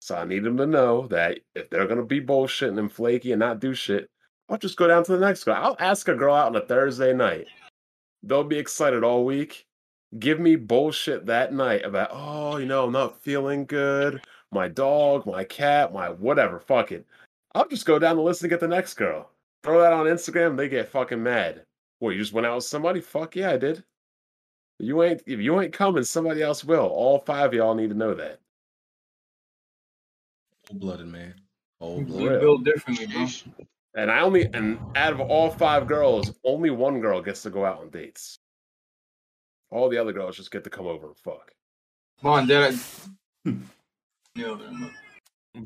So I need them to know that if they're gonna be bullshitting and flaky and not do shit, I'll just go down to the next girl. I'll ask a girl out on a Thursday night. They'll be excited all week. Give me bullshit that night about, oh, you know, I'm not feeling good. My dog, my cat, my whatever, fuck it. I'll just go down the list and get the next girl. Throw that on Instagram, they get fucking mad. Well, you just went out with somebody? Fuck yeah, I did. You ain't if you ain't coming, somebody else will. All five of y'all need to know that. Cold blooded, man. Cold blooded. Real. We're built differently, bro. And I only and out of all five girls, only one girl gets to go out on dates. All the other girls just get to come over and fuck. Bond, that nailed it. man.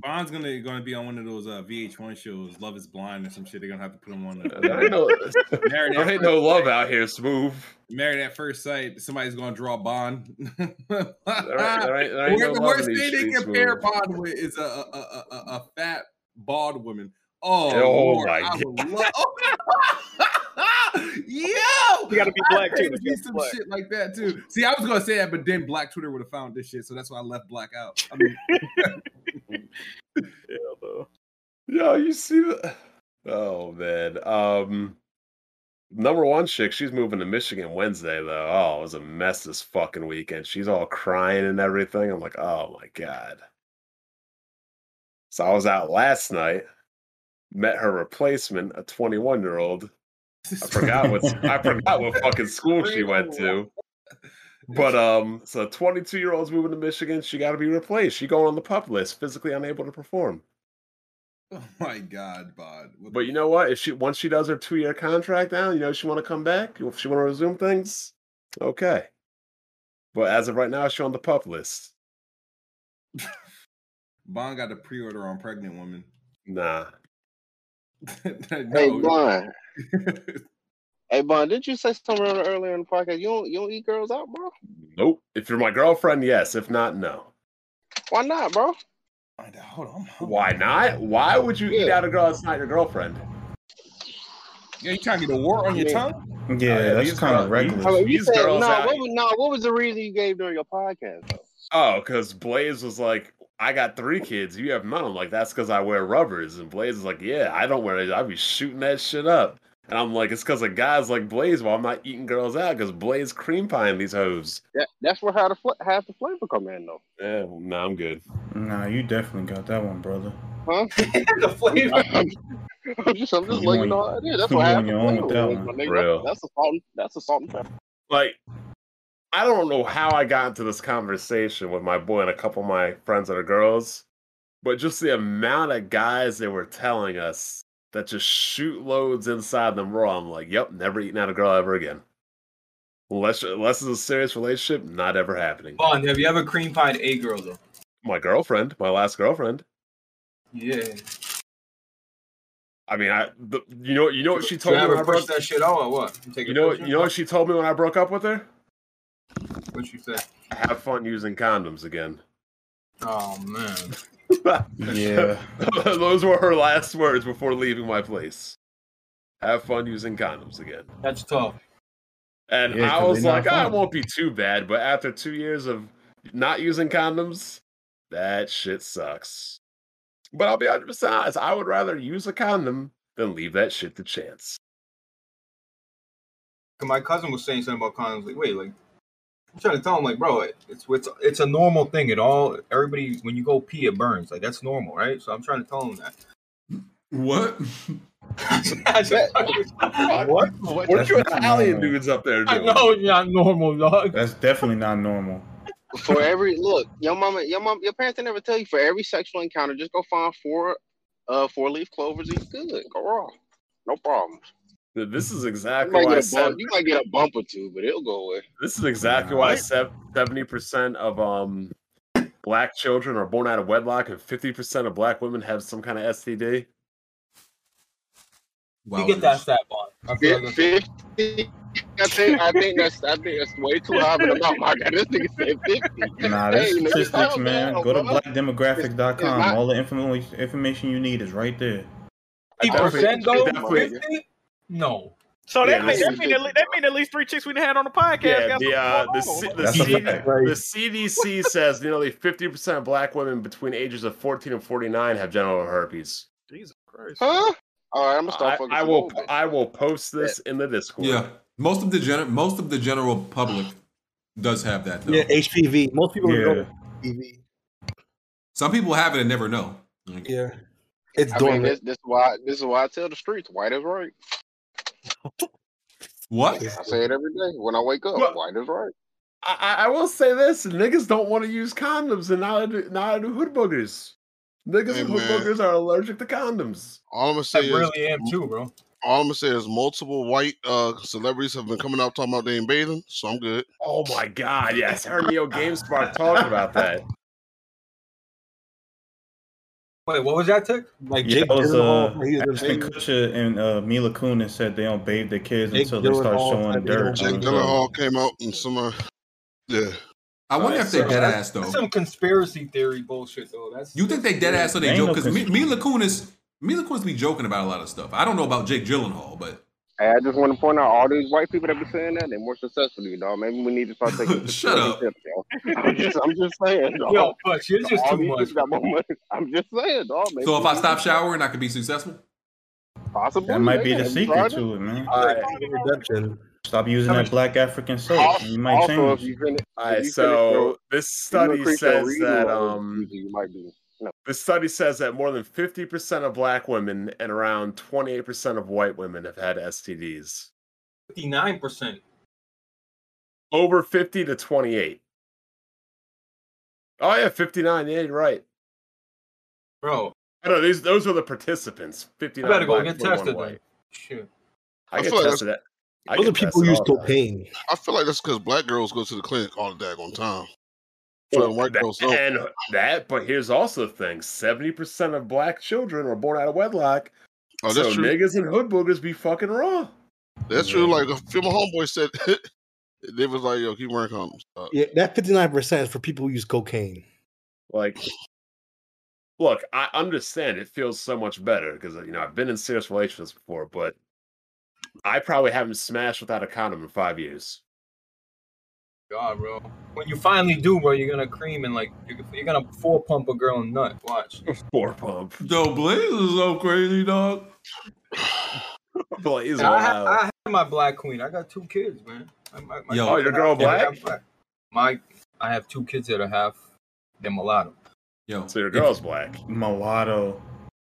Bond's gonna gonna be on one of those uh, VH1 shows, Love Is Blind or some shit. They're gonna have to put him on. And There ain't The, no, married, there at first, ain't no love out here, smooth. married at first sight. Somebody's gonna draw Bond. There ain't, there ain't, there ain't Where no the love worst in these thing they streets, can pair Smooth. Bond with is a a, a, a, a fat bald woman. Oh, Oh Lord, my I would love. Yo, You got to be I black paid too. to You see gotta be some black. shit like that too. See, I was gonna say that, but then Black Twitter would have found this shit, so that's why I left Black out. I mean, Yeah, though. Yo, you see the Oh man. Um number one chick, she's moving to Michigan Wednesday though. Oh, it was a mess this fucking weekend. She's all crying and everything. I'm like, oh my god. So I was out last night, met her replacement, a 21 year old. I forgot what I forgot what fucking school she went to. But um, so 22 year olds moving to Michigan, she got to be replaced. She going on the pup list, physically unable to perform. oh my god, Bond. What the But you know what? If she once she does her two year contract now, you know she want to come back. If she want to resume things, okay. But as of right now, she's on the pup list. Bond got a pre-order on pregnant woman. Nah, Hey, no, Bond. Hey, Bond, didn't you say something earlier in the podcast? You don't, you don't eat girls out, bro? nope. If you're my girlfriend, yes. If not, no. Why not, bro? Hold on, hold on. hold Why not? Why would you eat Yeah. out a girl that's not your girlfriend? on. Yo, you trying to get a war on your Yeah. tongue? Oh, Oh, yeah, Yeah, these that's kind girls- of reckless. I mean, you These said, no, girls out what here. was, no, what was the reason you gave during your podcast? Though? Oh, because Blaze was like, I got three kids. You have none. I'm like, that's because I wear rubbers. And Blaze is like, yeah, I don't wear it. I be shooting that shit up. And I'm like, it's because of guys like Blaze. Well, I'm not eating girls out because Blaze cream pieing these hoes. That, that's where how the fl- half the flavor come in, though. Yeah, well, nah, I'm good. Nah, you definitely got that one, brother. Huh? the flavor. I'm just, I'm just You letting you on- know how it is. That's you what on happened. your own with that one. Real. That's, that's a salt. and- That's a salt and pepper. Like, I don't know how I got into this conversation with my boy and a couple of my friends that are girls, but just the amount of guys they were telling us that just shoot loads inside them raw. I'm like, yep, never eating out a girl ever again. Unless, unless it's a serious relationship, not ever happening. Bond, have you ever cream pied a girl though? My girlfriend, my last girlfriend. Yeah. I mean, I the, you know you know what she So told you me when I ever broke brush that shit out or what? You, take a you know picture? you know what she told me when I broke up with her. what you said. Have fun using condoms again. Oh man. Yeah. Those were her last words before leaving my place. Have fun using condoms again. That's tough. And Yeah, I 'cause was they not like, I fun." won't be too bad, but after two years of not using condoms, that shit sucks. But I'll be 100% honest, I would rather use a condom than leave that shit to chance. 'Cause My cousin was saying something about condoms. Like, wait, like I'm trying to tell him, like, bro, it- it's it's it's a normal thing. It all everybody when you go pee, it burns. Like that's normal, right? So I'm trying to tell him that. What? what? What? What are you That's not Italian normal. dudes up there I doing? know it's not normal, dog. That's definitely not normal. For every look, your mama, your mom, your parents they never tell you. For every sexual encounter, just go find four, uh, four leaf clovers. It's good. Go raw. No problem. Th- This is You exactly might, why I get a said bump, you might get a bump or two, but it'll go away. This is exactly why Right. seventy percent of um black children are born out of wedlock, and fifty percent of black women have some kind of STD. You get that stat, Bond. I feel like that's- Fifty. I think I think that's I think that's way too high. But I'm not. My God, this nigga said fifty. Nah, this Hey, nigga, statistics, hell man. no, Go to bro. It's blackdemographics.com. not- All the information information you need is right there. I Fifty definitely- percent though? definitely- Fifty? No. So that, Yeah, mean, this that, is- mean at le- that mean at least three chicks we done had on the podcast. Yeah, got the, uh, the, C- something going on. the, That's a CD fact. the CDC says nearly 50% of black women between ages of 14 and 49 have genital herpes. Jesus Christ. Huh? All right, I'm gonna I, start fucking. I some will old bitches. I will post this in the Discord. Yeah, most of the gen- most of the general public does have that though. Yeah, HPV. Most people don't Yeah. know HPV. Some people have it and never know. Like, Yeah, it's I mean, dormant. this, this is why this is why I tell the streets white is right. What? I say it every day when I wake up. Well- white is right. I, I- I will say this: niggas don't want to use condoms, and now I do, now I do hood boogers. Niggas Hey, and hood man. boogers are allergic to condoms. All I'm gonna I say is, really am too, bro. all I'm gonna say is, multiple white uh, celebrities have been coming out talking about they ain't bathing, so I'm good. Oh my god! Yes, I heard Neo GameSpot talk about that. Wait, what was that tick? like Yeah, Jake that was, Gyllenhaal, uh, when he was in Ashton Vegas. Kutcher and uh, Mila Kunis said they don't bathe their kids Jake until they start Gyllenhaal showing said they dirt. don't Jake on bathe. them. Gyllenhaal came out and some, uh, yeah, I wonder if they Alright, so dead ass That's though. some conspiracy theory bullshit though. That's You think they dead ass so they Ain't joke? no Because cons- Mila Kunis, Mila Kunis be joking about a lot of stuff. I don't know about Jake Gyllenhaal, but Hey, I just want to point out all these white people that be saying that they're more successful, you know. Maybe we need to start taking Shut up. tips, yo. I'm just, I'm just saying, dog. Yo, but you're just All too these much. niggas got more money. I'm just saying, dog. Maybe so if we I need stop to- showering, I could be successful. possibly That might be yeah, the secret to it, man. All right, Redemption. Stop using that black African soap. Also, and You might also, if change. you finish, all right. you So finish this study says that um, you might be. this study says that more than 50 percent of black women and around 28 percent of white women have had STDs. Fifty nine percent. Over 50 to 28. Oh yeah, 59. Yeah, you're right. Bro, I know these; those were the participants. Fifty you nine. better go black, get 41 tested. white. Then. Shit. I, I get feel like tested. at- I Those get are people tested who use all the time. cocaine. I feel like that's because black girls go to the clinic all the daggone time. Well, Fucking white that- girls don't. and that, but here's also the thing: seventy percent of black children are born out of wedlock. Oh, that's so true. niggas and hood boogers be fucking raw. That's true. Like uh, a few of my homeboys said, they was like, "Yo, keep wearing condoms." Uh, Yeah, that fifty nine percent is for people who use cocaine. Like, look, I understand it feels so much better because you know I've been in serious relationships before, but I probably haven't smashed without a condom in five years. God, bro. When you finally do, bro, you're gonna cream and like you're, you're gonna four pump a girl nut. Watch. Four pump, Yo, Blaze is so crazy, dog. Blaze And I, ha- wild. I had my black queen. I got two kids, man. I- my- my- Yo. Oh, your girl Yeah, black? My, I have two kids that are half. They're mulatto. Yo, So your girl's black. Mulatto.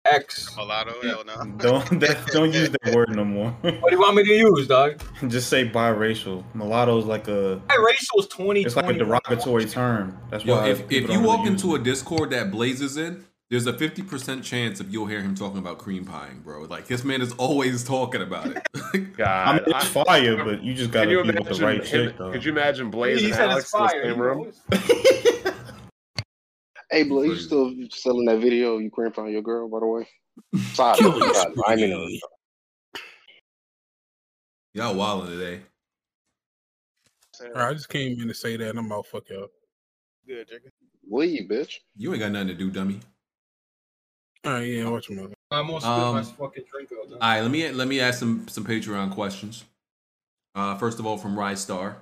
X. Mulatto, hell no. Don't that, don't use that word no more. What do you want me to use, dog? Just say biracial. Mulatto is like a Biracial is twenty. it's like a 21. derogatory term. That's Yo, why if, people if don't you really walk use into a it. Discord that blazes in, there's a 50% chance if you'll hear him talking about cream pieing, bro. Like, this man is always talking about it. God, I mean, it's fire, but you just Can gotta you be with imagine? the right him, chick, though. could you imagine Blaze He and said it's Alex in the fire. same you room? know? Hey, Blue, you still selling that video you crammed on your girl, by the way? Sorry, God, I mean, uh, Y'all wildin' today. I just came in to say that and I'm out fuck up. Good, Jacob. leave, bitch. You ain't got nothing to do, dummy. All right, yeah, watch my I almost spit my Um, fucking drink out. dog. All right, let me let me ask some some Patreon questions. Uh, first of all, from Rise Star,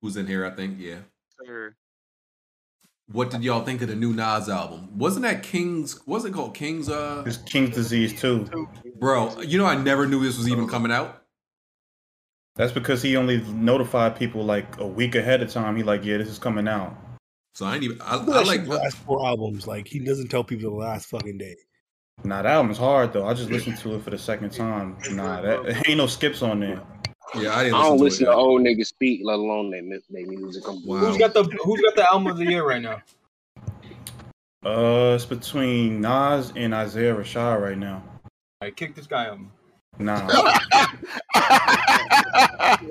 who's in here, I think. Yeah. Sir. What did y'all think of the new Nas album? Wasn't that King's? Was it called King's? Uh, It's King's disease too. bro, you know I never knew this was even coming out. Oh. That's because he only notified people like a week ahead of time. He like, yeah, this is coming out. So I ain't even. I, I I like like. the last four albums. Like he doesn't tell people the last fucking day. Nah, that album's hard though. I just listened to it for the second time. Nah, that ain't no skips on there. Yeah, I didn't. I don't listen to it. old niggas speak, let alone they mi- they music. I'm Wow. Who's got the Who's got the album of the year right now? Uh, it's between Nas and Isaiah Rashad right now. I kick this guy out. Nah,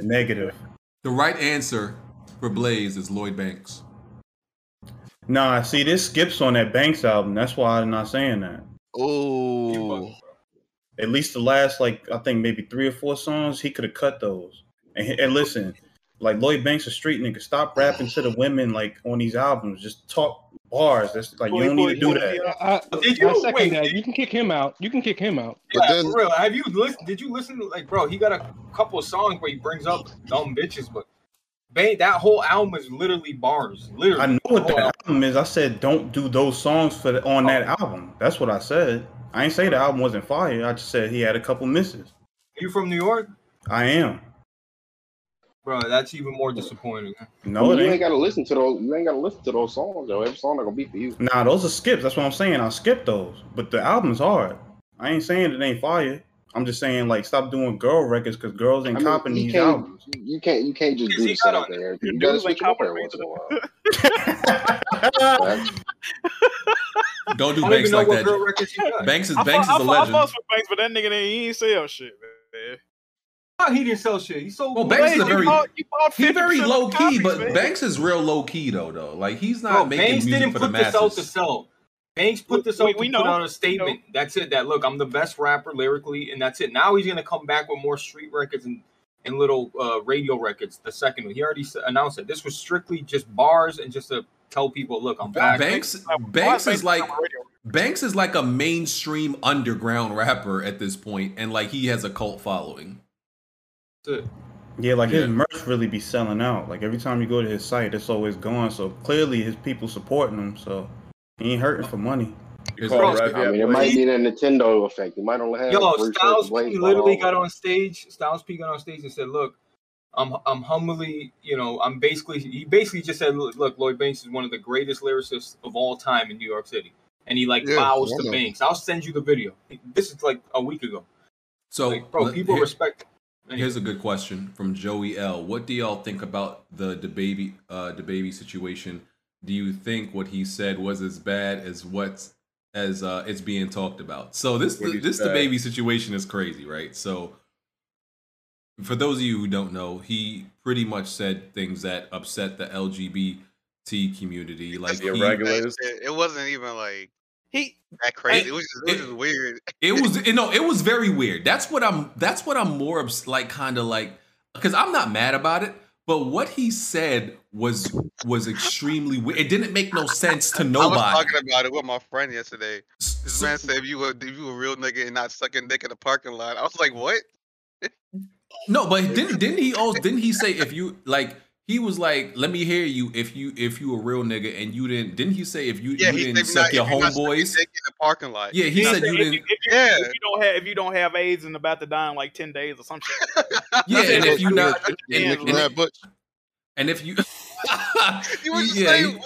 negative. The right answer for Blaze is Lloyd Banks. Nah, see, this skips on that Banks album. That's why I'm not saying that. You oh, bugging, bro. At least the last, like, I think maybe three or four songs, he could have cut those. And, and listen, like Lloyd Banks, a street nigga, stop rapping to the women like on these albums. Just talk, bars. That's like you don't need to do that. I, I, Did you- I second wait, that. you can kick him out. You can kick him out. Yeah, for real. Have you listened? Did you listen? to, Like, bro, he got a couple of songs where he brings up dumb bitches, but Bane, that whole album is literally bars. Literally, I know what the the whole album is. I said don't do those songs for the, on that album. That's what I said. I ain't say the album wasn't fire. I just said he had a couple misses. You from New York, I am. bro? That's even more disappointing. No, it you ain't. ain't gotta listen to those. You ain't gotta listen to those songs though. Every song not gonna be for you. Nah, those are skips. That's what I'm saying. I skipped those. But the album's hard. I ain't saying it ain't fire. I'm just saying like stop doing girl records because girls ain't I mean, copping you these can't- albums. You can't. You can't just do the same thing. every- You gotta switch it up every once in a while. Don't do I don't banks even know like what that. girl records Banks is I Banks is fuck- a I fuck- I legend. fucks with Banks, but that nigga didn't, he ain't sell shit, man. How he didn't sell shit? He sold. Well, Banks is a Wait, you very bought- you bought he very 50% of low the key, copies, but man. Banks is real low key though. Though, like he's not Bro, making Banks music didn't for the put this out to masses. sell. Banks put this We- out we to know. put out a statement. That's it. That look, I'm the best rapper lyrically, and that's it. Now he's gonna come back with more street records and and little uh, radio records. The second one, he already s- announced it. This was strictly just bars and just to tell people, look, I'm back. Banks, Banks is like Banks is like a mainstream underground rapper at this point, and like he has a cult following. That's it. Yeah, like his merch really be selling out. Like every time you go to his site, it's always going. So clearly his people supporting him. So he ain't hurting for money. I mean, it might be the Nintendo effect. You might only have. Yo, three Styles Blades P literally on all got on stage. Styles P got on stage and said, "Look, I'm I'm humbly, you know, I'm basically." He basically just said, "Look, look, Lloyd Banks is one of the greatest lyricists of all time in New York City," and he like Yeah, bows I to know. Banks. I'll send you the video. This is like a week ago. So, Like, bro, let- people here- respect. Here's a good question from Joey L. What do y'all think about the DeBaby uh DeBaby situation? Do you think what he said was as bad as what's as uh it's being talked about? So this What he this said. DeBaby situation is crazy, right? So for those of you who don't know, he pretty much said things that upset the LGBT community, like The he- irregulars. It, it wasn't even like he that crazy. It was just, it was just weird. It was you know it was very weird. That's what I'm. That's what I'm more obs- like kind of like because I'm not mad about it. But what he said was was extremely weird. It didn't make no sense to I was nobody. talking about it with my friend yesterday. This man said, if you were, if you a real nigga and not sucking dick in the parking lot, I was like, what? No, but didn't didn't he also didn't he say if you like he was like let me hear you if you if you a real nigga and you didn't didn't he say if you Yeah, you he didn't said not- suck your if you're not sucking homeboys dick in the parking lot. yeah he said you if didn't you- yeah. If you don't have if you don't have AIDS and about to die in like ten days or some shit. yeah and if you not and, Nick and- and if you yeah he- it,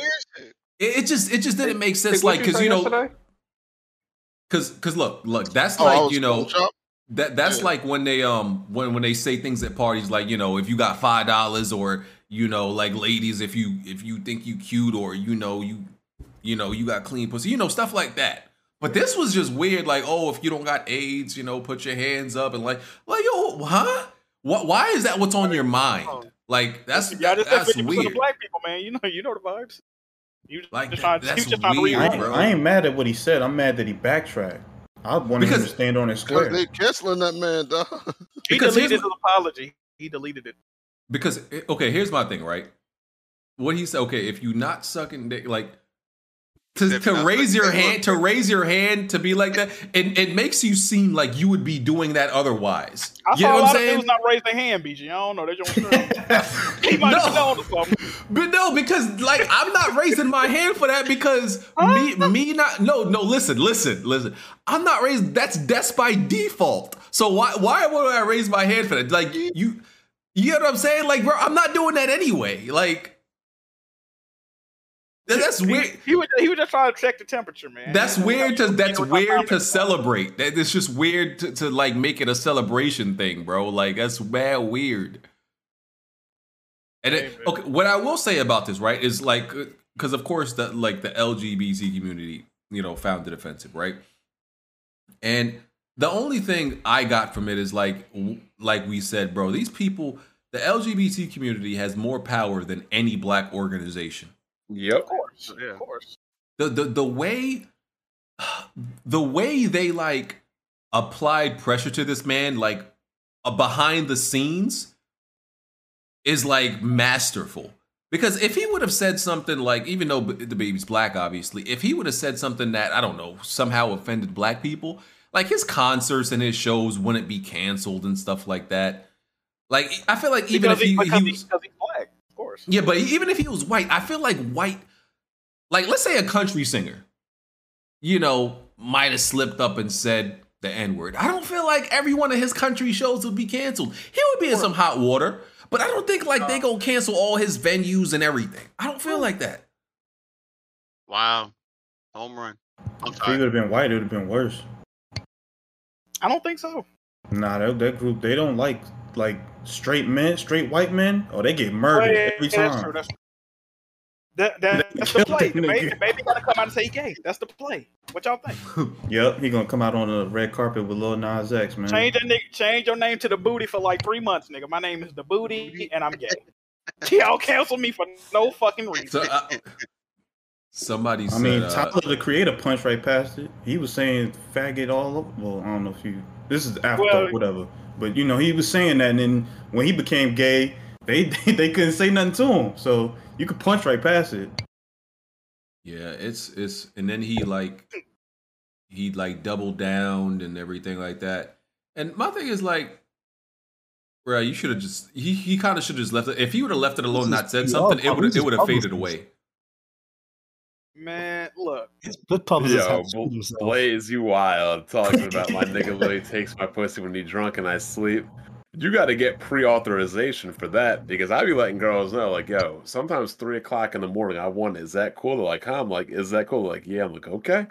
it just it just didn't make sense like because you know Cause, cause look, look, that's Oh, I like was you know, that that's like when they um when when they say things at parties like you know if you got five dollars or you know like ladies if you if you think you cute or you know you you know you got clean pussy you know stuff like that. But this was just weird like oh if you don't got AIDS you know put your hands up and like like yo huh what why is that what's on your mind like that's Y'all just said that's fifty percent of weird black people, man. You know, you know the vibes. You just Like, trying, that's you just trying to read I wrong. ain't, I ain't mad at what he said. I'm mad that he backtracked. I wanted him to stand on his Because square. they canceling that man, dog. He deleted his apology. He deleted it. because eh, okay here's my thing right what he said okay if you not sucking dick like to, to raise your hand to raise your hand to be like that it, it makes you seem like you would be doing that otherwise I you saw know what i'm a lot of saying dudes not raise their hand, BG. I don't know. They just he might have been onto something. but no because like i'm not raising my hand for that because me me not no no listen listen listen i'm not raising that's that's by default so why why would i raise my hand for that like you you know what i'm saying like bro i'm not doing that anyway like that- that's weird He was he was just trying to check the temperature, man. That's weird to that's weird to celebrate. That it's just weird to, to like make it a celebration thing, bro. Like that's bad weird. And it, okay, what I will say about this, right, is like because of course the like the LGBT community, you know, found it offensive, right? And the only thing I got from it is like w- like we said, bro, these people, the LGBT community has more power than any black organization. Yep. of course. The the the way the way they like applied pressure to this man like uh, behind the scenes is like masterful Because if he would have said something like, even though b- the baby's black, obviously, if he would have said something that I don't know somehow offended black people, like his concerts and his shows wouldn't be canceled and stuff like that. Like I feel like even Because if he- he, because he was black, of course. yeah, but even if he was white, I feel like white, like let's say a country singer, you know, might have slipped up and said the N word. I don't feel like every one of his country shows would be canceled. He would be in some hot water, but I don't think Uh. like they gonna cancel all his venues and everything. I don't Hmm. feel like that. Wow. Home run. I'm If he would have been white, it would have been worse. I don't think so. Nah, that, that group they don't like like straight men, straight white men. Oh, they get murdered Yeah, every yeah, time. That's true. That's true. That, that, They that's the killed play. that The baby, nigga. the baby gotta come out and say he gay. That's the play. What y'all think? Yep, he gonna come out on the red carpet with Lil Nas X, man. Change that nigga. Change your name to the booty for like three months, nigga. My name is the booty, and I'm gay. Y'all cancel me for no fucking reason. Somebody I said, mean, uh, Tyler the Creator punched right past it. He was saying faggot all over. Well, I don't know if you. This is after Well- whatever, but you know he was saying that, and then when he became gay, they they, couldn't say nothing to him. So you could punch right past it. yeah, it's it's, and then he like he like doubled down and everything like that. And my thing is like, bro, you should have just he he kind of should have just left it. If he would have left it alone, Oh, not said PR something, it problem. would This it is would have faded publicist. away. Man, look. Good publicists Yo, have Bla- Blaze, you wild talking about my nigga literally takes my pussy when he drunk and I sleep. You got to get pre-authorization for that because I be letting girls know, like, yo, sometimes three o'clock in the morning, I want, it. is that cool? They're like, huh? I'm like, is that cool? They're like, yeah. I'm like, okay.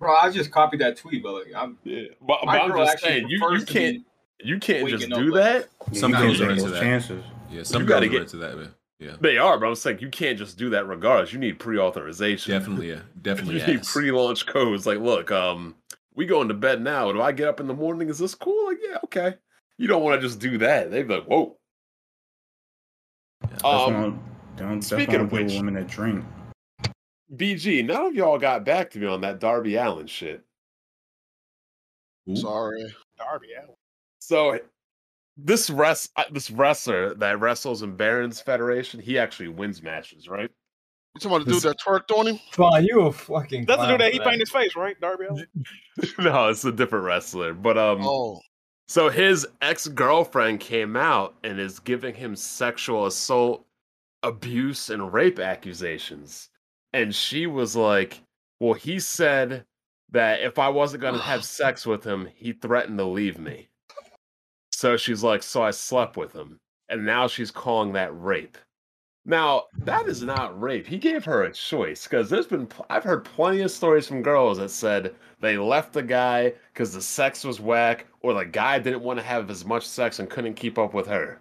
Bro, I just copied that tweet, but like, I'm, yeah. But, but I'm just saying, you, you can't, you can't just waking up do late. that. Some You girls can't are just- into that. chances. Yeah, some You girls gotta are get- into that, man. Yeah, They are, but I'm saying you can't just do that regardless. You need pre-authorization. Definitely, yeah. Definitely you need ass. pre-launch codes. Like, look, um, we going to bed now. Do I get up in the morning? Is this cool? Like, yeah, okay. You don't want to just do that. They'd be like, whoa. That's Um, why I don't, that's why I speaking don't of give which- women that drink. BG, none of y'all got back to me on that Darby Allen shit. Sorry. Darby Allin. So eh, this rest this wrestler that wrestles in Baron's Federation, he actually wins matches, right? You talking about the dude that twerked on him? Tron, you a fucking. That's the clown dude that for he that. painted his face, right? Darby Allin. no, it's a different wrestler. But um Oh. so his ex-girlfriend came out and is giving him sexual assault, abuse, and rape accusations. And she was like, Well, he said that if I wasn't gonna have sex with him, he threatened to leave me. So she's like, So I slept with him. And now she's calling that rape. Now, that is not rape. He gave her a choice because there's been, pl- I've heard plenty of stories from girls that said they left the guy because the sex was whack or the guy didn't want to have as much sex and couldn't keep up with her.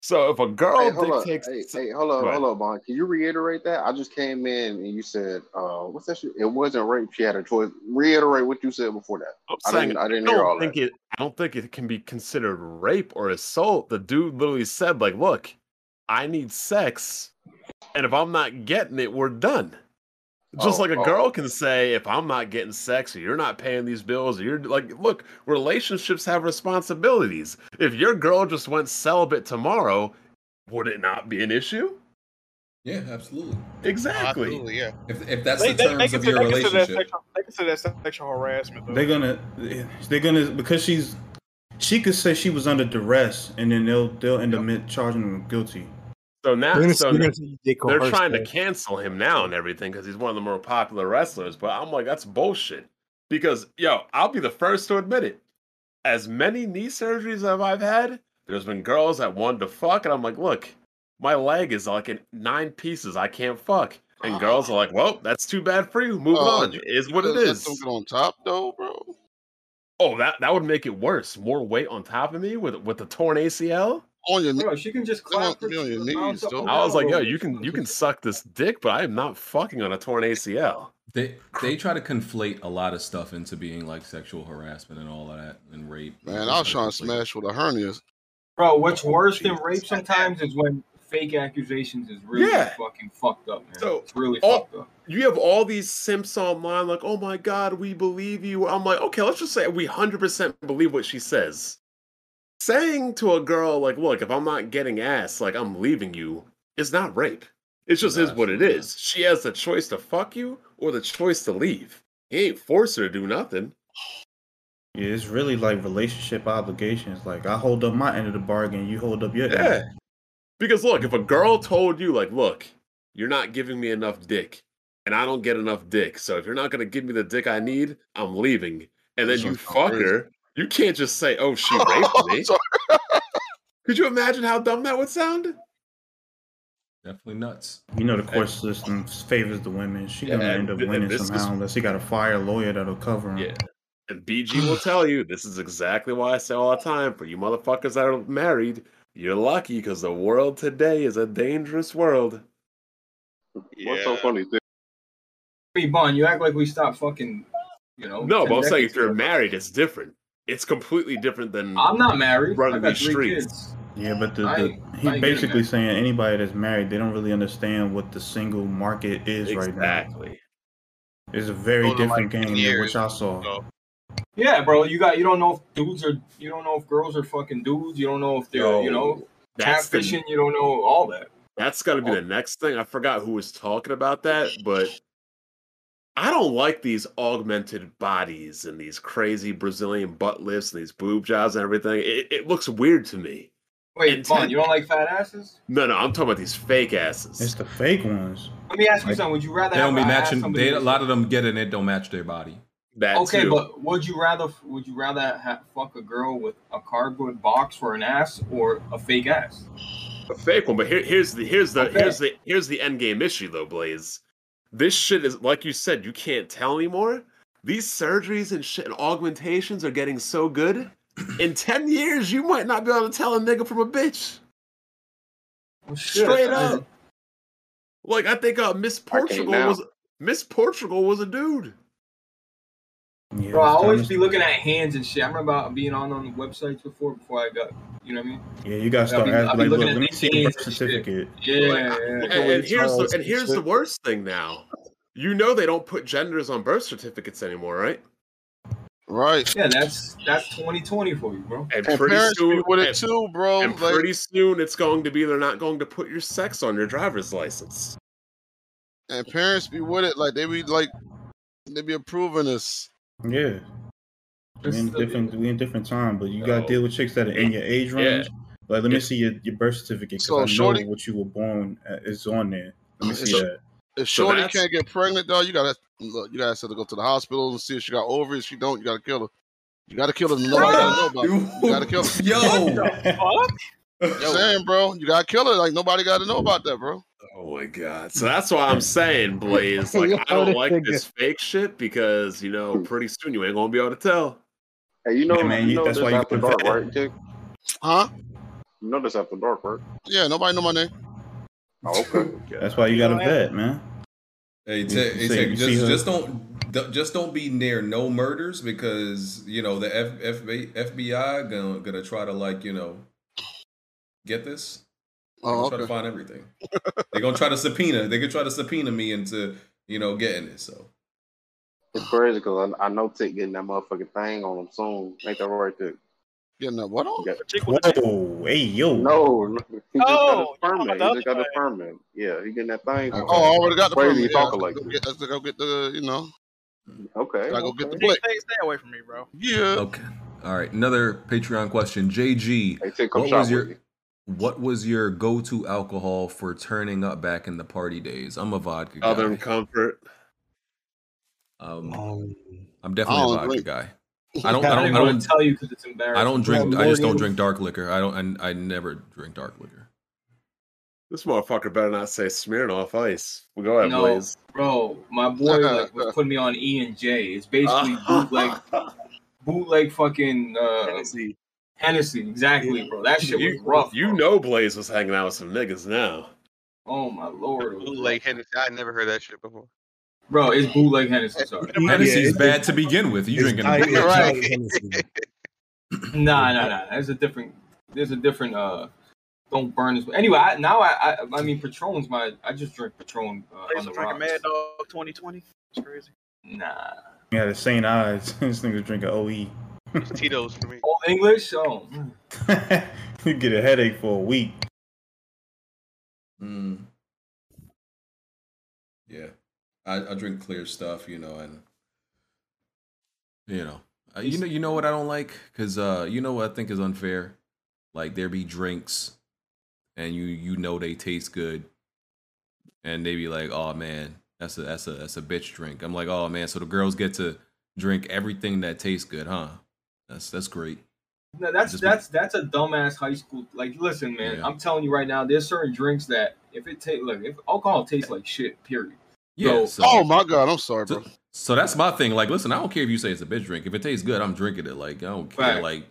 So if a girl Hey, hold on. dictates, Hey, hey, hold on, Go ahead. hold on, Bond. Can you reiterate that? I just came in and you said, uh, what's that shit? It wasn't rape. She had a choice. Reiterate what you said before that. I'm I saying didn't, I didn't don't hear all think that. it. I don't think it can be considered rape or assault. The dude literally said, like, look, I need sex, and if I'm not getting it, we're done. Just Oh, like a oh. girl can say, if I'm not getting sex, or you're not paying these bills, or you're like, look, relationships have responsibilities. If your girl just went celibate tomorrow, would it not be an issue? Yeah, absolutely. Exactly. Absolutely, yeah. If, if that's They, the they, they terms of consider, your they consider that relationship, sexual, they consider that sexual harassment, though. They're gonna, they're gonna because she's, she could say she was under duress, and then they'll they'll end up charging them guilty. So now, They're gonna- so they're now- gonna say you did they're coerce trying to her. cancel him now and everything because he's one of the more popular wrestlers. But I'm like, that's bullshit. Because yo, I'll be the first to admit it. As many knee surgeries as I've had, there's been girls that wanted to fuck, and I'm like, look, my leg is like in nine pieces. I can't fuck. And girls are like, well, that's too bad for you. Move Oh, on. It Is what it could've got is. something on top though, bro. Oh, that that would make it worse. More weight on top of me with with the torn ACL. On your bro, she can just clap her on your knees, though. I was like, yo, you can you can suck this dick, but I am not fucking on a torn ACL. they they try to conflate a lot of stuff into being like sexual harassment and all of that and rape. Man, I was trying to smash with a hernia. Bro, what's Oh, worse than rape sometimes is when fake accusations is really Yeah. fucking fucked up, man. So, it's really all- fucked up. You have all these simps online, like, oh my god, we believe you. I'm like, okay, let's just say we 100% believe what she says. Saying to a girl, like, look, if I'm not getting ass, like, I'm leaving you, It's not rape. It's just is what it is. She has the choice to fuck you or the choice to leave. He ain't forced her to do nothing. Yeah, it's really like relationship obligations. Like I hold up my end of the bargain, you hold up your end. Yeah. Because look, if a girl told you, like, look, you're not giving me enough dick, and I don't get enough dick, so if you're not gonna give me the dick I need, I'm leaving. And then you fuck her, you can't just say, oh, she raped me. Could you imagine how dumb that would sound? Definitely nuts. You know the court system favors the women. She gonna Yeah, end up and winning this is- somehow unless he got a fire lawyer that'll cover him. Yeah. And BG will tell you this is exactly why I say all the time for you motherfuckers that are married, you're lucky because the world today is a dangerous world. What's so funny? Hey, Bun, you act like we stopped fucking. You know. No, ten but I'm saying decades if you're married, it's different. It's completely different than I'm not married. I Running got these three streets. kids. Yeah, but the, I ain't- the, I he's ain't getting basically that. saying anybody that's married, they don't really understand what the single market is right now. Exactly. It's a very Go to, different like, game than what years, y'all saw. Yeah, bro. You got. You don't know if dudes are. You don't know if girls are fucking dudes. You don't know if they're. you know. that's the- Catfishing. You don't know all that. That's got to Oh. be the next thing. I forgot who was talking about that, but I don't like these augmented bodies and these crazy Brazilian butt lifts and these boob jobs and everything. It, it looks weird to me. Wait, And Bun, ten- you don't like fat asses? No, no, I'm talking about these fake asses. It's the fake ones. Let me ask you Like, something. Would you rather They don't have be a ass matching. somebody They, a that's- lot of them get in it, don't match their body. That okay, but would you rather would you rather ha fuck a girl with a cardboard box for an ass or a fake ass? a fake one. But here, here's the here's the Okay. here's the here's the end game issue though, Blaze. This shit is like you said, you can't tell anymore. These surgeries and shit and augmentations are getting so good. In ten years, you might not be able to tell a nigga from a bitch. shit. Straight up. Like I think uh, Miss Portugal now. was Miss Portugal was a dude. Bro, I always be looking at hands and shit. I remember being on on the websites before before I got you know what I mean. Yeah, you gotta I'll start be- I'll asking be like, look, looking let at me these see your hands birth certificate. Yeah, Like, and, and here's the, and here's the worst thing now. You know they don't put genders on birth certificates anymore, right? Right. Yeah, that's that's 2020 for you, bro. And, And pretty parents soon, be with it and- too, bro. And Like- pretty soon, it's going to be they're not going to put your sex on your driver's license. And parents be with it. Like they be like they be approving this. Yeah. We in different we in different time, but you gotta deal with chicks that are in your age Yeah. range. Like, let me see your, your birth certificate So, because I shorty- know what you were born at, is on there. Let me see So- that. If So Shorty that's- can't get pregnant, dog, you gotta look, you gotta have to go to the hospital and see if she got ovaries. If she don't, you gotta kill her. You gotta kill her. Nobody gotta know about it. You gotta kill her. Yo, saying, bro, you gotta kill her. Like nobody gotta know about that, bro. Oh my god! So that's why I'm saying, Blaze, like I don't like this fake shit because you know pretty soon you ain't gonna be able to tell. Hey, you know, Yeah, man, you you- know that's this why you after put dark, that- right, Jake? Huh? You know this after dark, right? Yeah, nobody know my name. Oh, okay. That's why you got a vet, man. Hey, You- you Tech, hey, see- Tech, you see just, her- just don't d- just don't be near no murders because you know the F, F, FBI gonna, gonna try to like you know get this. They're gonna Oh, try to okay. find everything. They're gonna try to subpoena. They could try to subpoena me into you know getting it. So It's crazy because I, I know Tick getting that motherfucking thing on him soon. Ain't that right, Tick? Getting that what on? Whoa, hey yo. No, no. he just Oh, got his talking permit. He about the just got his permit. Yeah, he getting that thing. Oh, I already got the crazy he permit. Yeah, talking I like gotta go this. get- I gotta go get the you know. Okay. Gotta go get the Stay, plate. stay away from me, bro. Yeah. Okay. All right. Another Patreon question. JG, Tick, come what shop was with your me. what was your go to alcohol for turning up back in the party days? I'm a vodka guy. Southern Comfort. Um, I'm definitely I a don't vodka drink. guy. I don't. oh, I I don't don't. even I wanna don't tell you 'cause it's embarrassing. I don't drink. Yeah, I just don't Morgan. drink dark liquor. I don't. I, I never drink dark liquor. This motherfucker better not say Smirnoff Ice. We go ahead, no, Blaze. bro, my boy like was putting me on E and J. It's basically bootleg, bootleg fucking uh, Hennessy. exactly, bro. That shit was You, rough. you know Blaze was hanging out with some niggas now. Oh my lord, it was Bootleg Hennessy. I never heard that shit before. rough. bro. It's bootleg Hennessy. Sorry, Hennessy's bad to begin with. You drinking? tight, it's tight Hennessy. Nah, nah, nah. There's a different. There's a different. Uh, don't burn this. Anyway, I, now I, I, I mean, Patron's my. I just drink Patron uh, on the Drinking rocks. Mad Dog 2020. It's crazy. Nah. Yeah, the Saint eyes. this nigga's drinking E. OE. Tito's for me. Old English. Oh, mm. you get a headache for a week. Mm. I, I drink clear stuff, you know, and you know, uh, you know, you know what I don't like because uh, you know what I think is unfair. Like there be drinks, and you you know they taste good, and they be like, oh man, that's a that's a that's a bitch drink. I'm like, oh man, so the girls get to drink everything that tastes good, huh? That's that's great. No, that's Just- that's that's a dumbass high school. Like, listen, man, Yeah. I'm telling you right now, there's certain drinks that if it take look, if alcohol tastes like shit, period. Yeah. So- oh my god, I'm sorry, bro. So, so that's my thing. Like, listen, I don't care if you say it's a bitch drink. If it tastes good, I'm drinking it. Like, I don't care. Right. Like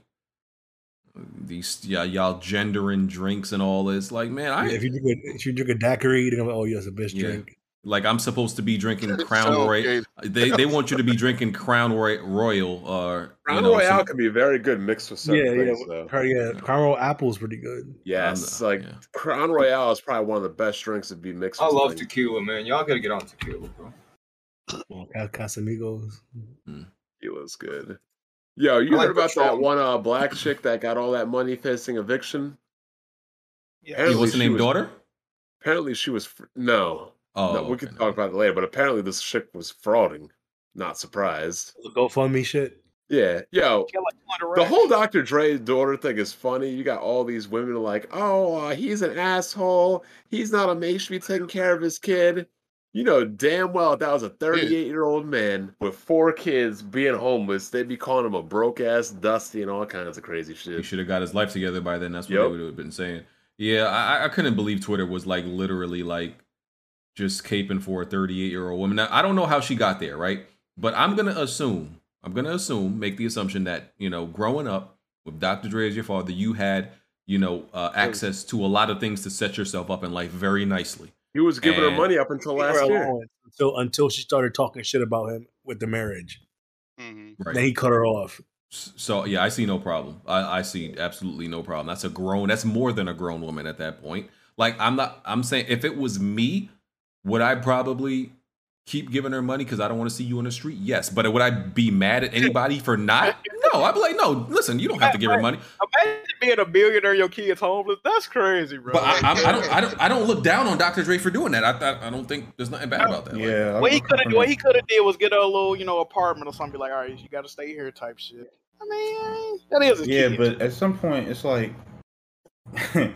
these yeah, y'all gendering drinks and all this. Like, man, I Yeah, if you drink a, if you drink a daiquiri, they're gonna be, oh yes, a bitch Yeah. drink. Like I'm supposed to be drinking Crown So Royal. They they want you to be drinking Crown Roy- Royal uh, or Crown Royale could be very good mixed with certain Yeah, yeah, things, though. Her- yeah. Caramel apple's pretty good. Yes, like Crown Royale is probably one of the best drinks to be mixed. I with love things. tequila, man. Y'all gotta get on tequila, bro. Well, Ca- Uh, Casamigos. It was good. Yo, you I like heard about Patron. that one uh, black chick that got all that money facing eviction? Hey, what's the she name, was- daughter? Apparently, she was fr- no. Oh, no, we could talk about it later. But apparently, this chick was frauding. Not surprised. The GoFundMe shit. Yeah, yo, the whole Dr. Dre daughter thing is funny. You got all these women are like, "Oh, uh, he's an asshole. He's not a man. He should be taking care of his kid." You know damn well that was a 38 year old man with four kids being homeless. They'd be calling him a broke ass, dusty, and all kinds of crazy shit. He should have got his life together by then. That's what Yep. they would have been saying. Yeah, I, I couldn't believe Twitter was like literally like just caping for a 38 year old woman. Now, I don't know how she got there, right? But I'm gonna assume, I'm gonna assume, make the assumption that you know, growing up with Dr. Dre as your father, you had you know uh, access to a lot of things to set yourself up in life very nicely. He was giving her And- money up until last Leave her year. alone Until until she started talking shit about him with the marriage. Mm-hmm. Right. Then he cut her off. So yeah, I see no problem. I, I see absolutely no problem. That's a grown. That's more than a grown woman at that point. Like I'm not. I'm saying if it was me, would I probably keep giving her money because I don't want to see you in the street? Yes, but would I be mad at anybody for not? No, I'd be like, no. Listen, you don't have to give her money. Imagine being a billionaire, your kid's homeless. That's crazy, bro. But I, I, I don't. I don't. I don't look down on Dr. Dre for doing that. I I, I don't think there's nothing bad about that. Yeah. I'm- what he could have what he could have did was get her a little, you know, apartment or something. Be like, all right, you got to stay here, type shit. I mean, that is his yeah, kid. but at some point, it's like you can't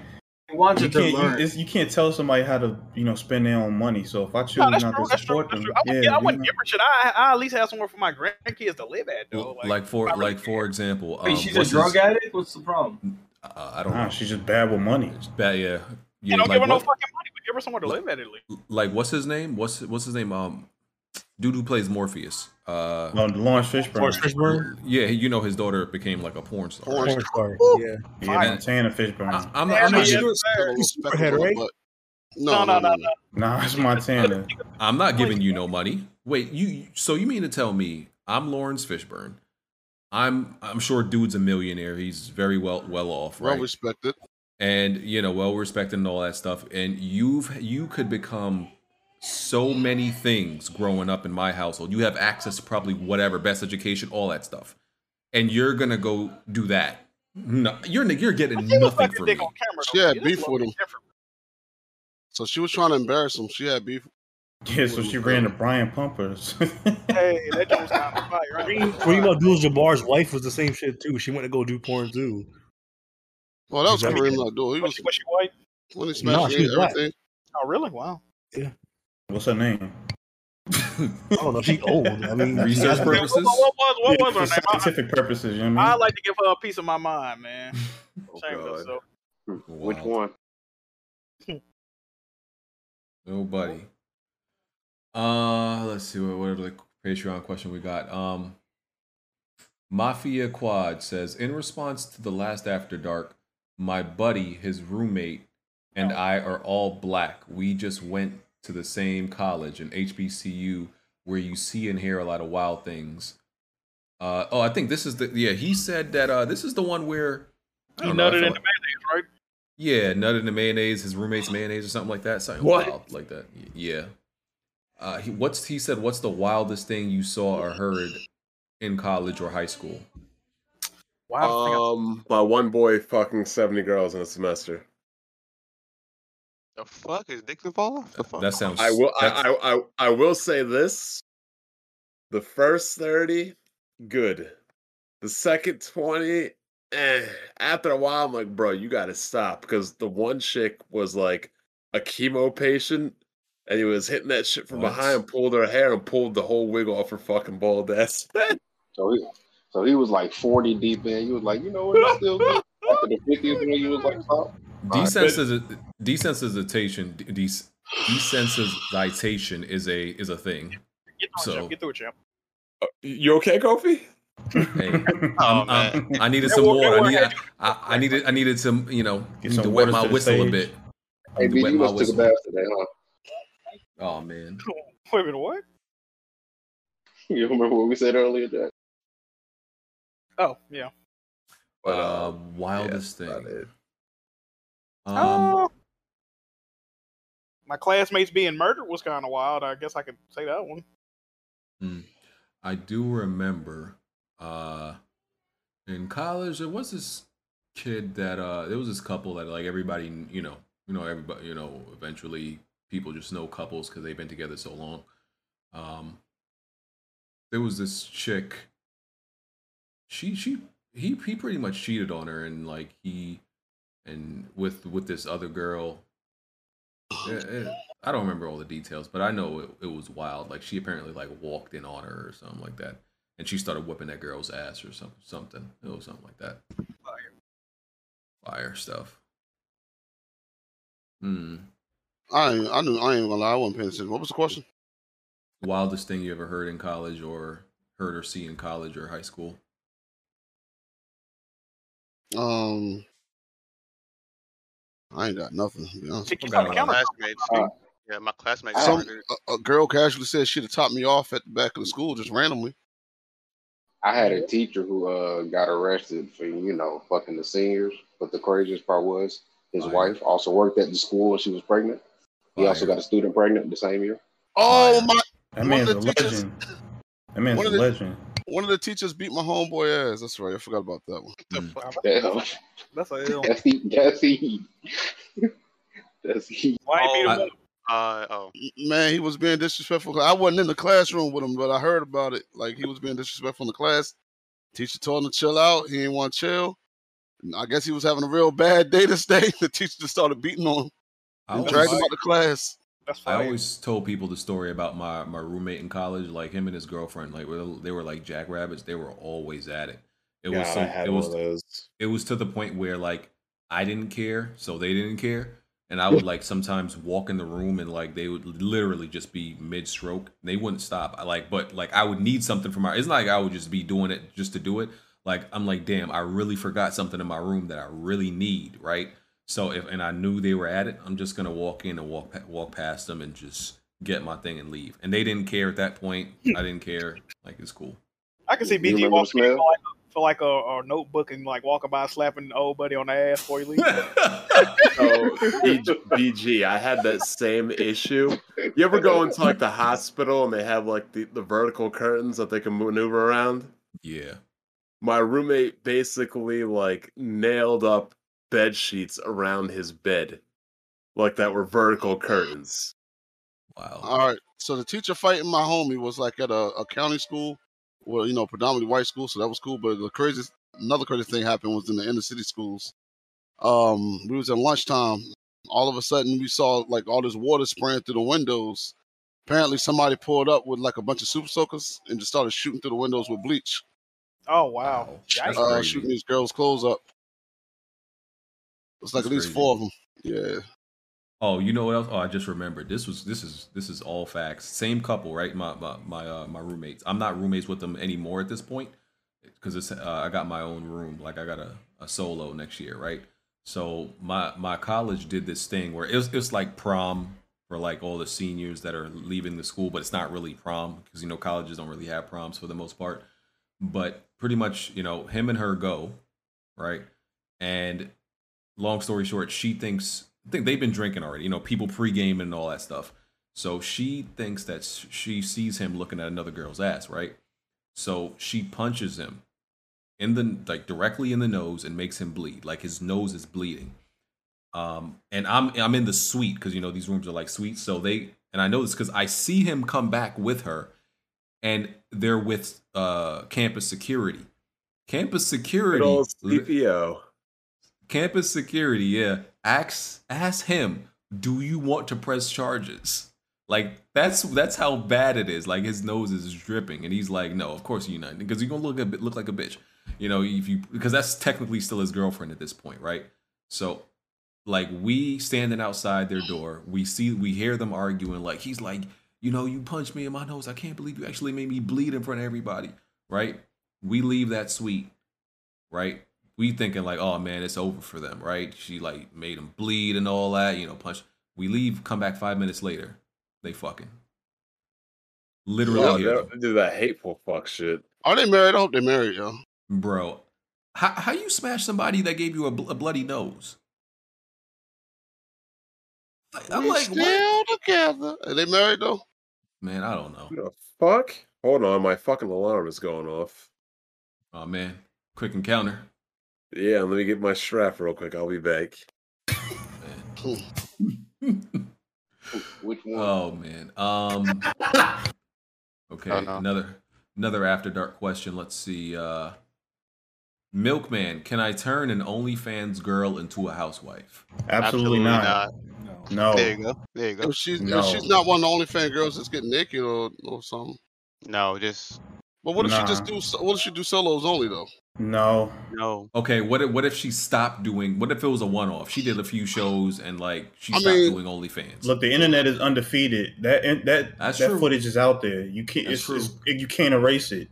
it to learn. You, it's- you can't tell somebody how to you know spend their own money. So if I choose that's not true, to that's support them, I wouldn't, yeah, yeah, I you wouldn't know. give her shit. I, I at least have somewhere for my grandkids to live at, though. Like, for like for example, um, Wait, she's a what's drug his- addict. What's the problem? Uh, I don't Nah, know. She's just bad with money. Bad. Yeah. Yeah. and don't like, give her no what- fucking money, but give her somewhere to live at at least. like what's his name? What's what's his name? Um, dude who plays Morpheus. Uh, Lawrence Fishburne. Lawrence Fishburne? Yeah, you know his daughter became like a porn star. Porn Porn star, Woo! yeah. Yeah, Montana Fishburne. I- I'm- I'm not sure. Superhead, right? No, no, no, no. Nah, it's Montana. I'm not giving you no money. Wait, you so you mean to tell me I'm Lawrence Fishburne? I'm I'm sure dude's a millionaire. He's very well well off, right? Well respected. and you know well respected and all that stuff and you've you could become so many things growing up in my household you have access to probably whatever best education all that stuff and you're gonna go do that no you're you're getting nothing from me She had beef with him. So she was trying to embarrass him. She had beef. Yeah, so she ran to Brian Pumpers. Hey, that joke's kind of fire. I mean, Kareem Abdul-Jabbar's wife was the same shit too. She went to go do porn too. Well, that was Exactly. Kareem Abdul. He was, was she white? When he Nah, smashed she was black. everything. Oh, really? Wow. What's her name? I don't know. if She old. I mean, Research she- purposes? What, what was what Yeah, was her for name? I- scientific purposes, you know what I I mean? like to give her a piece of my mind, man. Oh, Shame herself. Hmm. Which one? nobody uh let's see what, what are the patreon question we got um Mafia Quad says, in response to the last After Dark, my buddy, his roommate, Oh. and I are all black. We just went to the same college, an HBCU, where you see and hear a lot of wild things. Uh, oh, I think this is the yeah. He said that uh, this is the one where I He don't know, I nutted feel in the like- mayonnaise, right? yeah, nutted in the mayonnaise, his roommate's mayonnaise or something like that. Something What? wild like that. Y- Yeah. Uh, he, what's he said? What's the wildest thing you saw or heard in college or high school? Um, my one boy fucking seventy girls in a semester. The fuck is dick to fall off? The fuck? That sounds. I will. I, that's- I, I, I will say this: the first thirty, good. The second twenty, eh. After a while, I'm like, bro, you got to stop because the one chick was like a chemo patient, and he was hitting that shit from What? behind, pulled her hair, and pulled the whole wig off her fucking bald ass. So he, so he was like 40 deep in. You was like, you know what? It's still good. After the 50th one, you was like, oh. Desensitis- desensitization de- des- desensitization is a is a thing. So Get through it, champ. Uh, you okay, Kofi? hey, Um, I'm- I'm- I needed some It wa- it water. I wa- needed I, I needed I needed some you know to some wet words my to the whistle a stage. bit. Hey, To B, wet you my must took a whistle. bath today, huh? Oh man, Wait a minute, what? You remember what we said earlier, Jack? Oh, yeah. uh, wildest thing. Um, Oh. My classmates being murdered was kind of wild. I guess I could say that one. Mm. I do remember uh in college there was this kid that uh there was this couple that like everybody kn- you know you know everybody you know eventually people just know couples because they've been together so long um there was this chick she she he he pretty much cheated on her and like he and with with this other girl Eh, eh, I don't remember all the details, but I know it, it was wild. Like she apparently like walked in on her or something like that, and she started whipping that girl's ass or some, something. It was something like that. Fire. Fire stuff. Hmm. I ain't, I knew I ain't gonna lie. I wasn't paying attention. What was the question? Wildest thing you ever heard in college, or heard or see in college or high school? Um, I ain't got nothing. To be honest. Chick, you got a counter. classmates. Yeah, my classmate. got Some murdered. a, a girl casually said she'd have topped me off at the back of the school just randomly. I had a teacher who uh, got arrested for, you know, fucking the seniors. But the craziest part was his wife also worked at the school and she was pregnant. He also got a student pregnant the same year. Oh my! That One man's a of the teachers- legend. That man's One a of the- legend. One of the teachers beat my homeboy ass. That's right. I forgot about that one. Damn. That's a ill. That's he. That's he. That's he. Oh, I- Man, he was being disrespectful. I wasn't in the classroom with him, but I heard about it. Like he was being disrespectful in the class. Teacher told him to chill out. He didn't want to chill. And I guess he was having a real bad day this day. The teacher just started beating on him. I And was- dragged him out of class. I always told people the story about my my roommate in college, like him and his girlfriend, like were- they were like jackrabbits. They were always at it. It was God, so, I had it one was of those. it was to the point where like I didn't care, so they didn't care, and I would like sometimes walk in the room and like they would literally just be mid stroke. They wouldn't stop. I like, but like I would need something from my. It's not like I would just be doing it just to do it. Like I'm like, damn, I really forgot something in my room that I really need, right? So if and I knew they were at it, I'm just gonna walk in and walk pa- walk past them and just get my thing and leave. And they didn't care at that point. I didn't care. Like it's cool. I can see You BG remember walking the in for like, a, for like a, a notebook and like walking by slapping the old buddy on the ass before you leave. So, BG, BG, I had that same issue. You ever go into like the hospital and they have like the, the vertical curtains that they can maneuver around? Yeah. My roommate basically like nailed up bed sheets around his bed, like that were vertical curtains. Wow. All right. So the teacher fighting my homie was like at a, a county school, well, you know, predominantly white school, so that was cool. But the craziest, another crazy thing happened was in the inner city schools. Um, we was at lunchtime. All of a sudden, we saw like all this water spraying through the windows. Apparently, somebody pulled up with like a bunch of super soakers and just started shooting through the windows with bleach, Oh wow. Yikes. uh, shooting these girls' clothes up. It's like That's at least crazy. four of them. Yeah. Oh, you know what else? Oh, I just remembered. This was this is this is all facts. Same couple, right? My my my uh, my roommates. I'm not roommates with them anymore at this point because it's uh, I got my own room. Like I got a, a solo next year, right? So my my college did this thing where it was, it was like prom for like all the seniors that are leaving the school, but it's not really prom because you know colleges don't really have proms for the most part. But pretty much, you know, him and her go, right? And long story short, she thinks I think they've been drinking already. You know, people pre-gaming and all that stuff. So she thinks that s- she sees him looking at another girl's ass, right? So she punches him in the like directly in the nose and makes him bleed. Like his nose is bleeding. um, and I'm I'm in the suite because you know these rooms are like suites. So they and I know this because I see him come back with her, and they're with uh campus security. Campus security, old CPO. Campus security, yeah. Ask ask him, do you want to press charges? Like that's that's how bad it is. Like his nose is dripping, and he's like, no, of course you're not, because you're gonna look a bit look like a bitch. You know, if you because that's technically still his girlfriend at this point, right? So like we standing outside their door we see we hear them arguing like he's like you know you punched me in my nose i can't believe you actually made me bleed in front of everybody right we leave that suite right we thinking like oh man it's over for them right she like made them bleed and all that you know punch we leave come back five minutes later they fucking literally Oh, hear they them. don't do that hateful fuck shit. Are they married? I hope they're married, yo. Bro, how how you smash somebody that gave you a, bl- a bloody nose? I'm like, still together. Are they married though? Man, I don't know. The fuck? Hold on, my fucking alarm is going off. Oh man, quick encounter. Yeah, let me get my strap real quick. I'll be back. Which one? Oh man. Um. okay, Oh, no. another another after dark question. Let's see. Uh, Milkman, can I turn an OnlyFans girl into a housewife? Absolutely not. No. There you go. There you go. Oh, If she's, No. if she's not one of the OnlyFans girls that's getting naked or, or something. No, just. But what if she Nah. just do? What if she do solos only though? No. No. Okay, what if, what if she stopped doing? What if it was a one off? She did a few shows and like she I stopped mean- doing OnlyFans. Look, the internet is undefeated. That in- that That's that true. footage is out there. You can't That's it's, it's, you can't erase it.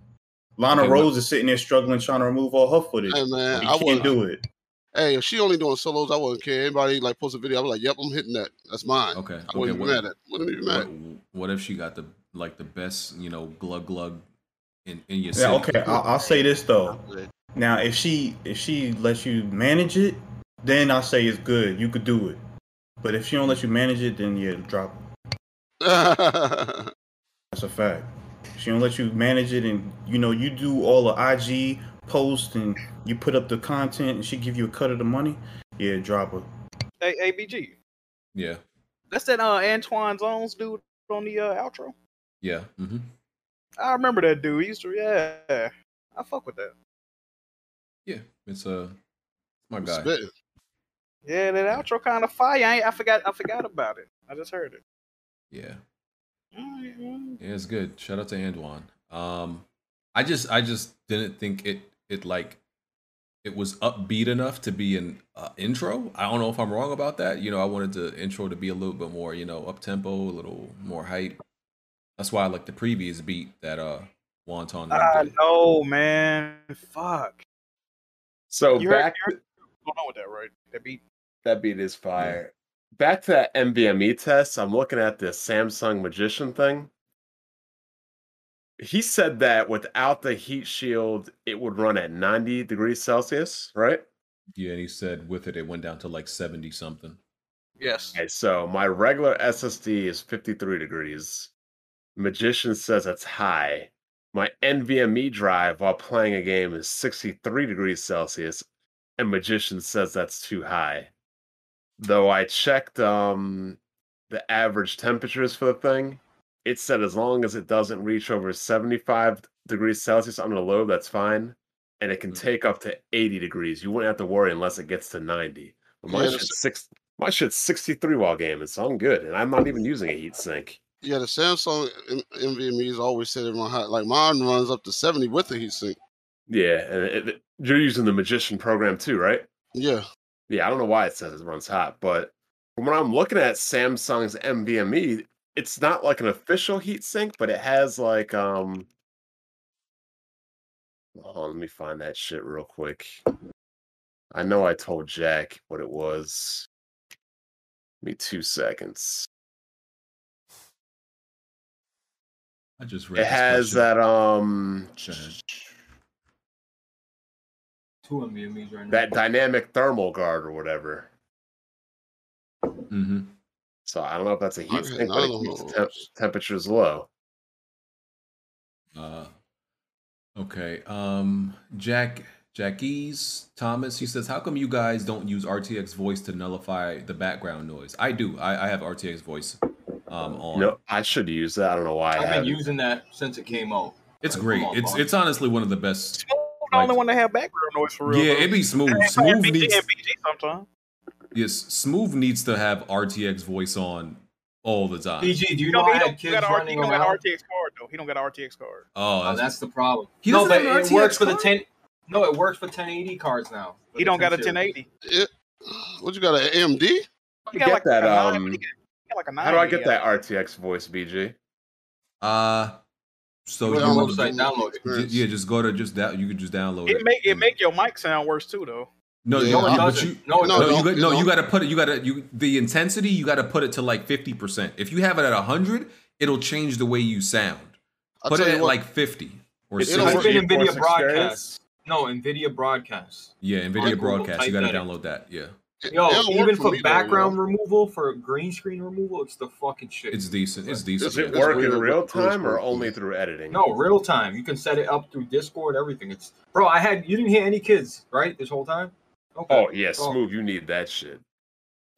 Lana Okay, what- Rose is sitting there struggling trying to remove all her footage. Hey, man, you I can't wouldn't- do it. Hey, if she only doing solos, I wouldn't care. Anybody like post a video, I'm like, yep, I'm hitting that. That's mine. Okay. I wouldn't okay, be mad at. Wouldn't be mad. what- what if she got the like the best, you know, glug glug in, in your Yeah, city? okay, I'll, I'll say this though. Now, if she if she lets you manage it, then I say it's good. You could do it. But if she don't let you manage it, then yeah, drop it. That's a fact. She don't let you manage it, and you know you do all the IG posts and you put up the content, and she give you a cut of the money. Yeah, drop her. Hey, ABG. Yeah, That's that uh, Antoine Zones dude on the uh, outro. yeah. Mm-hmm. I remember that dude. He used to, yeah. I fuck with that. Yeah, it's uh, my guy. Spitting. Yeah, that outro kind of fire. I, ain't, I forgot. I forgot about it. I just heard it. Yeah. Mm, Yeah, it's good. Shout out to Anduin. Um, I just I just didn't think it it like it was upbeat enough to be an uh, intro. I don't know if I'm wrong about that. You know, I wanted the intro to be a little bit more you know up tempo, a little more hype. That's why I like the previous beat that uh Wonton. Ah, I know, man. Fuck. So You heard- back you heard what's going on with that, right? That beat. that beat is fire. Back to that NVMe E test. I'm looking at this Samsung magician thing. He said that without the heat shield, it would run at 90 degrees Celsius, right? Yeah, and he said with it, it went down to like 70 something. Yes. Okay, so my regular SSD is 53 degrees. Magician says it's high. My NVMe E drive while playing a game is 63 degrees Celsius, and Magician says that's too high. Though I checked um, the average temperatures for the thing, it said as long as it doesn't reach over 75 degrees Celsius on the low, that's fine. And it can Mm-hmm. take up to 80 degrees. You wouldn't have to worry unless it gets to 90. But my Yeah, shit's that's- six my shit's 63 while gaming, so I'm good. And I'm not even using a heat sink. Yeah, the Samsung M- NVMe's always said it run hot. Like mine runs up to seventy with the heatsink. Yeah, and it, it- you're using the magician program too, right? Yeah. Yeah, I don't know why it says it runs hot, but from what I'm looking at Samsung's NVMe, E, it's not like an official heat sink, but it has like um hold on, let me find that shit real quick. I know I told Jack what it was. Give me two seconds. I just read It this has question. that um Two NVMe's right now. that dynamic thermal guard or whatever. Mm-hmm. So I don't know if that's a heat Okay, sink, but it none of keeps the temp- temperatures low. Uh, okay. Um, Jack Jackie's Thomas, he says, How come you guys don't use RTX voice to nullify the background noise? I do. I, I have RTX voice um, on. No, I should use that. I don't know why. I I've been haven't. using that since it came out. It's Like, great. come on, it's Bobby. it's honestly one of the best. the only one that have background noise for real. Yeah, though. it be smooth. And Smooth BG needs- and BG sometimes. Yes, Smooth needs to have RTX voice on all the time. BG, do you He know I don't- he had don't- he kids don't got a R- running He don't got around? an RTX card though. He don't got an RTX card. Oh, Oh, that's the problem. He no, doesn't but have an it RTX works for the card? ten. No, it works for 1080 cards now. He don't got a 1080. What you got, an AMD? Get that. Um, He got like a how do I 980, get that RTX voice, BG? Uh, so Go you to our would- website, download it. y- Yeah, just go to just Oh, that. You can just download It it. make it make your mic sound worse too though. No, Yeah, no, it but doesn't. you No, no, it no, you doesn't. got no, you got to put it. You got to you the intensity. You got to put it to like fifty percent. If you have it at hundred, it'll change the way you sound. I'll put tell it you at what- like fifty or It's 60. type in NVIDIA broadcast. No, NVIDIA broadcast. Yeah, On Nvidia Google, broadcast. You type got to that in. download that. Yeah, Yo, It'll work even for for me, though, background removal, for green screen removal, it's the fucking shit. it's decent. It's decent. Does it yeah. work in real time or only through editing? No, real time. You can set it up through Discord, everything. It's bro. I had you didn't hear any kids, right? This whole time. Okay. Oh yeah, Well, smooth. You need that shit.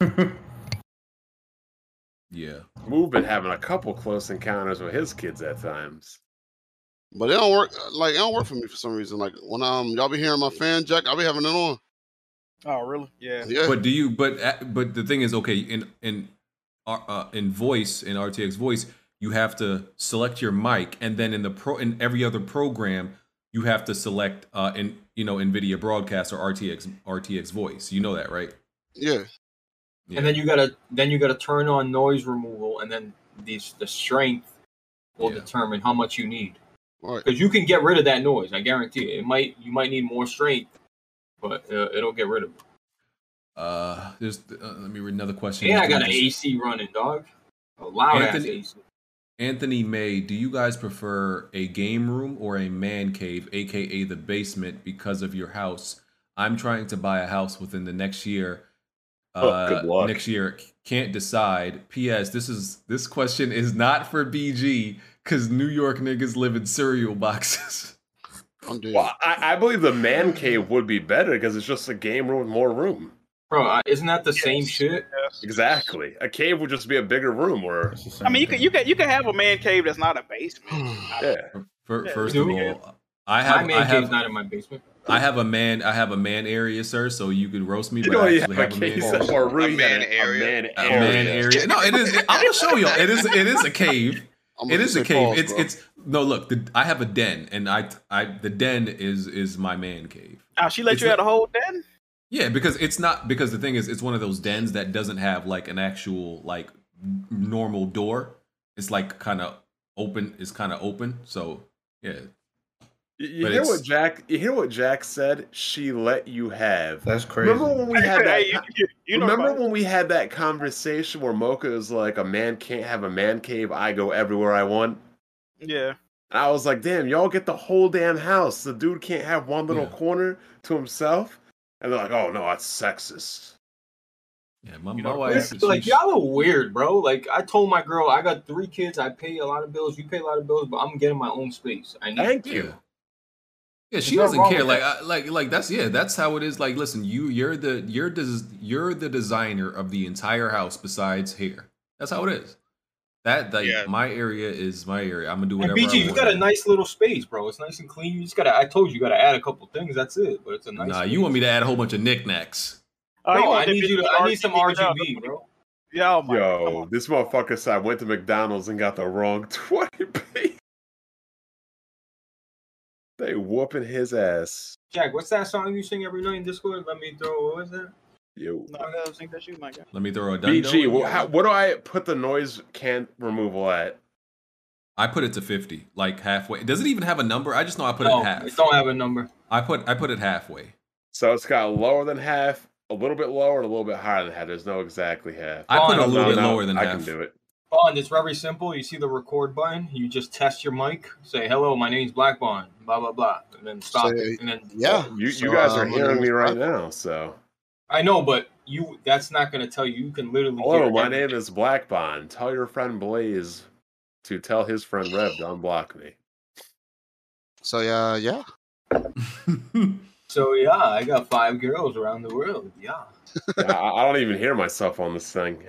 yeah. Smooth been having a couple close encounters with his kids at times. But it don't work. Like it don't work for me for some reason. Like when um y'all be hearing my fan jack, I be having it on. Oh really? Yeah. But do you? But uh, but the thing is, okay, in in uh, uh, in voice in RTX voice, you have to select your mic, and then in the pro in every other program, you have to select uh in you know NVIDIA broadcast or RTX RTX voice. You know that, right? Yeah. And then you gotta then you gotta turn on noise removal, and then these the strength will determine how much you need. Right. Because you can get rid of that noise, I guarantee it. It might you might need more strength, but uh, it'll get rid of it. Uh, there's uh, let me read another question. Yeah, I got an AC running, dog. A loud ass Anthony- AC. Anthony May, do you guys prefer a game room or a man cave, aka the basement, because of your house? I'm trying to buy a house within the next year. uh, Oh, good luck. Next year, can't decide. P.S. This is this question is not for BG because New York niggas live in cereal boxes. Well, I, I believe the man cave would be better because it's just a game room with more room. Bro, I- isn't that the same shit? Exactly. A cave would just be a bigger room or I mean, you can you can you can have a man cave that's not a basement. yeah. Fir- Yeah, First you of do. all, I have my man I cave's have not in my basement. I have a man I have a man area, sir. So you could roast me, You but know, I Oh, you actually have a case have, a man area. or a room, you got a- a Oh, man A man area. No, it is. I'm gonna show y'all. It is. It is a cave. gonna It is a say cave. pause, it's. bro. It's no look. The, I have a den, and I. I the den is is my man cave. Oh, she let It's you not- have a whole den? Yeah, because it's not because the thing is, it's one of those dens that doesn't have like an actual like n- normal door. It's like kind of open. It's kind of open. So yeah, You, you But hear it's- what Jack? You hear what Jack said? She let you have. That's Remember when we had that? Hey, you- you- you know remember about when we had that conversation where Mocha was like, "A man can't have a man cave. I go everywhere I want." Yeah. And I was like, "Damn, y'all get the whole damn house. The dude can't have one little corner to himself." And they're like, "Oh no, that's sexist." yeah. My, You my know, wife. it's she- Like y'all are weird, bro. Like I told my girl, I got three kids. I pay a lot of bills. You pay a lot of bills, but I'm getting my own space. I need Thank you. Yeah, There's she doesn't nothing wrong care. with Like, that. I, like, like that's yeah, that's how it is. Like, listen, you, you're the, you're des, you're the designer of the entire house besides here. That's how it is. That, like, my area is my area. I'm gonna do And whatever. BG, I you want. got a nice little space, bro. It's nice and clean. You just gotta. I told you, you gotta add a couple things. That's it. But it's a nice. nah, you want me to add a whole bunch of knickknacks? Oh, no, you I want need the you. To, bitch I need some RGB job. RGB, bro. Yeah, oh my Yo, this motherfucker said I went to McDonald's and got the wrong twenty. piece." they whooping his ass. Jack, what's that song you sing every night in Discord? Let me throw. What was that? Yo. No, I don't think that's you, my guy. Let me throw a dundo. BG, in wh- here. how, what do I put the noise can removal at? I put it to fifty, like halfway. Does it even have a number? I just know I put it No, at half. it don't have a number. I put, I put it halfway. So it's got lower than half, a little bit lower, and a little bit higher than half. There's no exactly half. I put it No, a little no, bit no, lower than I half. can do it. Bond, it's very simple. You see the record button. You just test your mic. Say hello. My name's Black Bond. Blah blah blah, and then stop. Say, it. And then yeah. You, you So, guys uh, are my hearing name me is right Black- now, so. I know, but you. That's not gonna tell you. You can literally. Hello, hear my everything. name is Black Bond. Tell your friend Blaze to tell his friend Rev to unblock me. uh, So yeah, yeah. So yeah, I got five girls around the world. Yeah. I, I don't even hear myself on this thing.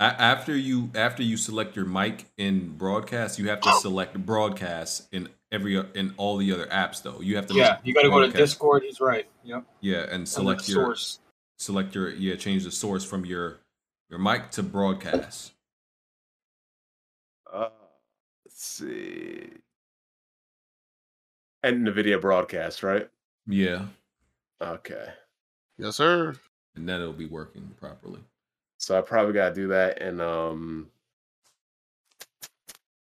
A- after you after you select your mic in broadcast, you have to select broadcast in every in all the other apps though. You have to Yeah, you got to go to broadcast. Discord. He's right. Yep. Yeah, and select the your source. select your yeah, change the source from your your mic to broadcast. Uh, let's see. And NVIDIA broadcast, right? Yeah. Okay. Yes, sir. And then it'll be working properly. So I probably got to do that in um,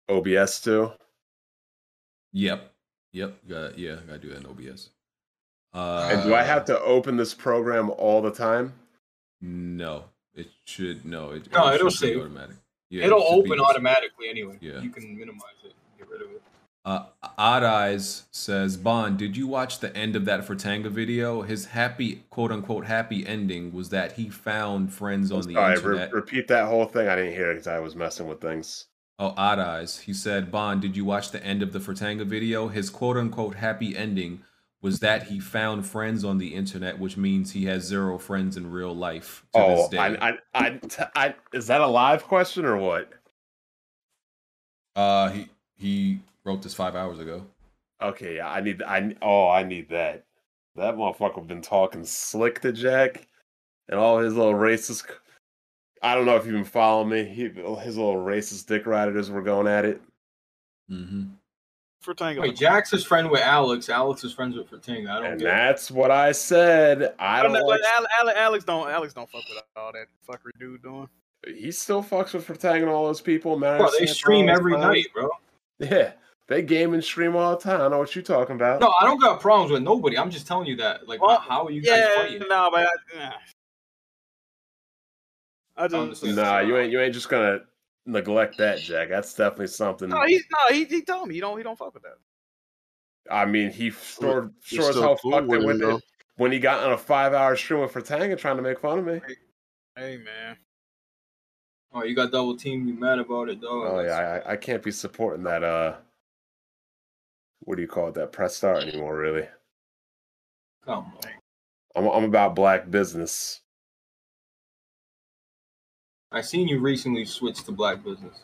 OBS too. Yep. Yep. Got yeah, I do that in OBS. Uh and do I have to open this program all the time? No. It should no, it, No, it it'll should be save. automatic. It'll it should be open just- automatically anyway. Yeah. You can minimize it. Get rid of it. Uh, Odd Eyes says, Bond, did you watch the end of that Fertanga video? His happy, quote unquote, happy ending was that he found friends on the Sorry, re- internet. repeat that whole thing. I didn't hear it because I was messing with things. Oh, Odd Eyes. He said, Bond, did you watch the end of the Fertanga video? His quote unquote happy ending was that he found friends on the internet, which means he has zero friends in real life to this Oh, day. I, I, I, t- I, is that a live question or what? Uh, he he wrote this five hours ago. Okay, yeah, I need, I, oh, I need that. That motherfucker been talking slick to Jack, and all his little racist. c- I don't know if you've been following me. He, his little racist dick riders were going at it. Mm-hmm. Fertanga. Wait, Jax is friend with Alex. Alex is friends with Fertinga. I don't And get it. that's what I said. I But don't no, like. but Ale- Ale- Alex don't Alex don't fuck with all that fuckery dude doing. He still fucks with Fertang and all those people. Man, Bro, they stream every night, bro. Yeah, they game and stream all the time. I know what you're talking about. No, I don't got problems with nobody. I'm just telling you that. Like, how are you guys yeah, fighting? No, but I, nah. I just Nah, you ain't. You ain't just gonna neglect that, Jack. That's definitely something. no, he's no, he, he told me he don't he don't fuck with that. I mean, he sure, sure you're as still hell cool fucked with it him, with though. it when he got on a five-hour stream with Fertanga trying to make fun of me. Hey man, Oh, you got double teamed. You mad about it, dog? Oh yeah, I, I can't be supporting that. Uh, what do you call it? That press start anymore, really. Come on. I'm, I'm about black business. I seen you recently switch to black business.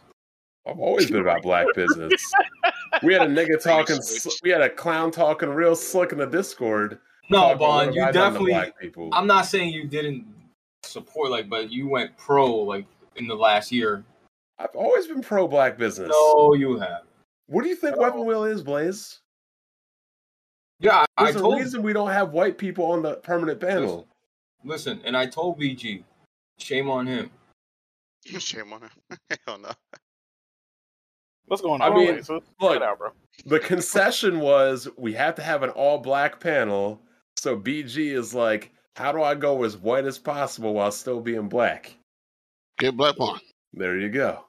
I've always been about black business. we had a nigga talking. sl- We had a clown talking real slick in the Discord. No, talking, "What Bond, have you I done to definitely. black people. I'm not saying you didn't support, like, but you went pro, like, in the last year. I've always been pro black business. No, you have. What do you think Weapon Wheel is, Blaze? Oh. Yeah, I, I There's a told reason we don't have white people on the permanent panel. Listen, and I told BG, shame on him. Shame on him. Hell no. what's going I on? mean, Always, huh? look, out, bro. the concession was we have to have an all black panel. So BG is like, how do I go as white as possible while still being black? Get black on. There you go.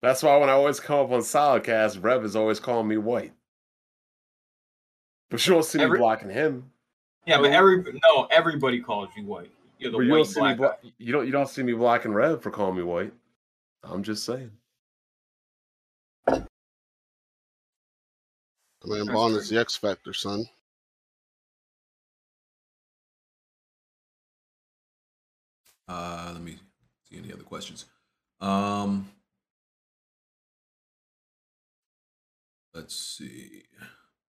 That's why when I always come up on Solidcast, Rev is always calling me white. But you don't see me blocking him. Yeah, but every no, everybody calls you white. You're the But you don't white see me black. blo- you don't you don't see me blocking Rev for calling me white. I'm just saying. Man, Bond is the X Factor, son. Uh, let me see any other questions. Um, let's see,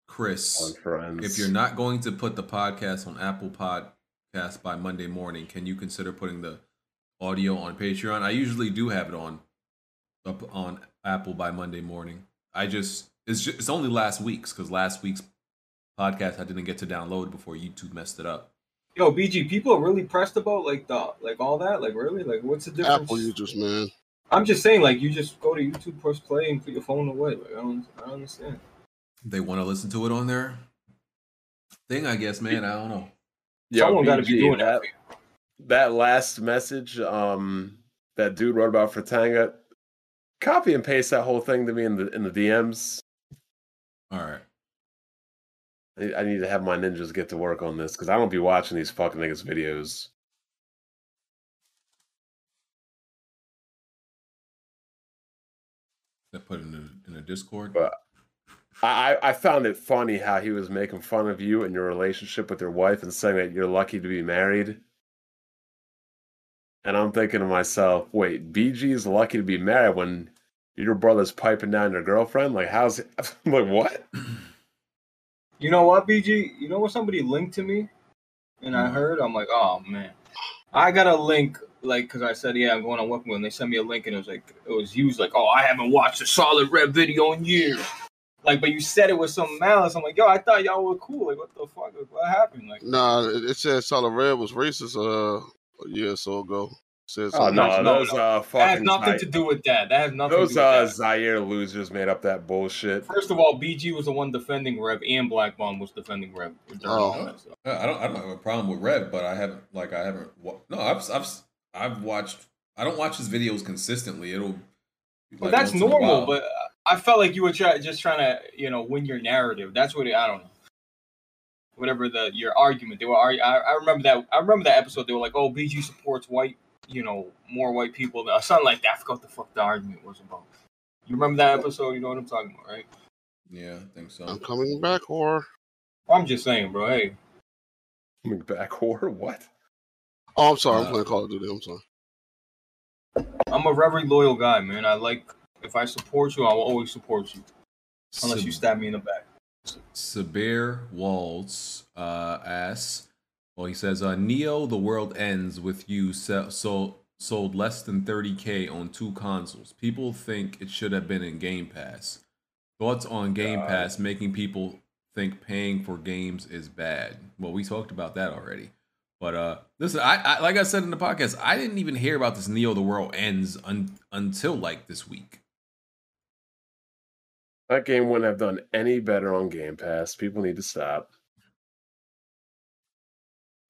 Chris. On friends. If you're not going to put the podcast on Apple Podcast by Monday morning, can you consider putting the audio on Patreon? I usually do have it on up on Apple by Monday morning. I just it's just, it's only last week's because last week's podcast I didn't get to download before YouTube messed it up. Yo, BG, people are really pressed about like the like all that. Like really, like what's the difference? Apple users, man. I'm just saying, like you just go to YouTube, press play, and put your phone away. Like I don't, I don't understand. They want to listen to it on their thing, I guess, man. I don't know. Yo, Someone gotta be BG, doing that. that. That last message um, that dude wrote about Fratanga, copy and paste that whole thing to me in the in the DMs. All right. I I need to have my ninjas get to work on this because I don't be watching these fucking niggas videos. That put it in a, in a Discord. But I, I I found it funny how he was making fun of you and your relationship with your wife and saying that you're lucky to be married. And I'm thinking to myself, wait, BG is lucky to be married when your brother's piping down your girlfriend? Like, how's it? I'm like, what? You know what, BG? You know what somebody linked to me, and Mm-hmm. I heard. I'm like, oh man, I got a link. Like, cause I said, yeah, I'm going on Weapon and they sent me a link, and it was like, it was used like, oh, I haven't watched a Solid Red video in years. Like, but you said it with some malice. I'm like, yo, I thought y'all were cool. Like, what the fuck? Like, what happened? Like, Nah, it it said Solid Red was racist uh, a year or so ago. Said Oh, something no, like- those uh, fucking that has nothing Zaire- to do with that. That has nothing. to Those do with uh, that. Zaire losers made up that bullshit. First of all, BG was the one defending Rev, and Black Bomb was defending Rev. during Oh. Oh. all that stuff. I don't. I don't have a problem with Rev, but I haven't. Like I haven't. wa- No, I've. I've. I've watched. I don't watch his videos consistently. It'll. Well, like, that's once in a while. normal, but I felt like you were try- just trying to, you know, win your narrative. That's what it, I don't know. Whatever the your argument, they were. argu- I, I remember that. I remember that episode. They were like, "Oh, BG supports white, you know, more white people." than- Something like that. I forgot what the fuck the argument was about. You remember that episode? You know what I'm talking about, right? Yeah, I think so. I'm coming back, or I'm just saying, bro. Hey, coming back, or what? Oh, I'm sorry. I'm playing Call of Duty. I'm sorry. I'm a very loyal guy, man. I like if I support you, I will always support you, unless you Sub- stab me in the back. Sabir Waltz uh, asks, well, he says, uh, Neo, the world ends with you se- sold, sold less than 30K on two consoles. People think it should have been in Game Pass. Thoughts on Game Pass making people think paying for games is bad? Well, we talked about that already. But uh, listen, I, I like I said in the podcast, I didn't even hear about this Neo, the world ends un- until like this week. That game wouldn't have done any better on Game Pass. People need to stop.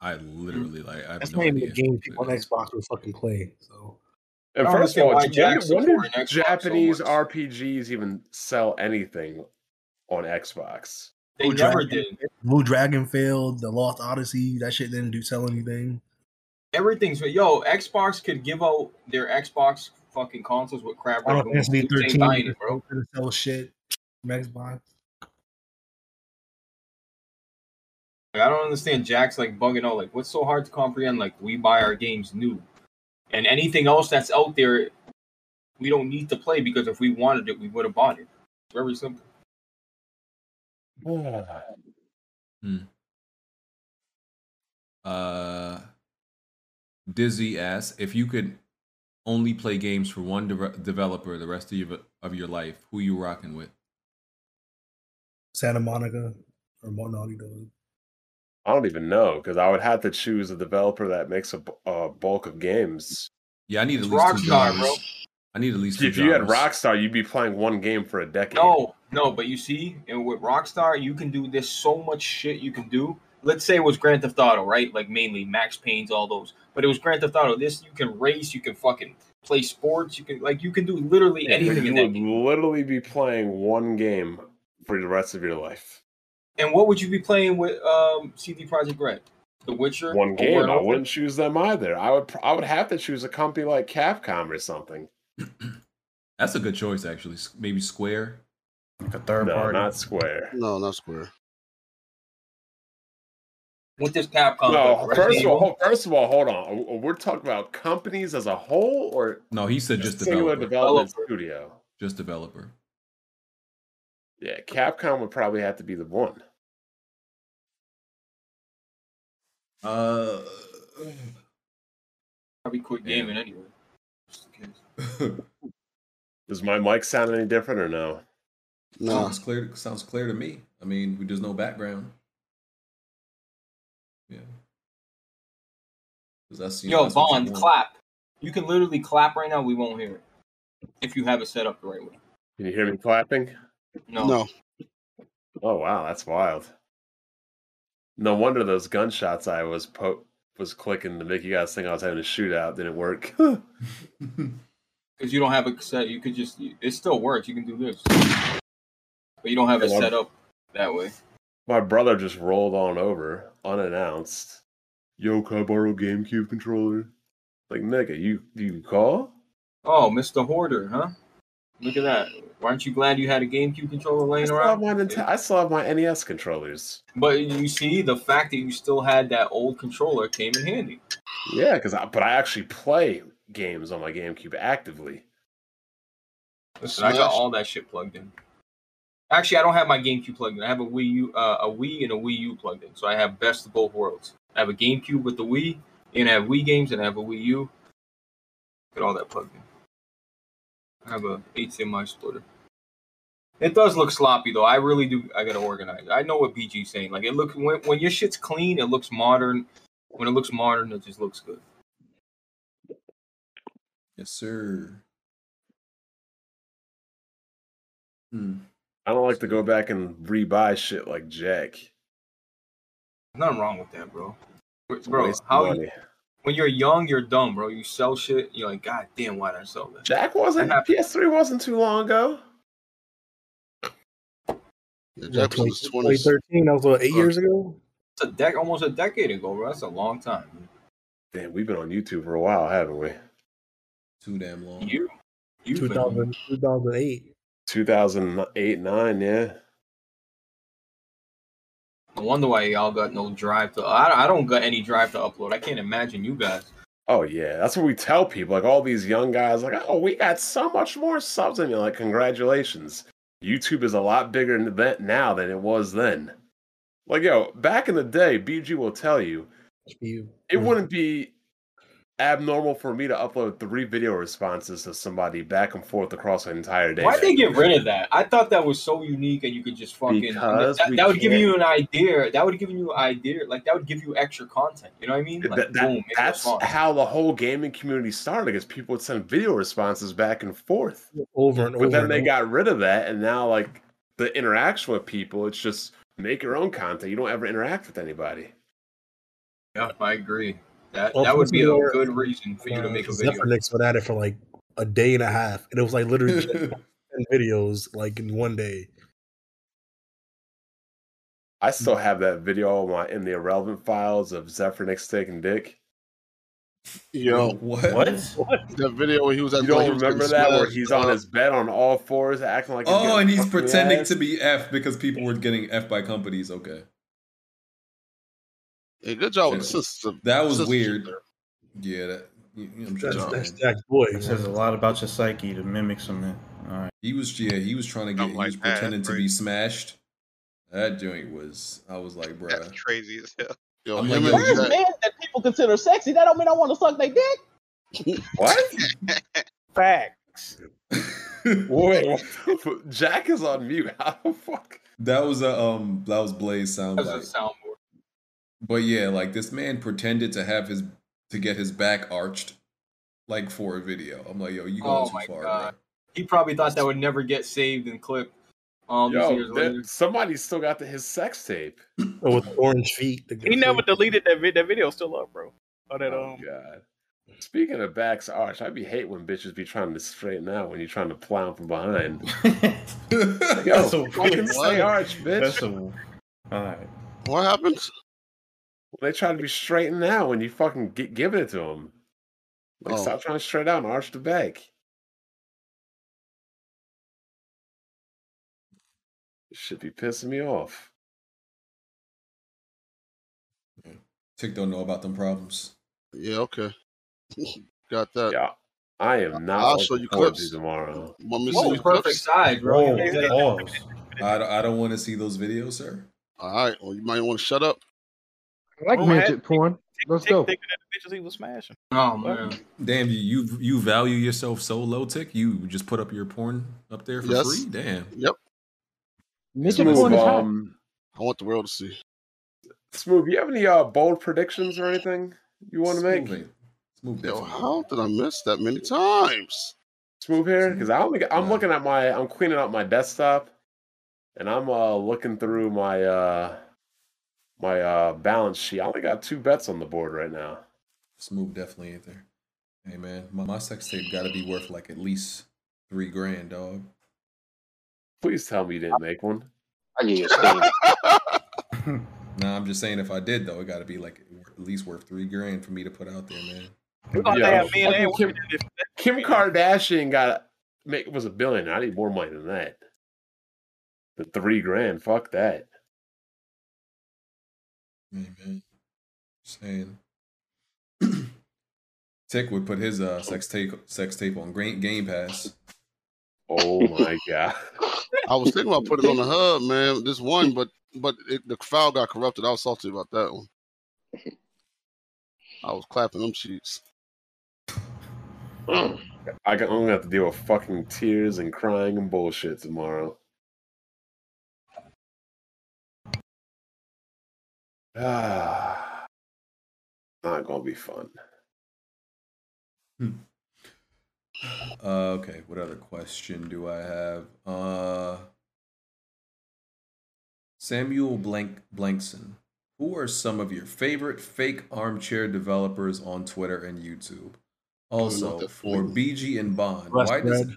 I literally like I have That's no not even the idea. game people on Xbox would fucking play. So And I don't first understand of all, why when, Jack when supported did Xbox so Japanese RPGs even sell anything on Xbox? They never did. Blue Dragon failed. The Lost Odyssey. That shit didn't do sell anything. Everything's but yo, Xbox could give out their Xbox fucking consoles with crap. Final remotes. Fantasy Dudes ain't thirteen buying didn't it, bro. sell shit. from Xbox. Like, I don't understand. Jack's like bugging out. Like, what's so hard to comprehend? Like, we buy our games new, and anything else that's out there, we don't need to play because if we wanted it, we would have bought it. Very simple. Hmm. Uh, Dizzy asks if you could only play games for one de- developer the rest of your of your life. Who you rocking with? Santa Monica or Naughty Dog. I don't even know because I would have to choose a developer that makes a, bu- a bulk of games. Yeah, I need at It's least two Rockstar, genres. bro. I need at least two If you had genres. Rockstar, you'd be playing one game for a decade. No, no, but you see, and with Rockstar, you can do this so much shit you can do. Let's say it was Grand Theft Auto, right? Like mainly Max Payne's, all those. But it was Grand Theft Auto. This you can race, you can fucking play sports, you can like you can do literally anything you in that would literally be playing one game for the rest of your life. And what would you be playing with um, CD Projekt Red? The Witcher. One Over and game. I over? wouldn't choose them either. I would. pr- I would have to choose a company like Capcom or something. That's a good choice, actually. S- Maybe Square. Like a third No, party. not Square. No, not Square. With this Capcom. No, like, Resident first of Evil? all, first of all, hold on. Are- are We're talking about companies as a whole, or No, he said just singular developer. development studio. Just developer. Yeah, Capcom would probably have to be the one. Uh, probably quit gaming anyway. Does my mic sound any different or no? Sounds clear. Sounds clear to me. I mean, we- there's no background. Yeah. 'Cause that's, you know, Yo, that's what you Bond, want. clap. You can literally clap right now. We won't hear it if you have it set up the right way. Can you hear me clapping? No. No. Oh wow, that's wild. No wonder those gunshots I was po- was clicking to make you guys think I was having a shootout didn't work. Because you don't have it set. You could just. It still works. You can do this. But you don't have it Yeah, I'm- set up that way. My brother just rolled on over unannounced. Yo, can I borrow GameCube controller? Like nigga, you you call? Oh, Mr. Hoarder, huh? Look at that. Aren't you glad you had a GameCube controller I laying still, around? have my Ninte- I still have my NES E controllers. But you see, the fact that you still had that old controller came in handy. Yeah, because I, but I actually play games on my GameCube actively. Listen, I got all that shit plugged in. Actually, I don't have my GameCube plugged in. I have a Wii U, uh, a Wii, and a Wii U plugged in. So I have best of both worlds. I have a GameCube with the Wii, and I have Wii games, and I have a Wii U. Get all that plugged in. I have a HDMI splitter. It does look sloppy though. I really do. I gotta organize. I know what BG's saying. Like it looks when, when your shit's clean, it looks modern. When it looks modern, it just looks good. Yes, sir. I don't like to go back and rebuy shit like Jack. Nothing wrong with that, bro. a Bro, waste of how you, money. when you're young, you're dumb, bro. You sell shit. You're like, God damn, why did I sell that? Jack wasn't PS3 wasn't too long ago. Jack was in his 20s. 2013. That was what, eight years ago. It's a dec- almost a decade ago, bro. That's a long time. Damn, we've been on YouTube for a while, haven't we? Too damn long. You, 2000, 2008. 2008, 9, yeah. No wonder why y'all got no drive to. I, I don't got any drive to upload. I can't imagine you guys. Oh yeah, that's what we tell people. Like all these young guys, like, oh, we got so much more subs than you. Like, congratulations, YouTube is a lot bigger than that now than it was then. Like, yo, back in the day, BG will tell you, it wouldn't be abnormal for me to upload three video responses to somebody back and forth across an entire day. Why'd they get rid of that? I thought that was so unique and you could just fucking. Because that, we that would give can't- you an idea. That would give you an idea. Like, that would give you extra content. You know what I mean? Th- Like, that- that- boom, make a that's response. how the whole gaming community started because people would send video responses back and forth over and over. But then and they over. got rid of that, and now like the interaction with people, it's just make your own content. You don't ever interact with anybody. Yeah, I agree. That, Well, that would be a Frontier- good reason for you to make a video. Zephyrnix was at it for like a day and a half, and it was like literally just 10 videos like in one day. I still have that video on my, in the irrelevant files of Zephyrnix taking dick. Yo, what? That video when he was at You when don't he was remember getting that where smashed, he's uh, on his bed on all fours, acting like Oh, getting and he's fucked in the pretending ass? to be F because people were getting F by companies. Okay. Hey, good job with the Yeah. sister. That was sister weird. there. Yeah, that, you- you know, I'm That's- trying to- that's Jack's boy. It says a lot about your psyche to mimic some of that. All right. He was yeah, he was trying to get he was pretending to be smashed. That joint was I was like, bruh. crazy as hell. Yo, I'm like, Where's yo, you man that people consider sexy? That don't mean I want to suck their dick. What? Fact. Wait, Jack is on mute. How the fuck? That was a um that was Blaze soundbite. soundboard. But yeah, like this man pretended to have his to get his back arched like for a video. I'm like, yo, you going Oh too my far, god. He probably thought that would never get saved and clipped. Um, these years Yo, later. that, somebody still got the, his sex tape. Oh, with orange feet. the- He never deleted that video. That video's still up, bro. Oh, that, Oh, um, God. Speaking of backs arch, I be hate when bitches be trying to straighten out when you're trying to plow from behind. Yo, That's a fucking weird stay line. arch, bitch. That's a- all right. What happens? They try to be straightened out when you fucking get giving it to them. Like, Oh. stop trying to straight out and arch the back. This should be pissing me off. Tick don't know about them problems. Yeah, okay. Got that. Yeah. I am not. I'll looking show you forward to clips. tomorrow. Want me to Whoa, send you perfect clips? size, bro. Whoa, Exactly. I don't, I don't want to see those videos, sir. All right. Well, you might want to shut up. I like midget porn. Let's go. Thicker than the bitches he was smashing. Oh man. Damn, you you you value yourself so low, Tick. You just put up your porn up there for Yes. free. Damn. Yep. Midget Let's porn is move hot. Um, I want the world to see. Smooth, you have any uh, bold predictions or anything you want to make? Yo, how did I miss that many times? Smooth here because I only got- I'm looking at my I'm cleaning out my desktop, and I'm uh looking through my uh my uh balance sheet. I only got two bets on the board right now. Smooth definitely ain't there. Hey man, my, my sex tape gotta be worth like at least three grand, dog. Please tell me you didn't make one. I get Nah, I'm just saying if I did though, it gotta be like at least worth three grand for me to put out there, man. We're gonna Yo, have me and fucking Ann Kim, Kim Kardashian got make was a billionaire. I need more money than that. The three grand, fuck that. Amen. Saying. Tick would put his uh, sex tape sex tape on Gra- Game Pass. Oh my god! I was thinking about putting it on the hub, man. This one, but but it, the file got corrupted. I was salty about that one. I was clapping them cheeks. I got, I'm gonna have to deal with fucking tears and crying and bullshit tomorrow. Ah, not gonna be fun. Uh, okay, what other question do I have? Uh, Samuel Blank Blankson, who are some of your favorite fake armchair developers on Twitter and YouTube? Also, for BG and Bond, Russ why does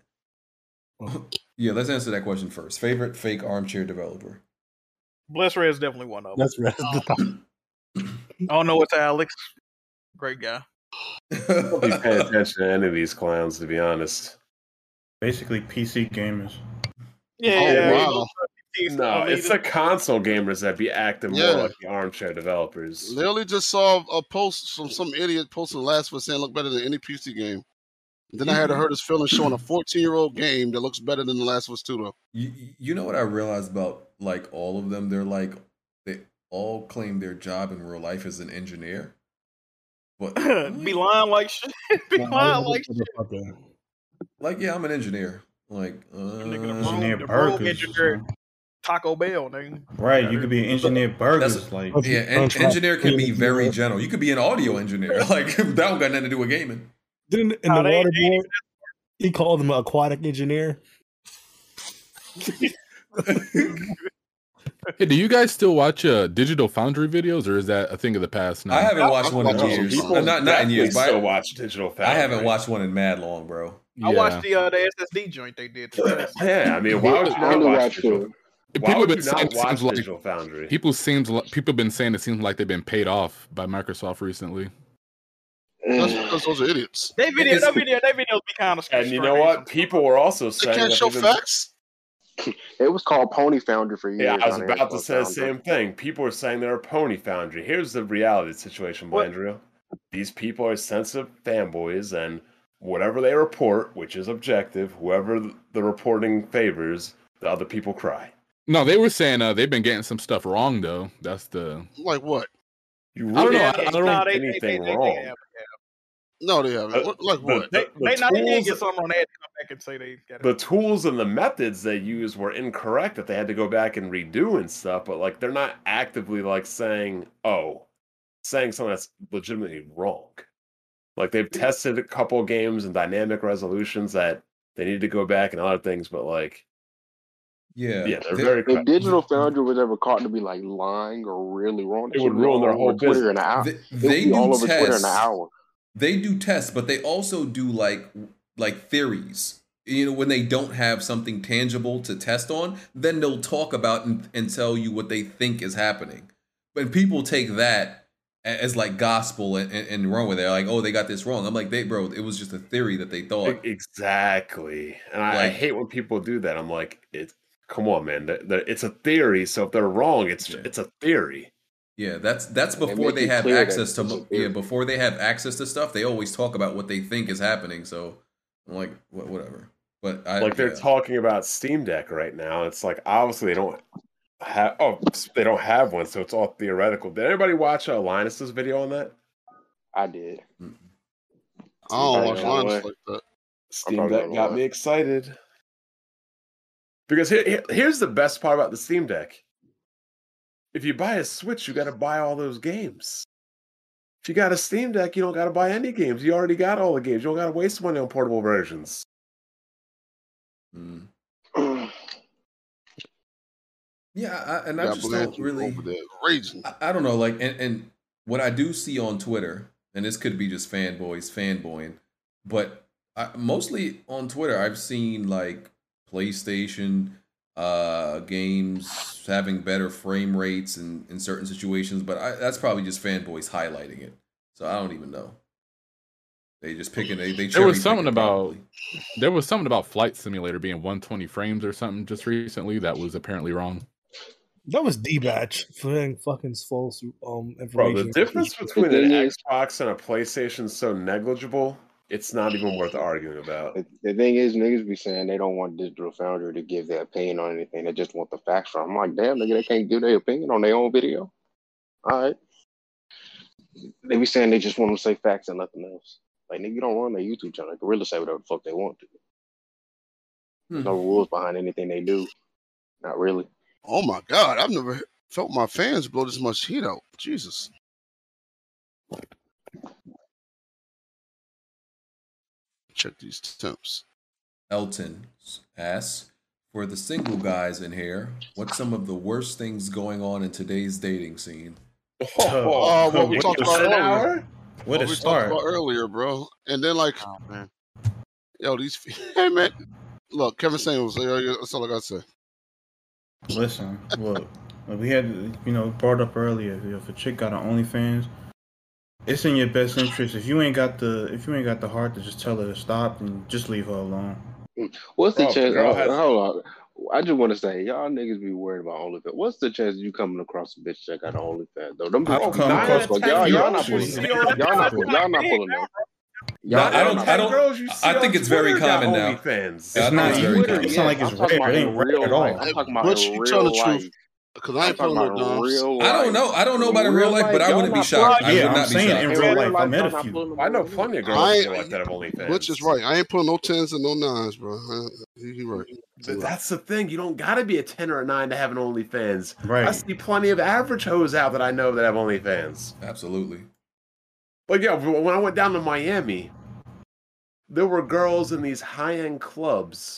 Brad. yeah? Let's answer that question first. Favorite fake armchair developer? Bless Red is definitely one of them. That's right. I don't know what's Alex. Great guy. I don't be paying attention to any of these clowns, to be honest. Basically, PC gamers. Oh, Yeah. wow. No, it's the console gamers that be acting Yeah. more like the armchair developers. Literally just saw a post from some idiot posting last for saying look better than any PC game. Then I had to hurt his feelings showing a 14 year old game that looks better than The Last of Us 2 though. You you know what I realized about like all of them? They're like they all claim their job in real life is an engineer, but Be lying like shit. Be lying like shit. like yeah, I'm an engineer. Like uh, engineer the rogue burgers. engineer Taco Bell, nigga. Right, you could be an engineer burgers, like yeah, en- engineer can be very general. You could be an audio engineer. Like that don't got nothing to do with gaming. Didn't in the water boy, he called him an aquatic engineer. Hey, do you guys still watch uh, Digital Foundry videos, or is that a thing of the past now? I haven't watched one in watched years. some Uh, Not not in definitely years. But I, still watch digital. I haven't Foundry. watched one in mad long, bro. I watched the uh, the SSD joint they did. To us. Yeah, I mean, why would you not watch digital? People Why have would been you saying not it watch seems like- Digital Foundry? People seems li- people been saying it seems like they've been paid off by Microsoft recently. That's because those are idiots. They video, that video, that videos be kind of. And you know what? People were also saying can't that show even- facts? It was called Pony Foundry for years. Yeah, I was not Harry about to Potter say the Foundry. same thing. People are saying they're a pony foundry. Here's the reality of the situation, Blandrew. These people are sensitive fanboys, and whatever they report, which is objective, whoever th- the reporting favors, the other people cry. No, they were saying uh, they've been getting some stuff wrong though. That's the Like what? You I don't know. really I- I don't- can't find Nah, they- they- anything they- they wrong. have- No, they haven't. Uh, What- like the- what? the- They the not they did tools- get something on that to come back and say they got it. the tools and the methods they used were incorrect that they had to go back and redo and stuff but like they're not actively like saying oh saying something that's legitimately wrong like they've tested a couple games and dynamic resolutions that they need to go back and other things but like yeah yeah they're very If correct. Digital Foundry was ever caught to be like lying or really wrong, It shit would be ruin all their over whole Twitter business. In an hour. They- It would they be do all over Twitter in an tests. hour. They do tests, but they also do like like theories. You know, when they don't have something tangible to test on, then they'll talk about and, and tell you what they think is happening. But people take that a- as like gospel and, and, and run with it. They're like, oh, they got this wrong. I'm like, they bro, it was just a theory that they thought. exactly and I, I Like- hate when people do that i'm like it's come on man They're- they're- it's a theory so if they're wrong it's it's a theory Yeah, that's that's They before make they it have clear that access to it's a mo- yeah before they have access to stuff. They always talk about what they think is happening. So I'm like, wha- whatever. But I like they're yeah. talking about Steam Deck right now. It's like obviously they don't have oh they don't have one, so it's all theoretical. Did anybody watch uh, Linus's video on that? I did. I don't Right, watch no way. lines like that. Steam Deck got me excited because here, here- here's the best part about the Steam Deck. If you buy a Switch, you got to buy all those games. If you got a Steam Deck, you don't got to buy any games. You already got all the games. You don't got to waste money on portable versions. Yeah, I, and I Yeah, just Blanche don't was really I, I don't know, like, and, and what I do see on Twitter, and this could be just fanboys fanboying, but I, mostly on Twitter, I've seen like PlayStation uh games having better frame rates in, in certain situations, but I, that's probably just fanboys highlighting it. So I don't even know. They just picking. They they There was cherry something about there was something about Flight Simulator being 120 frames or something just recently that was apparently wrong. That was D batch fucking fucking false um Bro, information. the difference between an Xbox and a PlayStation is so negligible, it's not even worth arguing about. The thing is, niggas be saying they don't want Digital Foundry to give their opinion on anything. They just want the facts from. I'm like, damn, nigga, they can't give their opinion on their own video. All right. They be saying they just want them to say facts and nothing else. Like, nigga, you don't run their YouTube channel. They can really say whatever the fuck they want to. There's no rules behind anything they do. Not really. Oh my god, I've never felt my fans blow this much heat out. Jesus. Check these temps. Elton asks for the single guys in here. What's some of the worst things going on in today's dating scene? Oh, what we talked about earlier. What a we start. talked about earlier, bro. And then like, Oh, yo, these. Hey man, look, Kevin Samuels. yo, yo, That's all I gotta say. Listen, look, like we had you know brought up earlier. If a chick got an OnlyFans, it's in your best interest. If you ain't got the if you ain't got the heart to just tell her to stop and just leave her alone. What's the Oh, chance? girl oh, has- hold on. I just want to say, y'all niggas be worried about OnlyFans. What's the chance of you coming across a bitch that got an OnlyFans though? Them I've bitches be come close, across- but y'all, y'all not You pulling. see them. on the Y'all internet, not pulling. Y'all not pulling. them. No, Y'all I don't. not I pulling don't. them. I think it's very common now. OnlyFans. Yeah, I It's think not it's very even- common. it's not like it's I'm talking rare. about It in ain't rare real at life. all. I'm talking about But in you real telling the life. truth. Because I I'm ain't talking pulling no about in dogs. real I don't life. know. I don't know about in real life, but I y'all wouldn't be not shocked. pulling I them. would not be shocked. y'all not pulling them. I know plenty of girls I- in real life that have OnlyFans. Butch is right. I ain't pulling no tens and no nines, bro. I- He, he right. Th- That's the thing. You don't gotta be a ten or a nine to have an OnlyFans. Right. I see plenty of average hoes out that I know that have OnlyFans. Absolutely. But yeah, w- when I went down to Miami, there were girls in these high-end clubs.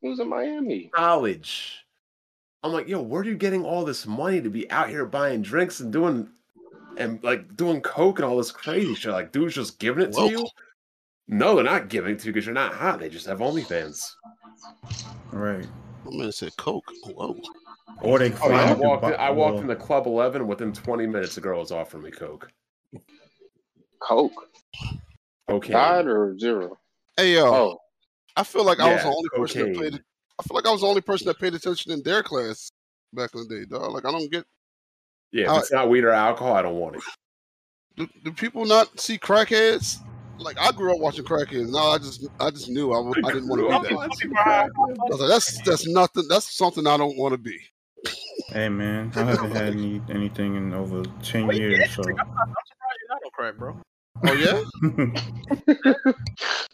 Who's in Miami? College. I'm like, yo, where are you getting all this money to be out here buying drinks and doing and like doing coke and all this crazy shit? Like, dudes just giving it Whoa. to you? No, they're not giving it to you because you're not hot. They just have OnlyFans. Right. My man said Coke. Oh, Whoa. Or they Oh, yeah, I find walked. the In, bo- I walked well- into Club Eleven. and Within 20 minutes, a girl was offering me coke. Coke. Okay. Nine or zero? Hey yo. Oh. I feel like I was the Yeah, only person that cocaine. paid. I feel like I was the only person that paid attention in their class back in the day, dog. Like I don't get. Yeah, I- if it's not weed or alcohol, I don't want it. Do, do people not see crackheads? Like I grew up watching crackheads. No, I just I just knew I, w- I didn't want to be that. I was like, that's that's nothing. That's something I don't want to be. Hey man, I haven't had any, anything in over ten years, so not on crack, bro. Oh yeah.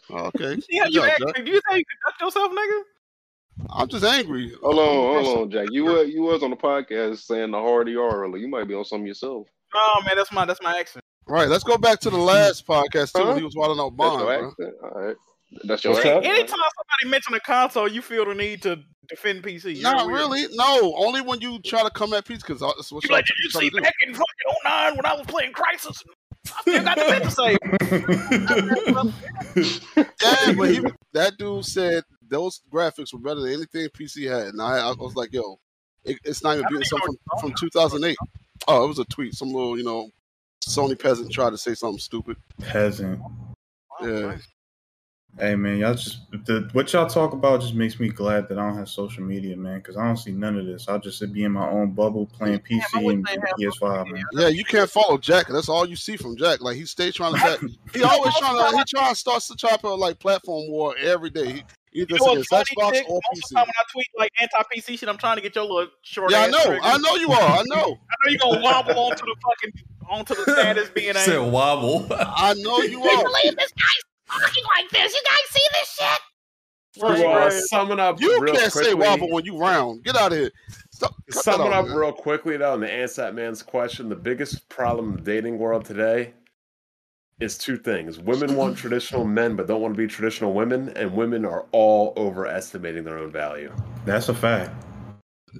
Oh, okay. See how Good you job, act? Jack. Do you think you conduct yourself, nigga? I'm just angry. Hold on, hold on, Jack. You were you was on the podcast saying the hard ER earlier. You might be on some yourself. No, man, that's my that's my accent. Right. Let's go back to the last podcast too. Huh? When he was wilding out That's Bond. your bro. accent. All right. That's your What's accent. up? Anytime somebody mention a console, you feel the need to defend PC. You're Not weird. really. No, only when you try to come at Pete's because that's what You y'all like, did you trying see to do. back in fucking 09 when I was playing Crisis? I still got the picture saved. Yeah, but he, that dude said those graphics were better than anything PC had, and I, I was like, yo, it, it's not even beating something from, from 2008. Oh, it was a tweet. Some little, you know, Sony peasant tried to say something stupid. peasant. Yeah. Hey man, y'all just the, what y'all talk about just makes me glad that I don't have social media, man. Because I don't see none of this. I'll just be in my own bubble playing PC and PS5, man. Yeah, you can't follow Jack. That's all you see from Jack. Like he stays trying to attack. He always trying to. He trying to start to chop up like platform war every day. He, either You it's know against what's funny, Xbox Dick? or Most of the PC. time when I tweet like anti-PC shit, I'm trying to get your little short Yeah, I ass know. trigger. I know you are. I know. I know you're going to wobble onto the fucking, onto the status being Said angry. wobble. I know you Can you are. believe this guy's talking like this. You guys see this shit? First of all, summing up You real can't say quickly- wobble when you round. Get out of here. Stop. cut that Summing out, up man. real quickly though, and to answer that man's question, the biggest problem in the dating world today is two things: women want traditional men, but don't want to be traditional women, and women are all overestimating their own value. That's a fact.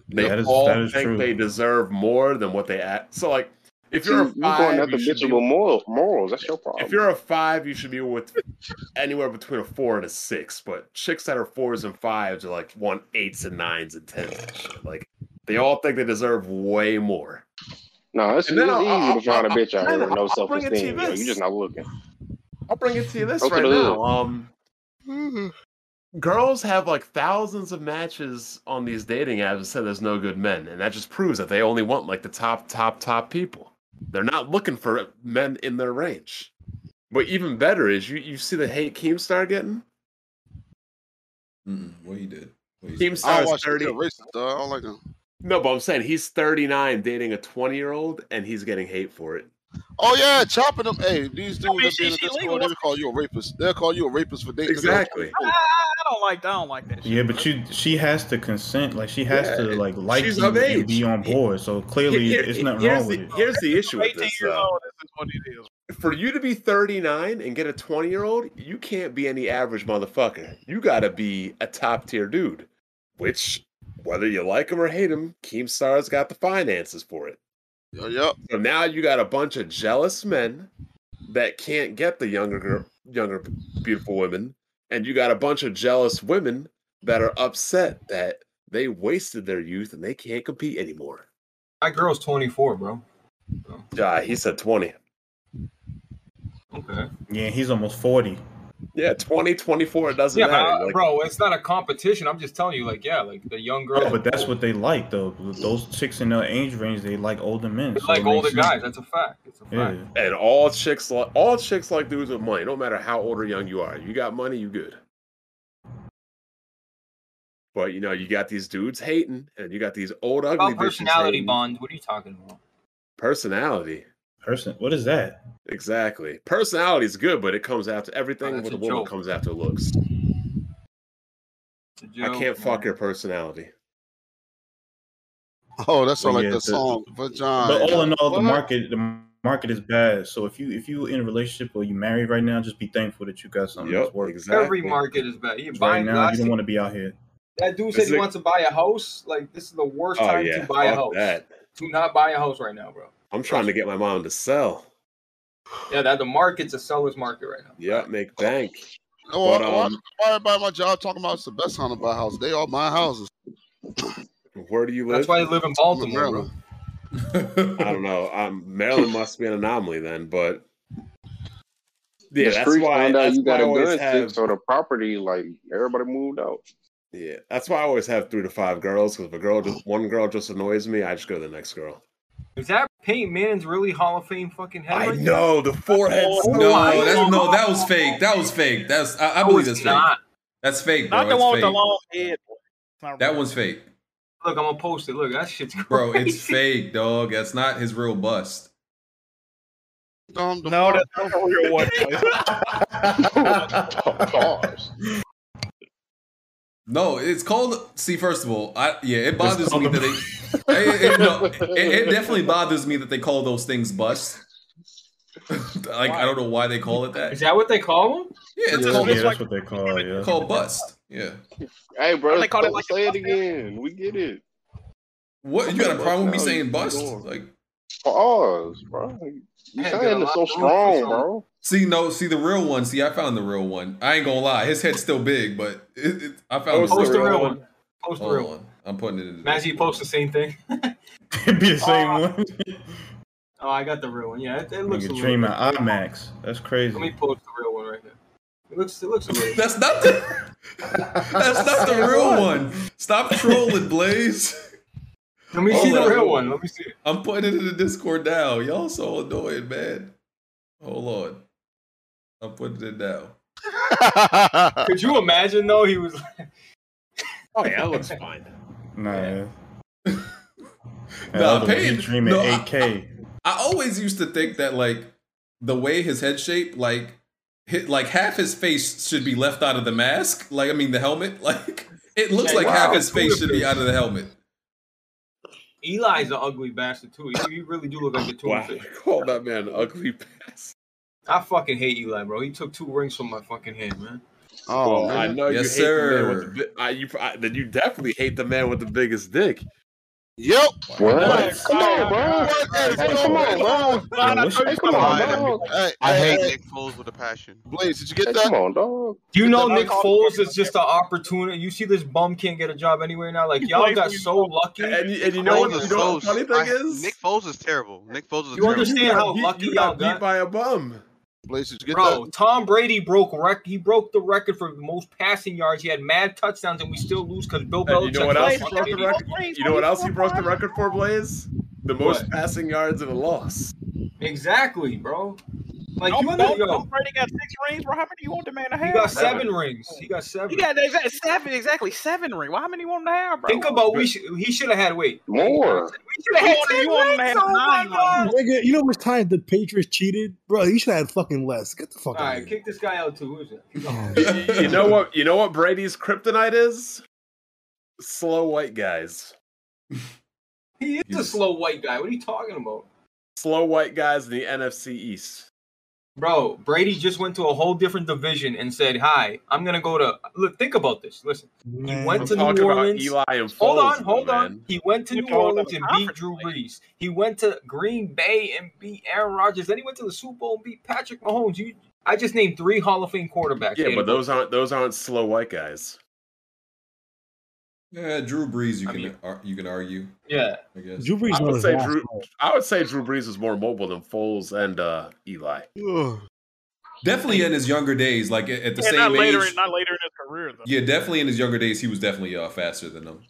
They That is- all that is think true. they deserve more than what they act. So, like, if you're a you you're five, going at the you should bitch be with moral, morals. That's your problem. If you're a five, you should be with anywhere between a four and a six. But chicks that are fours and fives are like want eights and nines and tens. And shit. Like they all think they deserve way more. No, it's, And then it's I'll- easy I'll- to find a I'll- bitch out I'll- here with no I'll self bring it to esteem. you You're this. just not looking. I'll bring it to you this Okay, right dude. now. Um, Mm-hmm. girls have like thousands of matches on these dating apps that say there's no good men, and that just proves that they only want like the top, top, top people. They're not looking for men in their range. But even better is you, you see the hate Keemstar getting. Mm-mm, what he did? What he Team said. Star is 30. Racist, dog. I don't like them. No, but I'm saying he's 39 dating a 20 year old, and he's getting hate for it. Oh yeah, chopping them. Hey, these dudes that mean, be in she- the she Discord, legal. they'll call you a rapist. They'll call you a rapist for dating. a girl. Exactly. I, I don't like. I don't like that. Yeah, but she she has to consent. Like she has to Yeah, like like she's you of and age. be on board. So clearly, Here- it's nothing here's wrong with the, it. Here's the issue with this, though. This is what it is. For you to be 39 and get a 20 year old, you can't be any average motherfucker. You gotta be a top tier dude, which, whether you like him or hate him, Keemstar's got the finances for it. Yep. So now you got a bunch of jealous men that can't get the younger, girl, younger, beautiful women, and you got a bunch of jealous women that are upset that they wasted their youth and they can't compete anymore. That girl's 24, bro. Yeah, he said 20. Okay. Yeah, he's almost forty. Yeah, 20, 24, it doesn't Yeah, but, matter. I- like- bro, it's not a competition. I'm just telling you, like, yeah, like the young girl. Yeah, but that's what they like though. Those chicks in their age range, they like older men. so it like older makes guys. sense. That's a fact. It's a fact. Yeah. And all chicks, li- all chicks like dudes with money. No matter how old or young you are, you got money, you good. But you know, you got these dudes hating, and you got these old What ugly About bitches personality hating. bonds. What are you talking about? Personality, person. What is that? Exactly. Personality is good, but it comes after everything with a, a woman joke. comes after looks. I joke, can't fuck your personality. Oh, that's all But like yeah, the the- song. But John. But all in all, the What? market the market is bad. So if you if you in a relationship or you married right now, just be thankful that you got something Yep, that's working. Every market is bad. You 'Cause buying Right now, I you see- don't want to be out here. That dude This said he is- wants to buy a house. Like this is the worst Oh, time yeah, to buy a fuck house. that. Do not buy a house right now, bro. I'm trying to get my mom to sell. Yeah, that the market's a seller's market right now. Yep, make bank. Oh, But, why, um, why everybody at my job talking about it's the best time to buy a house? They all buy houses. Where do you live? That's why you live in Baltimore, bro. I don't know. Um, Maryland must be an anomaly then, but yeah, The that's streets why. found out That's you why got I a always gun have. stick, so the property, like everybody moved out. Yeah, that's why I always have three to five girls. Because if a girl, just, one girl just annoys me, I just go to the next girl. Is that Peyton Manning's really Hall of Fame fucking head? I right know the forehead. Oh, No, that's no, that was fake. That was fake. That's I, I believe it's that's not. fake. That's fake, bro. Not the That's one with the fake. long head. That one's fake, now? Look, I'm gonna post it. Look, that shit's crazy. bro. It's fake, dog. That's not his real bust. No, that's not a real one. No, it's called. See, first of all, I yeah, it bothers me that they. it, it- no, it- it definitely bothers me that they call those things busts. like I don't know why they call it that. Is that what they call them? Yeah, it's yeah, called, yeah, that's what they call it. Yeah. called bust. Yeah. Hey, bro, They call it don't say it again. We get it. What you got a problem with me No, saying you bust? don't. Like Pause, bro. You saying it so strong, bro. See, no, see the real one. See, I found the real one. I ain't gonna lie, his head's still big, but it, it, I found Post the real one. Post the Hold real on. one. I'm putting it in. Imagine you post the same thing. Ah. It'd be the same one. Oh, I got the real one. Yeah, it, it looks. A Nigga little dreaming bit- IMAX. That's crazy. Let me post the real one right here. It looks. It looks. A little That's not the. That's not the real one. Stop trolling, Blaze. Let me see the real one. Let me see it. I'm putting it in the Discord now. Y'all so annoying, man. Hold on. I'm putting it now. Could you imagine though? He was. oh yeah, that looks fine. Nah. Yeah. Nah, nah, Peyton- dreaming no, I- 8K. I always used to think that like the way his head shape, like hit, like half his face should be left out of the mask. Like I mean the helmet. Like it looks like half his face should be out of the helmet. Eli's an ugly bastard too. He, he really do look like a tuna Wow, fish. call that man an ugly bastard. I fucking hate Eli, bro. He took two rings from my fucking hand, man. Oh, Well, I know you hate the man with the bi- I, you, I, then you definitely hate the man with the biggest dick. Yep. What? Come on, bro. Hey, come on, bro. Hey, come on, bro. I hate hey. Nick Foles with a passion. Blaze, did you get that? Hey, come on, dog. You Get know that Nick mic off. Foles is just an opportunity. You see this bum can't get a job anywhere now. Like y'all plays got for you. so lucky. And, and Nick Foles is- I- Nick Foles is terrible. Nick Foles is a You terrible. understand how lucky you y'all got beat by a bum. Blaze, did you get Bro, that? Tom Brady broke rec- he broke the record for the most passing yards. He had mad touchdowns, and we still lose because Bill And Belichick. you know what else is a he broke the fucking record? idiot. You know what else he broke the record for, Blaze? The most passing yards in a loss. Exactly, bro. Like Don't- you under- don't- yo, don't Brady got six rings, bro. How many you want the man to have? he got seven rings. He got seven. He got exact, seven, exactly seven ring. Well, how many you want him to have, bro? Think about we should, he should have had wait more. You want him- ten you want him to rings? have Oh my nine God. Nigga, you know how much time the Patriots cheated, bro? You should have had fucking less. Get the fuck All out. right, kick this guy out too. Who's it? you know what? You know what Brady's kryptonite is? Slow white guys. He is a slow white guy. What are you talking about? Slow white guys in the NFC East. Bro, Brady just went to a whole different division and said, "Hi, I'm gonna go to." Look, think about this. Listen, he went We're to talking New about Orleans. Eli and hold Foles, on, hold my on. man. He went to You're New talking Orleans about and beat Drew Brees. He went to Green Bay and beat Aaron Rodgers. Then he went to the Super Bowl and beat Patrick Mahomes. You, I just named three Hall of Fame quarterbacks. Yeah, They but had- those aren't those aren't slow white guys. Yeah, Eh, Drew Brees, you can ar- you can argue. Yeah, I guess Drew Brees I not would as say fast, Drew. I would say Drew Brees is more mobile than Foles and uh, Eli. definitely in his younger days, like at at the Yeah, same not age. later, in- not later in his career though. yeah, definitely in his younger days, he was definitely uh, faster than them.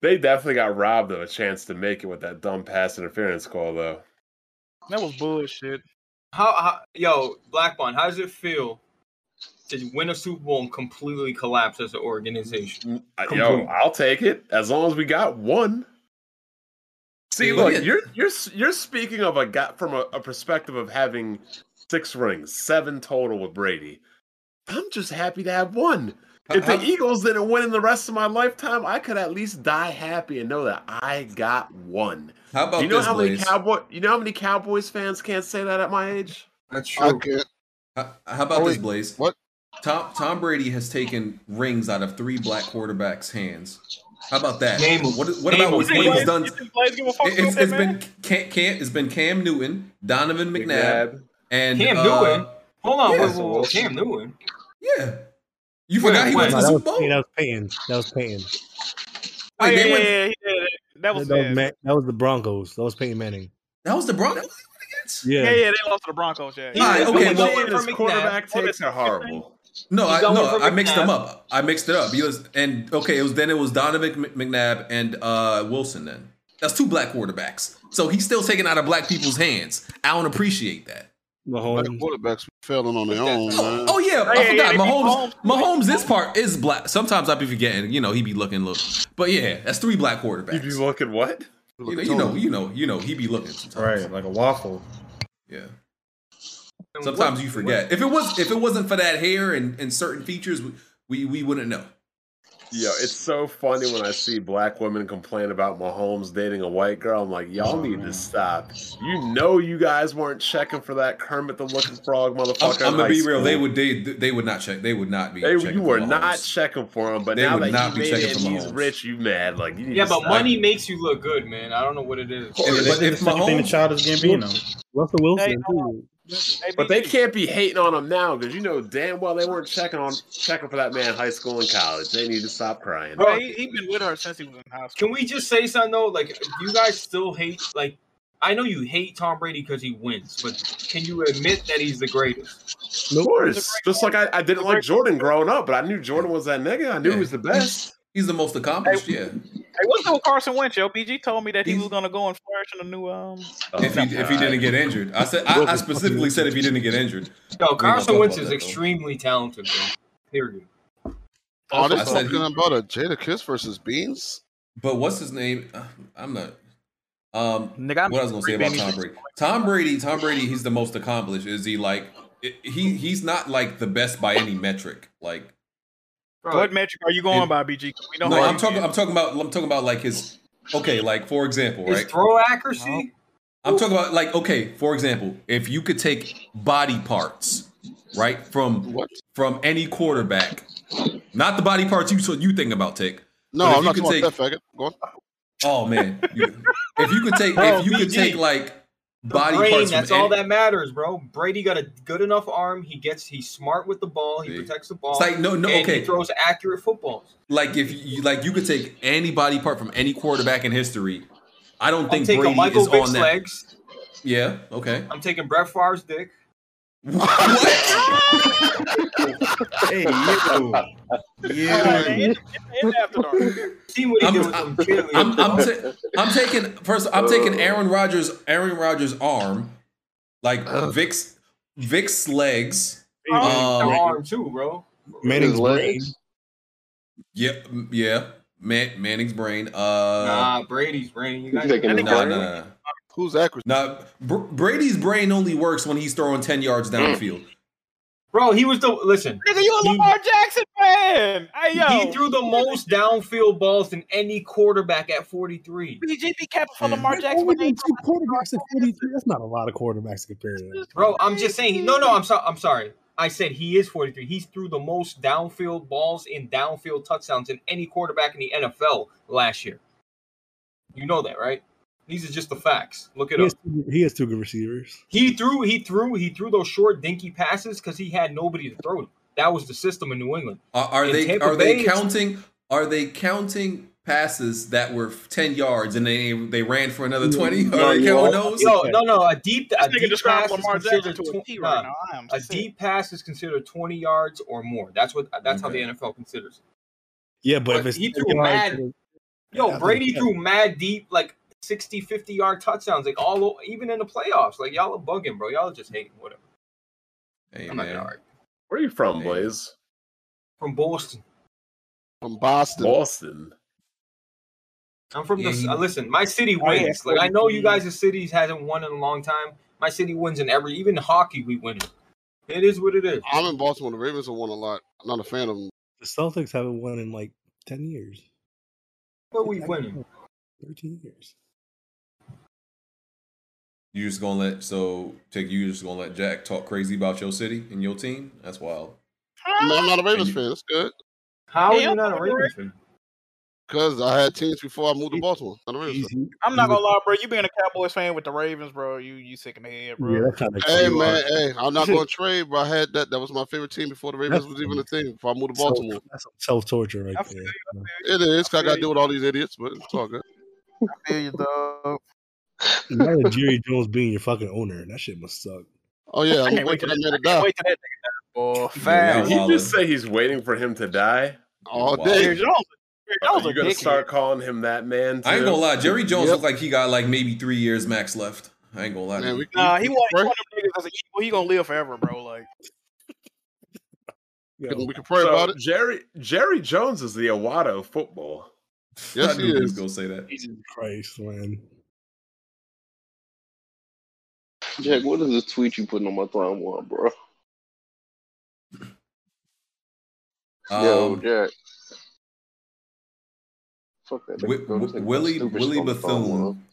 They definitely got robbed of a chance to make it with that dumb pass interference call, though. That was bullshit. How, how yo, Black Bond, how does it feel to win a Super Bowl and completely collapse as an organization? Uh, Yo, I'll take it as long as we got one. See, look, yeah. you're you're s- you're speaking of a guy from a, a perspective of having six rings, seven total with Brady. I'm just happy to have one. If the Eagles didn't win in the rest of my lifetime, I could at least die happy and know that I got one. How Do about you know this, how many Blaze? cowboy? You know how many Cowboys fans can't say that at my age? That's true. How, how about Oh, this, Blaze? What? Tom Tom Brady has taken rings out of three black quarterbacks' hands. How about that? Name 'em. What, what Name about 'em. what, You what think he's Blaze- done? you Blaze give a fuck It's, about it's that, been Cam, Cam. It's been Cam Newton, Donovan McNabb, and Cam uh, Newton. Hold on, yeah. wait, wait, wait, Cam Newton. Yeah. You forgot he went No, to the that, Super was, Bowl. Payton, that was Payton. That was Payton. Oh, Wait, yeah, they yeah, went- yeah, he did it. That was, that, was yeah. Ma- that was the Broncos. That was Peyton Manning. That was the Broncos. Yeah. yeah, yeah, they lost to the Broncos. Yeah, All right, okay, well- quarterback takes are horrible. No, He's I, going no, for I mixed them McNabb. up. I mixed it up. He was, and okay, it was then it was Donovan Mc- McNabb and uh, Wilson. Then that's two black quarterbacks. So he's still taking out of black people's hands. I don't appreciate that. Black quarterbacks failing on their own, man. Oh yeah, I Hey, forgot hey, Mahomes. Mahomes, this part is black. Sometimes I be forgetting. You know, he be looking look, but yeah, that's three black quarterbacks. You be looking what? You know, you know, you know, you know, he be looking sometimes. Right, like a waffle. Yeah. Sometimes you forget. If it was, if it wasn't for that hair and, and certain features, we, we we wouldn't know. Yo, it's so funny when I see black women complain about Mahomes dating a white girl. I'm like, y'all need to stop. You know, you guys weren't checking for that Kermit the Looking Frog I'm, motherfucker. in I'm gonna high be real. school. They would they they would not check. They would not be. They- checking you for were Mahomes. not checking for him, but They now that would not he made be checking it for and he's Mahomes. rich, you mad? Like, you need Yeah, to but stop. money makes you look good, man. I don't know what it is. Yeah, They but did if the same thing to Mahomes- Childish Gambino. Russell Wilson. uh, But they can't be hating on him now because you know damn well they weren't checking on checking for that man in high school and college. They need to stop crying. Bro, he, he been with her since he was in high school. Can we just say something though? Like, do you guys still hate? Like, I know you hate Tom Brady because he wins, but can you admit that he's the greatest? Of course. Just like I, I didn't like Jordan growing up, but I knew Jordan was that nigga. I knew he was the best. He's the most accomplished. Yeah. Hey, what's up with Carson Wentz? Yo, BG told me that he was gonna go and flourish in a new um. If he if he didn't get injured, I said I, I specifically said if he didn't get injured. Yo, We ain't gonna Carson talk Wentz about is that, though. extremely talented, bro. Period. Oh, I they're said he- talking about a Jada Kiss versus Beans. But what's his name? Uh, I'm not. Um, Nigga, what I was gonna say about Tom Brady? Tom Brady, Tom Brady, he's the most accomplished. Is he like? i- He he's not like the best by any metric. Like What metric are you going And- by, BG? 'Cause We don't. no, know I'm talking. I'm talking about. I'm talking about like his. Okay, like for example, His right? throw accuracy. I'm talking about like okay, for example, if you could take body parts, right, from from any quarterback, not the body parts you so you think about, Tick. No, but if I'm you not could talking take- about that faggot. Go on. Oh man, You- if you could take Bro, if you could BG. take like The body brain, parts that's from all any- that matters, bro. Brady got a good enough arm. He gets he's smart with the ball. He protects the ball. It's like, no, no, and okay. He throws accurate footballs. like if you like you could take any body part from any quarterback in history. I don't I'm think taking Brady Michael is on Vick's that. legs. Yeah. Okay. I'm taking Brett Favre's dick. Hey, you. Yeah. I'm, um, I'm, I'm, I'm ta- I'm taking first. I'm taking Aaron Rodgers. Aaron Rodgers' arm, like Vic's Vic's legs. I don't um, think the arm too, bro. Manning's brain. Yeah, m- yeah. Man, Manning's brain. Uh, nah, Brady's brain. You guys nah, nah, Brady? nah. Who's accurate? Nah, Br- Brady's brain only works when he's throwing ten yards downfield. Mm. Bro, he was the listen. Nigga, you a Lamar Jackson fan? Hey yo, He threw the most downfield balls than any quarterback at 43. BGB capping for Lamar Jackson. two quarterbacks at 43. That's not a lot of quarterbacks to compare. to. Bro, I'm just saying. he- No, no, I'm sorry. I'm sorry. I said he is 43. He's threw the most downfield balls and downfield touchdowns than any quarterback in the NFL last year. You know that, right? These are just the facts. Look it He up. has, two, he has two good receivers. He threw, he threw, he threw those short, dinky passes because he had nobody to throw to. That was the system in New England. Are, are In they Tampa are Bay, they it's- counting? Are they counting passes that were ten yards and they they ran for another twenty? No, Are they you counting all- those? Yo, no, no. A deep, a This nigga deep described pass Lamar is Jackson considered to a tw- T right nah, now. I am a sick. deep pass is considered twenty yards or more. That's what. That's how the NFL considers. Yeah, but, if it's He threw mad. I Yo, think- Brady yeah. threw mad deep, like 60, 50 yard touchdowns, like all o- even in the playoffs. Like y'all are bugging, bro. Y'all are just hating. Whatever. Hey, I'm not gonna argue. Where are you from, Blaze? From Boston. From Boston. Boston. I'm from Yeah, the. he- uh, listen, my city Oh, yeah, wins. like I know 42. you guys' cities hasn't won in a long time. My city wins in every, even hockey we win. it. It is what it is. I'm in Baltimore. The Ravens have won a lot. I'm not a fan of them. The Celtics haven't won in like 10 years, But we winning. 13 years. You just gonna let so take you just gonna let Jack talk crazy about your city and your team? That's wild. No, I'm not a Ravens fan. That's good. How are you not a Ravens fan? Because I had teams before I moved to Baltimore. Not a Ravens fan. I'm not gonna lie, bro. You being a Cowboys fan with the Ravens, bro, you you sick in the head, bro. Yeah, that kinda Hey crazy. man, hey, I'm not going to trade, but I had that. That was my favorite team before the Ravens was even a thing. Before I moved to Baltimore, Self torture right there. it is. 'cause I got to deal with all these idiots, but it's all good. I feel you, dog. Imagine Jerry Jones being your fucking owner. That shit must suck. Oh yeah, I can't wait till that man to die. Wait till that nigga die, boy. Did Fast. you just say he's waiting for him to die? All day. Jerry Jones- Are Jones you a gonna dickhead. start calling him that man? I ain't too? gonna lie, Jerry Jones looked like he got like maybe three years max left. I ain't gonna lie. to you. Nah, he want, he want them niggas as a evil. He gonna live forever, bro. Like We can pray about it. Jerry Jerry Jones is the Iwata of football. Yes, I he knew he was is. gonna say that. Jesus Christ, man. Jack, what is this tweet you putting on my timeline, bro? Yo, Um, Jack. Fuck that. Wi- nigga, bro. This Wi- nigga Willie stupid Willie shit on the timeline. Bethune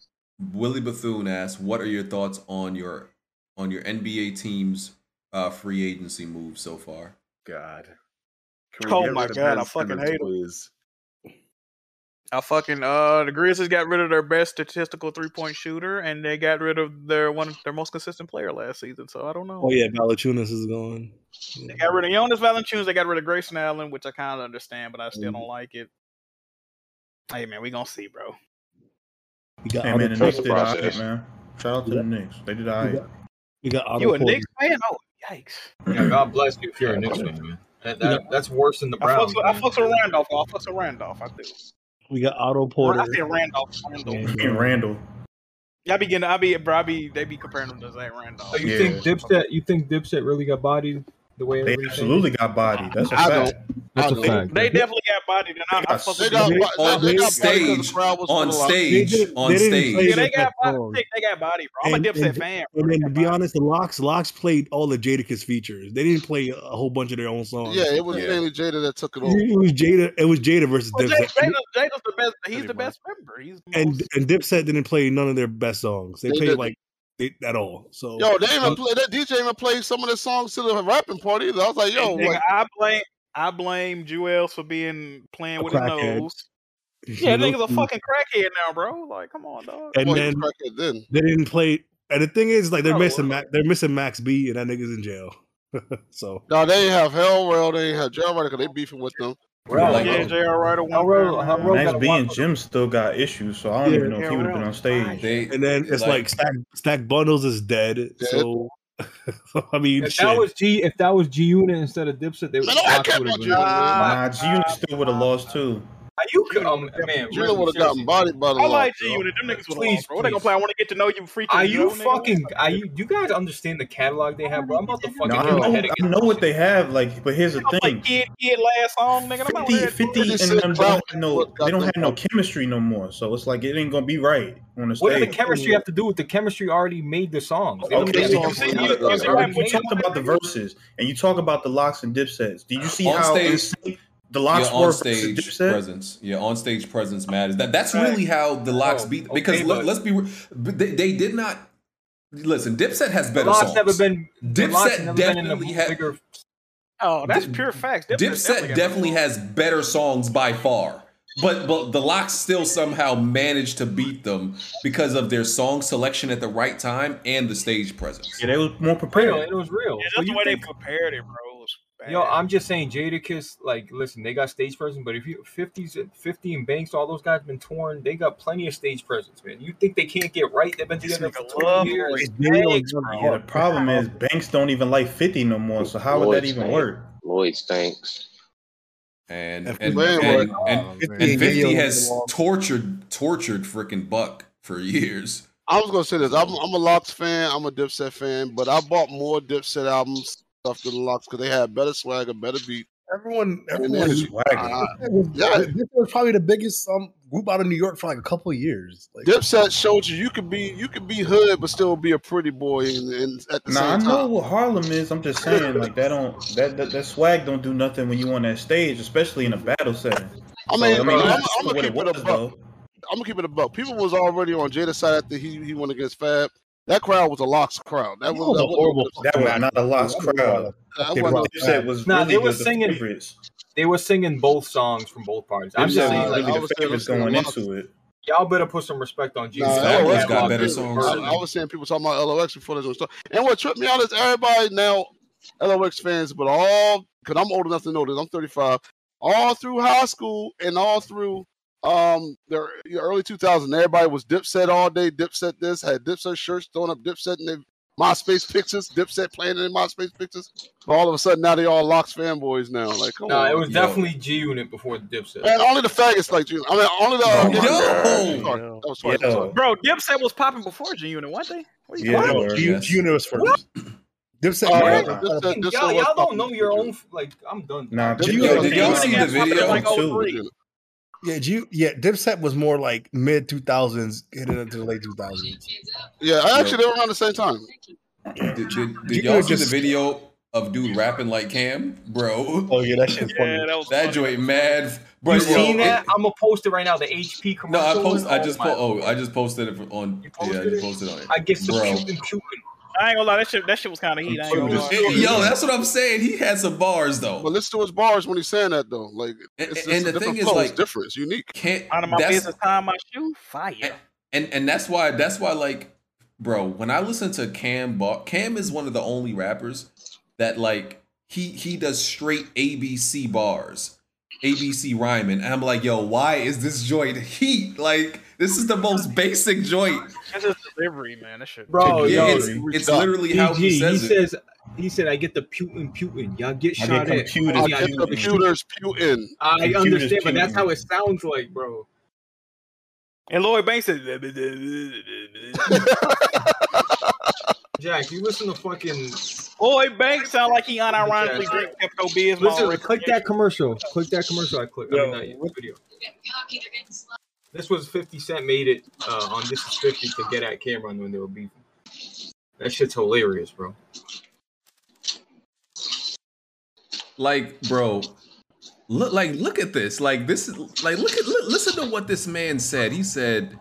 Willie Bethune asks, "What are your thoughts on your on your NBA team's uh, free agency move so far?" God, Oh my god, I fucking hate him. I fucking uh the Grizzlies got rid of their best statistical three point shooter and they got rid of their one of their most consistent player last season. So I don't know. Oh yeah, Valachunas is gone. They got rid of Jonas Valanciunas. They got rid of Grayson Allen, which I kind of understand, but I Mm-hmm. still don't like it. Hey man, we gonna see, bro. We got Hey man, the Otto- Knicks did alright, man. Shout out to the Knicks. They did alright. We got Otto You a Porter. Knicks fan? Oh yikes! Yeah, God bless you if you're a Knicks fan, man. That, that, that's worse than the I Browns. fucks, with, I man. fucks with Randolph. though. I fucks with Randolph. I do. We got Otto Or Porter. I say Randolph. Randolph. And Randall. Yeah, I be getting. I be. Bro, I be. They be comparing them to Zach Randolph. So you think Dipset? You think Dipset really got bodied the way They everybody thinks? absolutely got bodied. That's a I fact. That's a fact. They definitely got bodied. And I, I fuck with them. on stage, on stage, on play Yeah, they stage. that got long. bodied. They got bodied, bro. I'm a Dipset fan. And then to be honest, the locks locks played all the Jadakiss features. They didn't play a whole bunch of their own songs. Yeah, it was mainly Jada that took it over. It was Jada. It was Jada versus Well, Jada, Dipset, Jada, Jada's the best. He's the best member. He's and and Dipset didn't play none of their best songs. They, They played didn't. like they, at all. So Yo, they even play that DJ even played some of the songs to the rapping party. either. I was like, yo, Nigga, like, I blame I blame Jewels for being playing with his crackhead. nose. Yeah, You nigga's know? a fucking crackhead now, bro. Like, come on, dog. And then, they didn't play. And the thing is, like they're missing Max, they're missing Max B, and that nigga's in jail. so no, they ain't have Hell World, they ain't have Jail Rider 'cause they beefing with them. Right. Like, yeah, oh, J.R. Ryder won. Max B and Jim still got issues, so I don't Yeah. even know if he would have been on stage. and then it's like, stack stack bundles is dead. So I mean, If shit. that was G, if that was G Unit instead of Dipset, they would have Nah, G Unit still would have lost too. You could, um, man, G-Unit would've gotten bodied by the I law, like bro. G Unit. Them niggas would Please, lost, bro. What they gonna please. play? I want to get to know you, freaking. Are know, you nigga. fucking? Are you? Do you guys understand the catalog they have, bro? I'm about to fucking No, hit my I, know, head I again. know what they have, like, but here's the They gonna play thing: kid, kid last song, nigga. I'm not 50, with that. 50 and them don't have no, they don't have no chemistry no more. So it's like it ain't gonna be right on the stage. What does the chemistry have to do with the chemistry already made the songs? They don't Okay, make so songs now. you, you talked about the verses and you talk about the locks and dipsets. Do you see On how stage- insane the locks yeah, on were stage versus dipset? presence. Yeah, on stage presence matters. That that's really how the locks beat because Oh, okay, look, but- let's be re- but they, they did not listen. Dipset has The better Locks songs. never been. the Locks Dipset never definitely been in the had bigger. Oh, that's pure facts. Dipset Dipset got definitely has better songs by far. But but the locks still somehow managed to beat them because of their song selection at the right time and the stage presence. Yeah, they was more Real, it was real. Yeah, But that's the you way they think- prepared it, bro. was bad. Yo, I'm just saying, Jadakiss, like, listen, they got stage presence, but if you 50s, and- 50 and Banks, all those guys been torn, they got plenty of stage presence, man. You think they can't get right? They've been together for 20 years. Yeah, the problem is banks don't even like 50 no more. So how would that even work? Lloyd stinks. And If and, we and, win, and, we're- and Oh, man. Fifty has tortured tortured freaking Buck for years. I was gonna say this. I'm, I'm a Locks fan. I'm a Dipset fan, but I bought more Dipset albums stuff than the Locks because they had better swagger, better beat. Everyone, man, everyone. it's wagon. It was- Yeah. This was probably the biggest um, group out of New York for like a couple of years. Like, Dipset showed you you could be you could be hood but still be a pretty boy and, and at the Nah, I same know time. what Harlem is. I'm just saying, like that don't that, that that swag don't do nothing when you on that stage, especially in a battle setting. I So, mean, I'm, that's I'm, what gonna it keep it a was, buck. I'm gonna keep it a buck. People was already on Jada's side after he he went against Fab. That crowd was a Locks crowd. That was, that was That was not a lost crowd. That What wasn't- Dipset was Nah, really they were the singing- favorites. They were singing both songs from both parties. I'm Dipset just was saying, like, really I the was saying, favorites listen, going Locks- into it. y'all better put some respect on Jesus. Nah, That LOX catalog got better is songs. I, murder. I was saying people talking about LOX before this was started. And what tripped me out is everybody now, LOX fans, but all because I'm old enough to know this. I'm 35. All through high school and all through um the the early 2000s, everybody was Dipset all day. Dipset this had Dipset shirts throwing up Dipset in their MySpace pictures. Dipset playing in their MySpace pictures. But all of a sudden now they all Locks fanboys now. Like, come Nah, on, it was yo. definitely G Unit before the Dipset. Man, only the faggots like you. I mean, only the. uh, my Sorry, God. I'm sorry, I'm Yo. sorry. Bro, Dipset was popping before G Unit, weren't they? What yeah, talking no, about? G- G-Unit was first. Dipset. Oh, was- yeah. uh, Y'all, y'all don't know your own. Like, I'm done. Nah, Did Dipset you- was did y'all really see good. the video? Like, Like, too. 03. yeah, G- yeah, Dipset was more like mid two thousands, headed into the late two thousands. Yeah, I actually they were around the same time. Did, did, You did y'all see just- the video of dude rapping like Cam, bro? Oh yeah, that shit. Yeah, that was that joint mad. Bro, you yo, seen it- that? I'm gonna post it right now. The HP commercial. No, I post. I Oh just my po- oh, I just posted it on. Yeah, I just posted on it. I get some Bro. Cuban Cuban. I ain't gonna lie, that shit, that shit was kind of heat. I ain't gonna lie. Hey, Yo, that's what I'm saying. He had some bars though. But listen to his bars when he's saying that though. Like, And- it's, it's and a the different thing is, flow. like, it's different. It's unique. Can't Out of my that's- business, tie my shoe, fire. and and that's why that's why like bro when i listen to cam ba- cam is one of the only rappers that like he he does straight abc bars abc rhyming and i'm like yo why is this joint heat like this is the most basic joint That's his delivery, man. That shit. Bro, Yeah, yo, it's- it's literally how he says he it. Says, he said, "I get the Putin Putin. Y'all get I get shot at. computers, I I get Putin. computers, Putin. I Computers, understand, but that's Putin. how it sounds like, bro. And Lloyd Banks said, Jack, you listen to fucking. Lloyd Banks sound like he unironically drink Pepto Bismol. Listen, click that commercial. Click that commercial. I clicked. I mean, not yet, video. This was 50 Cent made it uh, on This Is 50 to get at Cameron when they were beefing. That shit's hilarious, bro. like bro look like look at this like this is like look at li- listen to what this man said he said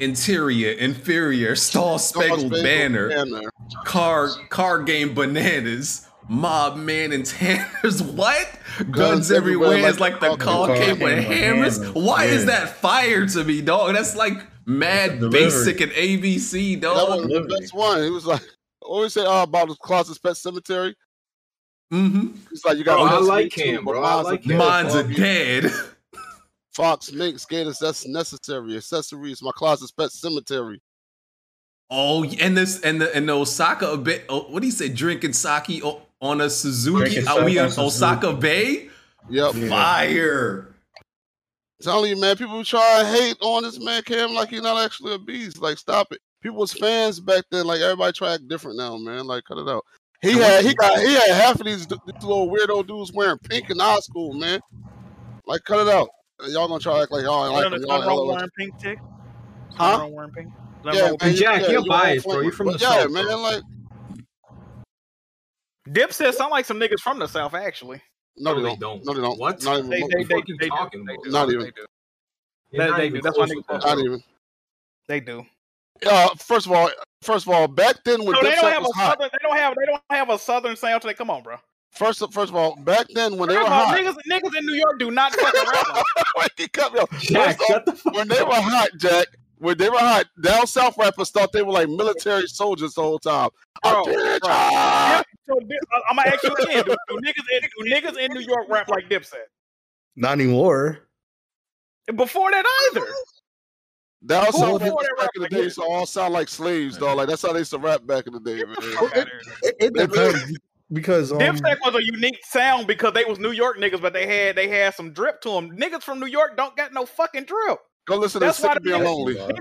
interior inferior star spangled Spangled banner, Banner. car car game bananas mob man and tanners what guns, Guns everywhere, everywhere, is like like the the car car came came with with hammers hammers. why is Yeah. that fire to me dog that's like mad delivery. basic and abc That was dog the best one. He was like, always say oh, about his closet's pet cemetery. Mm-hmm. He's like, you got. Bro, I Mine's like too, him, but bro. I mine's a like dead him. Mine's a dog. dead. Fox, minks, gators. That's necessary accessories. My closet's pet cemetery. Oh, and this and the and the Osaka Bay. Oh, what do you say? Drinking sake o- on a Suzuki. Drinking Are we sake in on Suzuki. Osaka Bay? Yep. Fire. Telling you, man, people try to hate on this man Cam like he's not actually a beast. Like, stop it. People was fans back then. Like everybody try to act different now, man. Like, cut it out. He had he got he had half of these, d- these little weirdo dudes wearing pink in high school, man. Like, cut it out. Y'all gonna try to act like y'all ain't like him. Nothing Y'all wrong LOL. wearing pink tick. Huh? Wrong wearing pink. Yeah, Yeah, man, Jack, yeah, you're you biased, all bro. You're from yeah, the south. man. Like, Dip says sound like some niggas from the south, actually. no, they don't. No, they don't. What? Not even. They, they, they, they, talking do. They do. not even. They do. They- they do. That's why niggas fuck Not with even. They do. Uh, first of all, first of all, back then when No, they don't Dipset have was a hot. southern. They don't have. They don't have a southern sound. To they come on, bro. First, of- first of all, back then when they were First of all, hot, niggas, niggas in New York do not fucking rap like He cut me off. First off, when they were hot, Jack, when they were hot, down south rappers thought they were like military soldiers the whole time. Bro, bitch, bro. ah! So, I'm gonna ask you again. Do, do niggas in, do niggas in New York rap like Dipset? Not anymore. Before that, either. Down Who- south rappers who they rap back in the like day that? used to all sound like slaves, though. Like that's how they used to rap back in the day. Man. It, it depends because um, Dipset was a unique sound because they was New York niggas, but they had they had some drip to them. Niggas from New York don't got no fucking drip. Go listen to That's Sick why of the Being niggas- Lonely. niggas-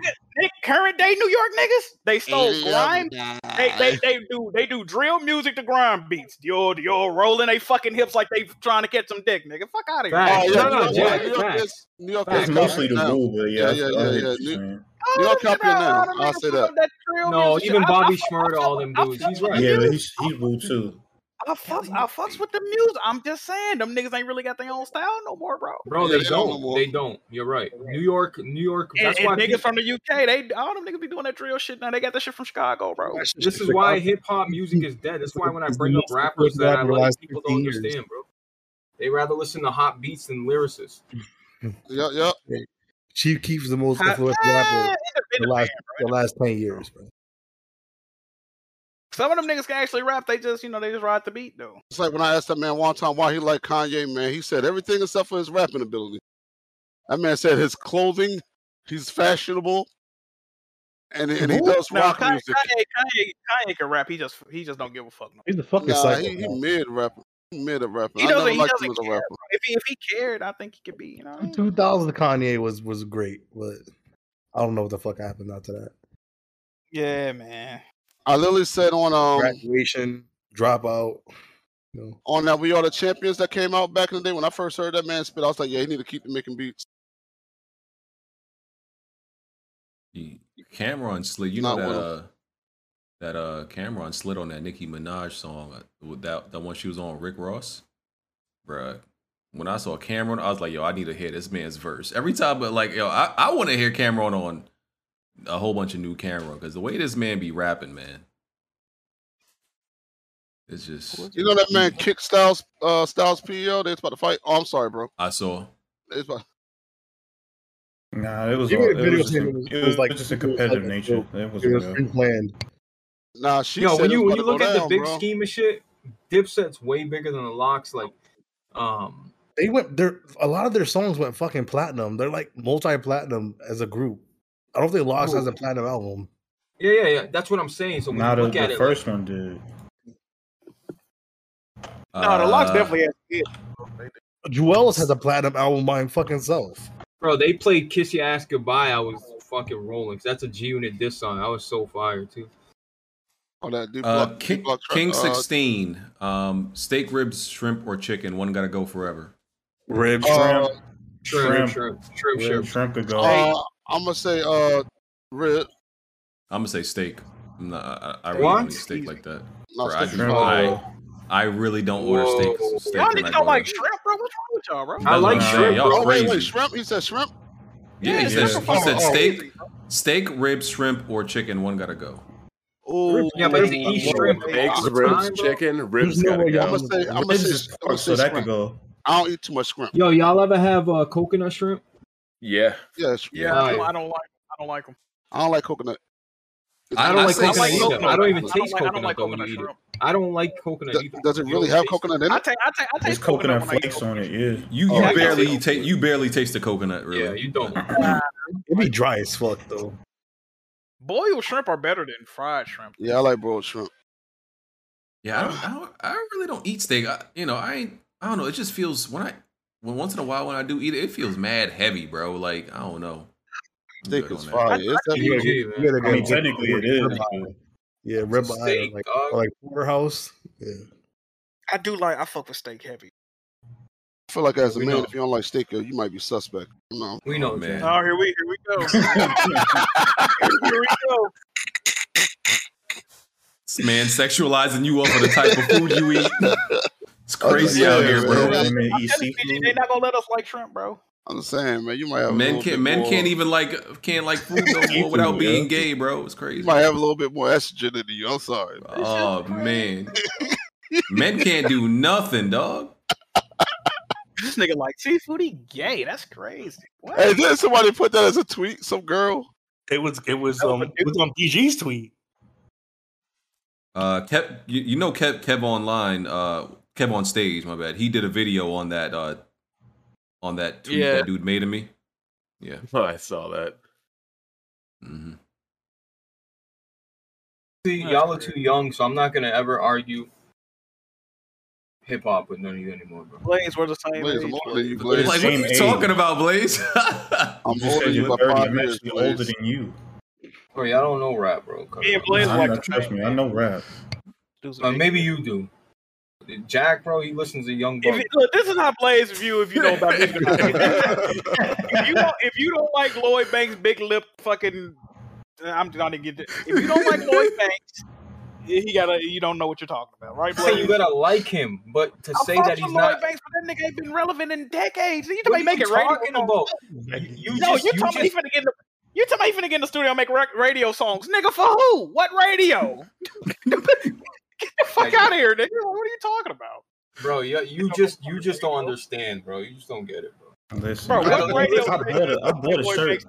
nigg- current day New York niggas, they stole grime. They, they they do they do drill music to grime beats. Yo yo rolling they fucking hips like they trying to catch some dick, nigga. Fuck out of here. Oh, yeah, New York- Jack, New York facts. is- New York It's is mostly the copying now. rule, but yeah, yeah, I- I yeah, hear yeah. what you're New- saying. New York copying now. I'll say that. No, even Bobby Shmurda, all them dudes. He's right. Yeah, but he's he's woo too. I fucks I fucks with the music. I'm just saying them niggas ain't really got their own style no more, bro. Bro, they don't. They don't. You're right. New York, New York. And, That's and why niggas people- from the UK, they all them niggas be doing that drill shit now. They got that shit from Chicago, bro. This is why hip hop music is dead. That's why when I bring up rappers that I like, people don't understand, bro. They rather listen to hot beats than lyricists. Yep, yep. Chief keeps the most Ah, influential ah, rapper in the last the last ten years, bro. Some of them niggas can actually rap. They just, you know, they just ride the beat though. It's like when I asked that man one time why he liked Kanye, man. He said everything except for his rapping ability. That man said his clothing, he's fashionable, and, and he does Now, rock Kanye, music. Kanye, Kanye, Kanye can rap. He just, he just don't give a fuck. No. He's a fucking nah, he, psycho, he mid rapper. He mid a rapper. He I never doesn't- he liked him doesn't as a rapper. If he, if he cared, I think he could be, you know. Two thousand Kanye was was great, but I don't know what the fuck happened after that. Yeah, man. I literally said on um Graduation, dropout. on that We Are the Champions that came out back in the day when I first heard that man spit, I was like, yeah, he need to keep making beats. Cameron slid. You know Not that one uh, that uh Cameron slid on that Nicki Minaj song uh, with that the one she was on with Rick Ross, bruh. When I saw Cameron, I was like, yo, I need to hear this man's verse every time. But like, yo, I, I want to hear Cameron on a whole bunch of new Cameron because the way this man be rapping, man, it's just You know that man kicked Styles uh Styles PEO? They was about to fight. Oh, I'm sorry, bro. I saw. They was about Nah, it was You all, made a it video was, just saying a, it was- it was like just a competitive nature. It was, It was pre-planned. Nah, she Yo, said when it you was about when you to look go at the down, big bro. scheme of shit, Dipset's way bigger than the locks. Like, um, They went there. A lot of their songs went fucking platinum. They're like multi-platinum as a group. I don't think Lost has a platinum album. yeah, yeah, yeah. That's what I'm saying. So when Not you the, look at the it, like, first one, dude. No, the locks Uh, definitely has it. Juelz has a platinum album by him fucking self. bro, they played "Kiss Your Ass Goodbye." I was fucking rolling. That's a G Unit diss song. I was so fired too. Oh, that dude. Uh, King, King sixteen, um, steak ribs, shrimp, or chicken. One gotta go forever. Ribs, Uh, shrimp, shrimp, shrimp. shrimp could go. Uh, I'm gonna say uh rib. I'm gonna say steak. I'm not, I, I really What? don't eat steak like that. No, Bro, I, steak do- is I, fine. I really don't order steak. Whoa. steak when Y'all I go niggas don't out. like shrimp, bro. What's wrong with y'all, bro? I like Nah, shrimp, y'all bro. Oh, wait, wait, crazy. shrimp? He said shrimp? Yeah, he Yeah, said, shrimp he are said crazy, steak, steak, ribs, shrimp, or chicken. One gotta go. Oh, Yeah, but to eat shrimp, eggs, ribs, chicken, ribs gotta go. I'm gonna say, I'm gonna say, I'm gonna say shrimp. go. I don't eat too much shrimp. Yo, y'all ever have uh, coconut shrimp? Yeah. Yeah, sh- Yeah, I I don't, don't- I I don't like. I don't like them. I don't like coconut. I don't like coconut either. I don't even I taste don't like- I coconut don't like though when you eat it. I don't like coconut either. Does it You really don't have taste coconut in it? I take, I take, I There's take coconut flakes on it. Yeah. You you Oh, I got barely ta- you barely taste the coconut, really. Yeah, you don't. It'd be dry as fuck though. Boiled shrimp are better than fried shrimp. Yeah, I like broiled shrimp. Yeah, I don't, I don't. I really don't eat steak. I, you know, I ain't. I don't know. It just feels when I when once in a while when I do eat it, it feels mad heavy, bro. Like I don't know. I'm Steak good is on that. fire. I- It's I- heavy. you gotta- you gotta I mean, get- technically it is. ribeye. Yeah, ribeye, steak, or like dog. or like porterhouse. Yeah, I do like. I fuck with steak heavy. I feel like as a We man, know. if you don't like steak, uh, you might be suspect. No, we know, man. Oh, here we here we go. here we go. This man sexualizing you up for the type of food you eat. It's Oh, crazy out here, bro. They're not gonna let us like shrimp, bro. I'm saying, man, you might have a Men little bit can't men more- can't even like can't like food no Seafood, more without yeah. being gay, bro. It's crazy. You might have a little bit more estrogen in you. I'm sorry. Oh man, men can't do nothing, dog. This nigga like seafood. He gay. That's crazy. What? Hey, did somebody put that as a tweet? Some girl. It was it was um it was on PG's tweet. Uh, Kev, you, you know Kev, Kev online, uh, Kev on stage. My bad. He did a video on that, uh, on that tweet Yeah. that dude made of me. Yeah, I saw that. Mm-hmm. See, y'all are too young, so I'm not gonna ever argue hip hop with none of you anymore, bro. Blaze, we're the same Blaze, I'm age. older than you, Like, Blaze. what are you talking about, Blaze? I'm just older said than you're you by 30, five I'm years. actually older Blaze. than you. Bro, y'all don't know rap, bro. Me and Blaze I like know, the trust same me, I know rap. dudes. Uh, maybe you do. Jack, bro, he listens to Young If Buck. you, look, this is not Blaze view. If you know about music, if you don't, if you don't like Lloyd Banks' big lip, fucking, I'm not even get. If you don't like Lloyd Banks, he gotta. You don't know what you're talking about, right? Say Blaze? you gotta like him, but to I say fucks that he's with Lloyd not. Banks, but that nigga ain't been relevant in decades. You What talking are you about making radio talking songs? about? You You no, just, you you talking about he just, finna get in the you talking about he finna get in the studio and make rec- radio songs, nigga? For who? What radio? get the fuck out of here, nigga! What are you talking about, bro. You, you just, you just don't understand, bro. You just don't get it, bro. Listen, bro? I, What I, radio? I bought a, I bought a Lloyd shirt. Banks,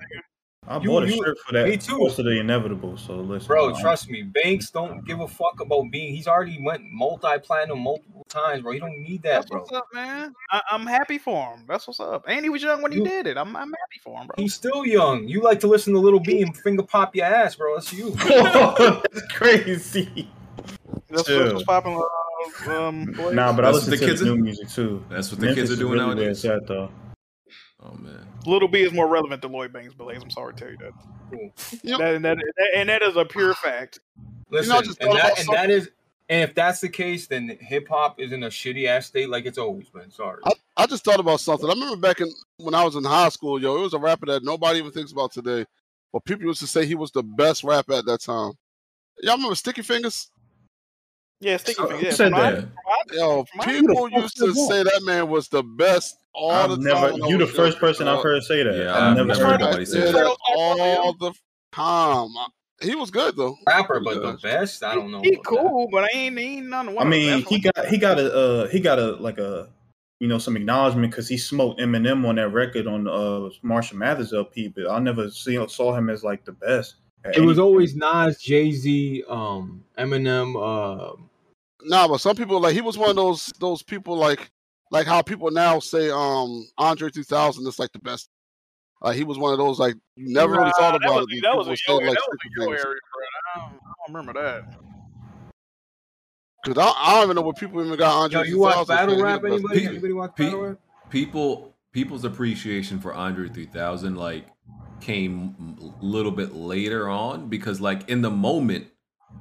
I You- bought a you- shirt for that. me too. Close to the inevitable. So listen, Bro, I'm- trust me, Banks don't give a fuck about being. He's already went multi-platinum multiple times, bro. You don't need that, That's bro. what's up, man. I, I'm happy for him. That's what's up. And he was young when he You- did it. I'm, I'm happy for him, bro. He's still young. You like to listen to Little B and finger pop your ass, bro. That's you. That's crazy. That's, Chill. that's what's popping. Uh, um, boy. Nah, but I That's listen what to the kids the new are- music too. that's what the kids are is doing really Where nowadays. it's at, though. Oh man, Little B is more relevant than Lloyd Banks, Blaze. I'm sorry to tell you that. That- and, that, that- and that is a pure fact. Listen, know, I just and, thought that, about and that is, and if that's the case, then hip hop is in a shitty ass state like it's always been. Sorry. I, I just thought about something. I remember back in when I was in high school, yo, it was a rapper that nobody even thinks about today. But people used to say he was the best rapper at that time. Y'all remember Sticky Fingers? Yeah, sticky Uh, fingers. who Yeah, said from my- that? from my- Yo, from my- people used to say that man was the best all I've the never. time. when I You the was younger, first person I've dog. heard say that. Yeah, I've, I've never never heard heard that. nobody I say did that. that uh, all the time. I- He was good though. Rapper, but the best? I don't know. He cool, but I ain't, ain't none I one. mean, he got he got a uh, he got a like a you know some acknowledgement because he smoked Eminem on that record on uh Marshall Mathers LP, but I never see, saw him as like the best. at It was any- always Nas, Jay Z, um, Eminem. Uh, Nah, but some people like he was one of those those people like like how people now say um Andre 2000 is like the best. Like he was one of those like you never really thought Nah, that about was- e, it. That was, a yo, Because that was a yo area, bro. I don't, I don't remember that. I, I don't even know what people even got Andre. yo, you watch 2000 saying battle he rap? the best. Anybody? Anybody watch battle rap? People people's appreciation for Andre 3000 like came a little bit later on because like in the moment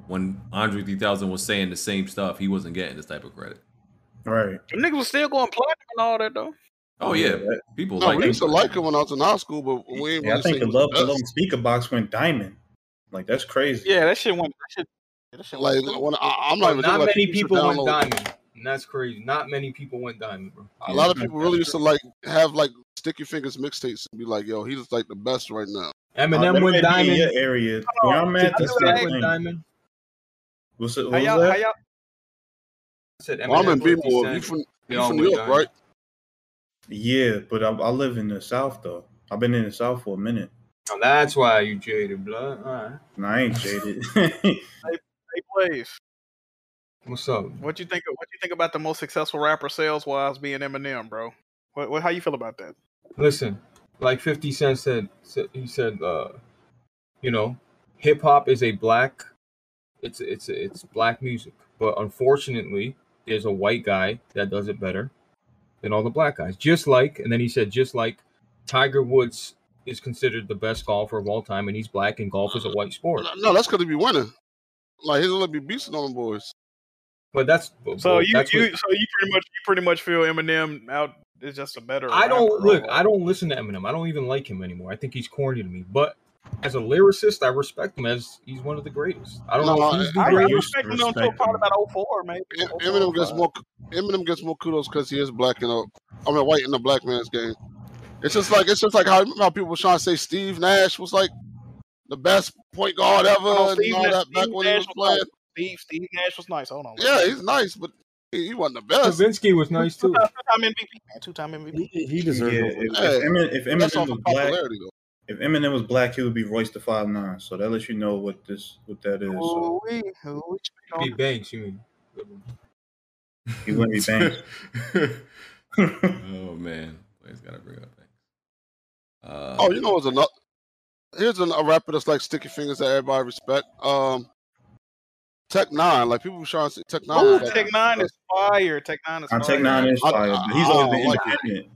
when Andre 3000 was saying the same stuff, he wasn't getting this type of credit. right. Them niggas was still going platinum and all that though. Oh yeah, people No, like we him. used to like him when I was in high school, but we ain't Yeah, really I think say the he was Love the Alone best. speaker box went diamond. Like that's crazy. Yeah, that shit went. That shit, that shit Like went when I, I'm not even But joking, not like, many used to people went download- diamond, and that's crazy. Not many people went diamond, bro. A lot of people really used to like have like sticky fingers mixtapes and be like, "Yo, he's like the best right now." Uh, that Eminem went might be in diamond. your area. Oh, Where I'm at, that's Tupac the went thing. diamond. What's it? What How was y'all? How that? y'all? I said Well, I'm in Eminem, 50 B-more. You Cent, from they you all from New went York, diamond. right? Yeah, but I, I live in the south though. I've been in the south for a minute, Oh, that's why you jaded, blood. All right. and I ain't jaded. Hey, Blaze, What's up? what you think? What you think about the most successful rapper sales wise being Eminem, bro? What, what? How you feel about that? Listen, like 50 Cent said, said- he said, uh, you know, hip hop is a black it's it's it's black music, but unfortunately, there's a white guy that does it better than all the black guys. Just like, and then he said, just like Tiger Woods is considered the best golfer of all time, and he's black, and golf is a white sport. No, that's gonna be winning. Like he's gonna be beasting on them boys. But that's So you, that's you what- so you pretty much you pretty much feel Eminem out is just a better. I don't rapper look. overall. I don't listen to Eminem. I don't even like him anymore. I think he's corny to me. But as a lyricist, I respect him as he's one of the greatest. I don't know. If he's the I, I greatest. respect him until probably about 04, maybe. Oh, Eminem gets more Eminem gets more kudos because he is black in a I mean white in a black man's game. It's just like it's just like how, how people were trying to say Steve Nash was like the best point guard ever Oh, and all Nash- that back Steve when he Nash was playing. nice. Steve, Steve Nash was nice. Hold on. Yeah, he's nice, but he, he wasn't the best. Kavinsky was nice too. Two-time MVP. Man, Two-time MVP. He deserves it. If, Hey, if, Emin, if that's Eminem off was of black, popularity, though. if Eminem was black, he would be Royce the Five Nine. So that lets you know what this what that is. So Ooh-wee, ooh-wee. Be Banks, you mean? he wouldn't be banged. Oh man, he's got to bring up things. Uh, Oh, you know what's another? Here's an, a rapper that's like sticky fingers that everybody respect. Um, Tech Nine, like people were trying to say Tech Nine. Ooh, was, like, Tech Nine is fire. Tech Nine is I fire. take nine inch fire. but He's always been independent.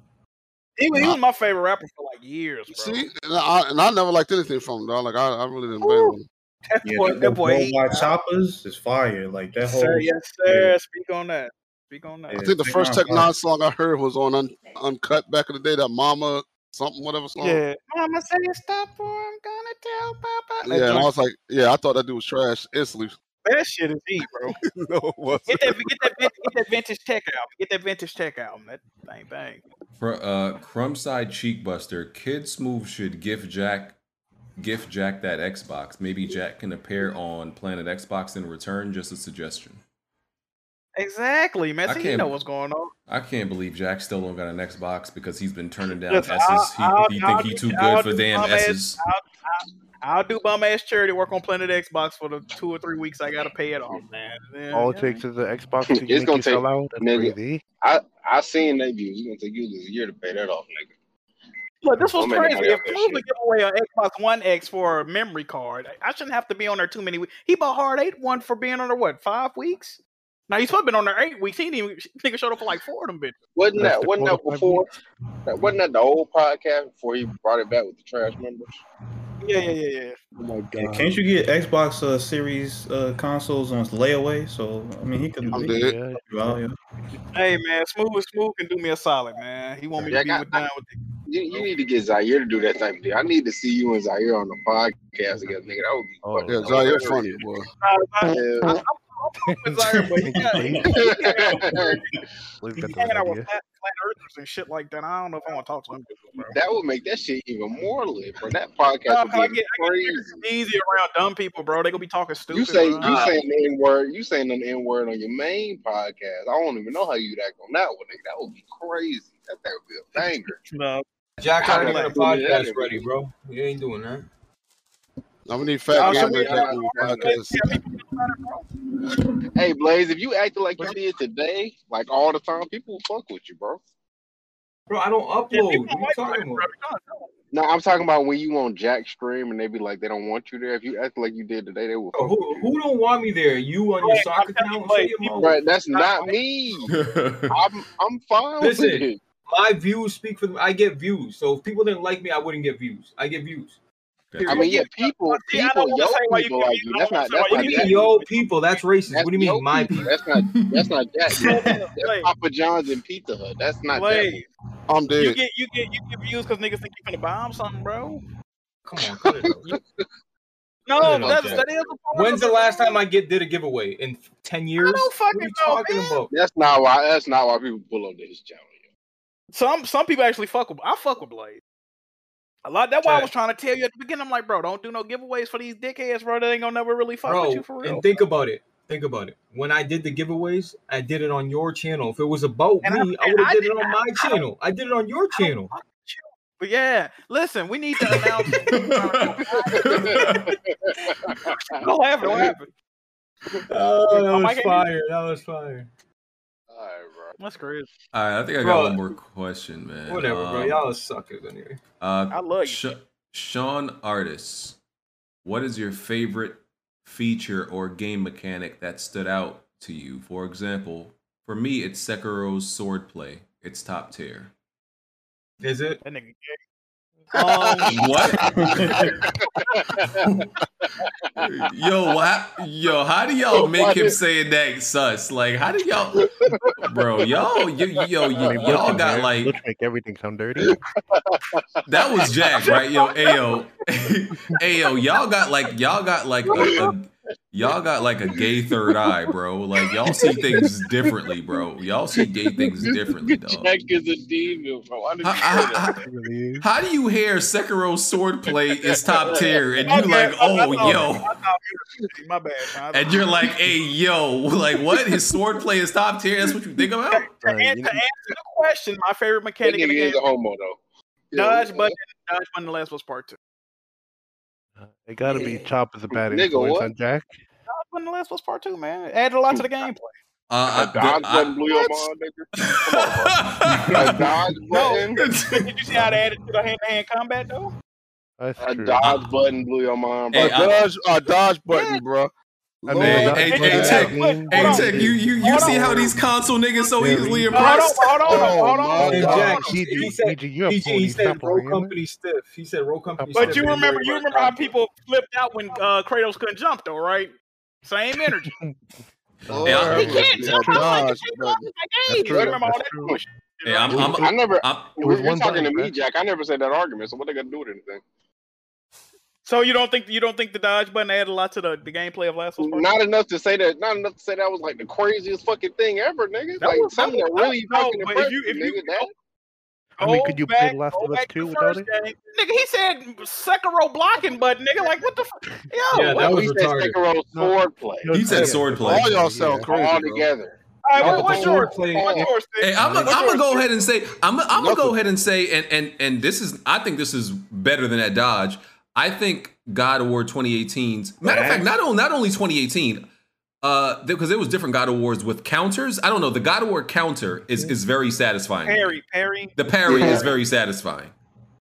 He, was- he was my favorite rapper for like years. Bro. See, and I, and I never liked anything from him, dog. Like I, I really didn't blame him. That Yeah, boy, that, that boy, he- worldwide choppers is fire. Like that yes, whole. sir, yes, sir. Speak on that. Speak on that. I think the Tech first Nine's Tech fire. Nine song I heard was on Un- Uncut back in the day. That Mama something whatever song. Yeah. Mama say stop or I'm gonna tell Papa. That, Yeah, and I joint- was like, yeah, I thought that dude was trash instantly. that shit is heat, bro. no, it wasn't. Get that, get that, vin- get that vintage tech album. Get that vintage tech album. That bang bang. Fr- uh, Crumbside Cheekbuster, Kid Smooth should gift Jack, gift Jack that Xbox. Maybe Jack can appear on Planet Xbox in return. Just a suggestion. Exactly, man. I See, you can't- know what's going on. I can't believe Jack still don't got an Xbox because he's been turning down Listen, S's. He, I'll- he I'll think he do- too I'll good for do damn bum ass- S's. I'll, I'll, I'll do bum ass charity work on Planet Xbox for the two or three weeks I gotta pay it off, man. Yeah, All it yeah. takes is the Xbox to It's make gonna you take- sell out. That's nigga. crazy. I I seen that view. It's gonna take you this year to pay that off, nigga. Look, this was Don't make crazy. nobody If out there Smooth would give away an Xbox One X for a memory card, I shouldn't have to be on there too many weeks. He bought Hard Eight one for being on there what five weeks? Now he's probably been on there eight weeks. He didn't even nigga showed up for like four of them bitches. Wasn't that wasn't that before? That, wasn't that the old podcast before he brought it back with the trash members? Yeah, yeah, yeah, yeah. Oh my god! Uh-huh. can't you get Xbox uh, Series uh, consoles on layaway? So I mean, he could. I'm he dead. could- well, yeah. Hey man, Smooth Smooth can do me a solid, man. He want me Yeah, to be I- with down with the You, you need to get Zaire to do that type of deal. I need to see you and Zaire on the podcast together, nigga. That would be fucking Yeah, Zion, you're funny, boy. hilarious. He's hanging out with flat, flat earthers and shit like that. I don't know if I want to talk to him. That would make that shit even more lit, bro. That podcast Nah, would 'cause I be get, I get irritated easy around dumb people, bro. They gonna be talking stupid. You say you bro. saying the N word, you saying an N word on your main podcast. I don't even know how you'd act on that one. Nigga. That would be crazy. That that would be a banger. No. Jack I already got a like doing that podcast every- ready, bro. You ain't doing that. I'm gonna need fat Oh, guys so make we- that new podcast. Hey Blaze, if you acted like you did today, like all the time, people will fuck with you, bro. Bro, I don't Yeah, upload. people What don't you like talking about? No, I'm talking about when you on Jack stream and they be like they don't want you there. If you act like you did today, they will fuck with you. Oh, Who don't want me there? You on your soccer account? Show your mouth. Bro, that's not me. I'm I'm fine with Listen, it. my views speak for them. I get views. So if people didn't like me, I wouldn't get views. I get views. I mean, yeah, people, See, I people, don't wanna yo, say why you people give like me- you. I That's don't not, wanna say why that's you not give Jack. me- Yo, people, that's racist. That's what do you mean, your my people. people? That's not, that's not Jack. that's Papa John's and Pizza Hut. That's not Jack. Blaze, I'm you dead. get you get you get views because niggas think you're gonna bomb something, bro. Come on, cut it out. No, that's, that is a part When's of the last time I get did a giveaway? In ten years? don't fucking know, what are you talking about? That's not why. That's not why people pull up to his channel. Some some people actually fuck with. I fuck with Blade. A lot. That's why I Chat. was trying to tell you at the beginning. I'm like, bro, don't do no giveaways for these dickheads, bro. They ain't gonna never really fuck with Bro, you for real. and think about it. Think about it. When I did the giveaways, I did it on your channel. If it was about And I- me, I, and would I have did it did- on my I- I- channel. I did it on your channel. But yeah, listen, we need to announce. Don't laugh. Don't laugh. Oh, that Oh, I was can't- fire. That was fire. That's crazy. All right, I think I got Bro. one more question, man. Whatever, bro. Um, Y'all are suckers anyway. Uh, I love you. Sha- Sean Artis. What is your favorite feature or game mechanic that stood out to you? For example, for me, it's Sekiro's swordplay. It's top tier. Is it? That nigga Um, what? yo, why, yo, how do y'all make him say that sus? Like, how do y'all, bro? Y'all, yo, yo, yo, y'all got like Let's make everything sound dirty. that was Jack, right? Yo, ayo, ayo, y'all got like y'all got like a, a- y'all got like a gay third eye, bro. Like y'all see things differently, bro. Y'all see gay things differently, dog. Jack is a demon, bro. I didn't How do you hear Sekiro swordplay is top tier and you like, oh yo, My bad. Sean. and you're like, hey yo, like what? His swordplay is top tier. That's what you think about? to, an- to answer the question, my favorite mechanic in the game. homo though. Dodge button, dodge button. The last was part two. It gotta be Chop is a bad Nigga, influence what? on Jack. Dodge button, the last was part two. Man, it added a lot to the gameplay. Uh, Dodge I- button blew your What? mind, nigga. A dodge button. Did you see how they added to the hand-to-hand combat though? A dodge button blew your mind, bro. a dodge, a dodge button, bro. I mean, hey, hey, hey, Tech, hey, Tech, you, you, you Hold see on. how these console niggas so easily Hold on, impressed? hold on, hold on. Hey, Jack, he said, he, said- he said roll company stiff. He said roll company stiff. But you and remember, everybody you went remember how down. people flipped out when uh, Kratos couldn't jump though, right? Same energy. Yeah. He can't jump. I was like, Dodge "Hey, bro," I was like, hey, That's true. you remember all That's that true. bullshit? Yeah, I'm, I'm, I never. I'm- you're you're talking to me, Jack. I never said that argument. So what they gonna do with anything? So you don't think you don't think the dodge button added a lot to the, the gameplay of Last of Us? Part Not Two? enough to say that. Not enough to say that was like the craziest fucking thing ever, nigga. That like was- that something that was- really no, fucking but if impressed you- if nigga. you- that I mean, Go could you play back- The Last go of Us back to Two the without first it? game. Nigga, he said Sekiro blocking button. Nigga, like what the? F- Yo, Yeah, what? that was he said retarded. Sekiro swordplay. He said swordplay. All y'all sound crazy. All bro. together. All right, Y'all what- what's both- yours? What's yours? Hey, I'm gonna What's I'm yours? go ahead and say I'm I'm gonna go ahead and say and and and this is I think this is better than that Dodge. I think God of War 2018's matter of fact not only not only 2018 uh because there was different God of Wars with counters. I don't know the God of War counter is is very satisfying. Perry, Perry. The parry is very satisfying.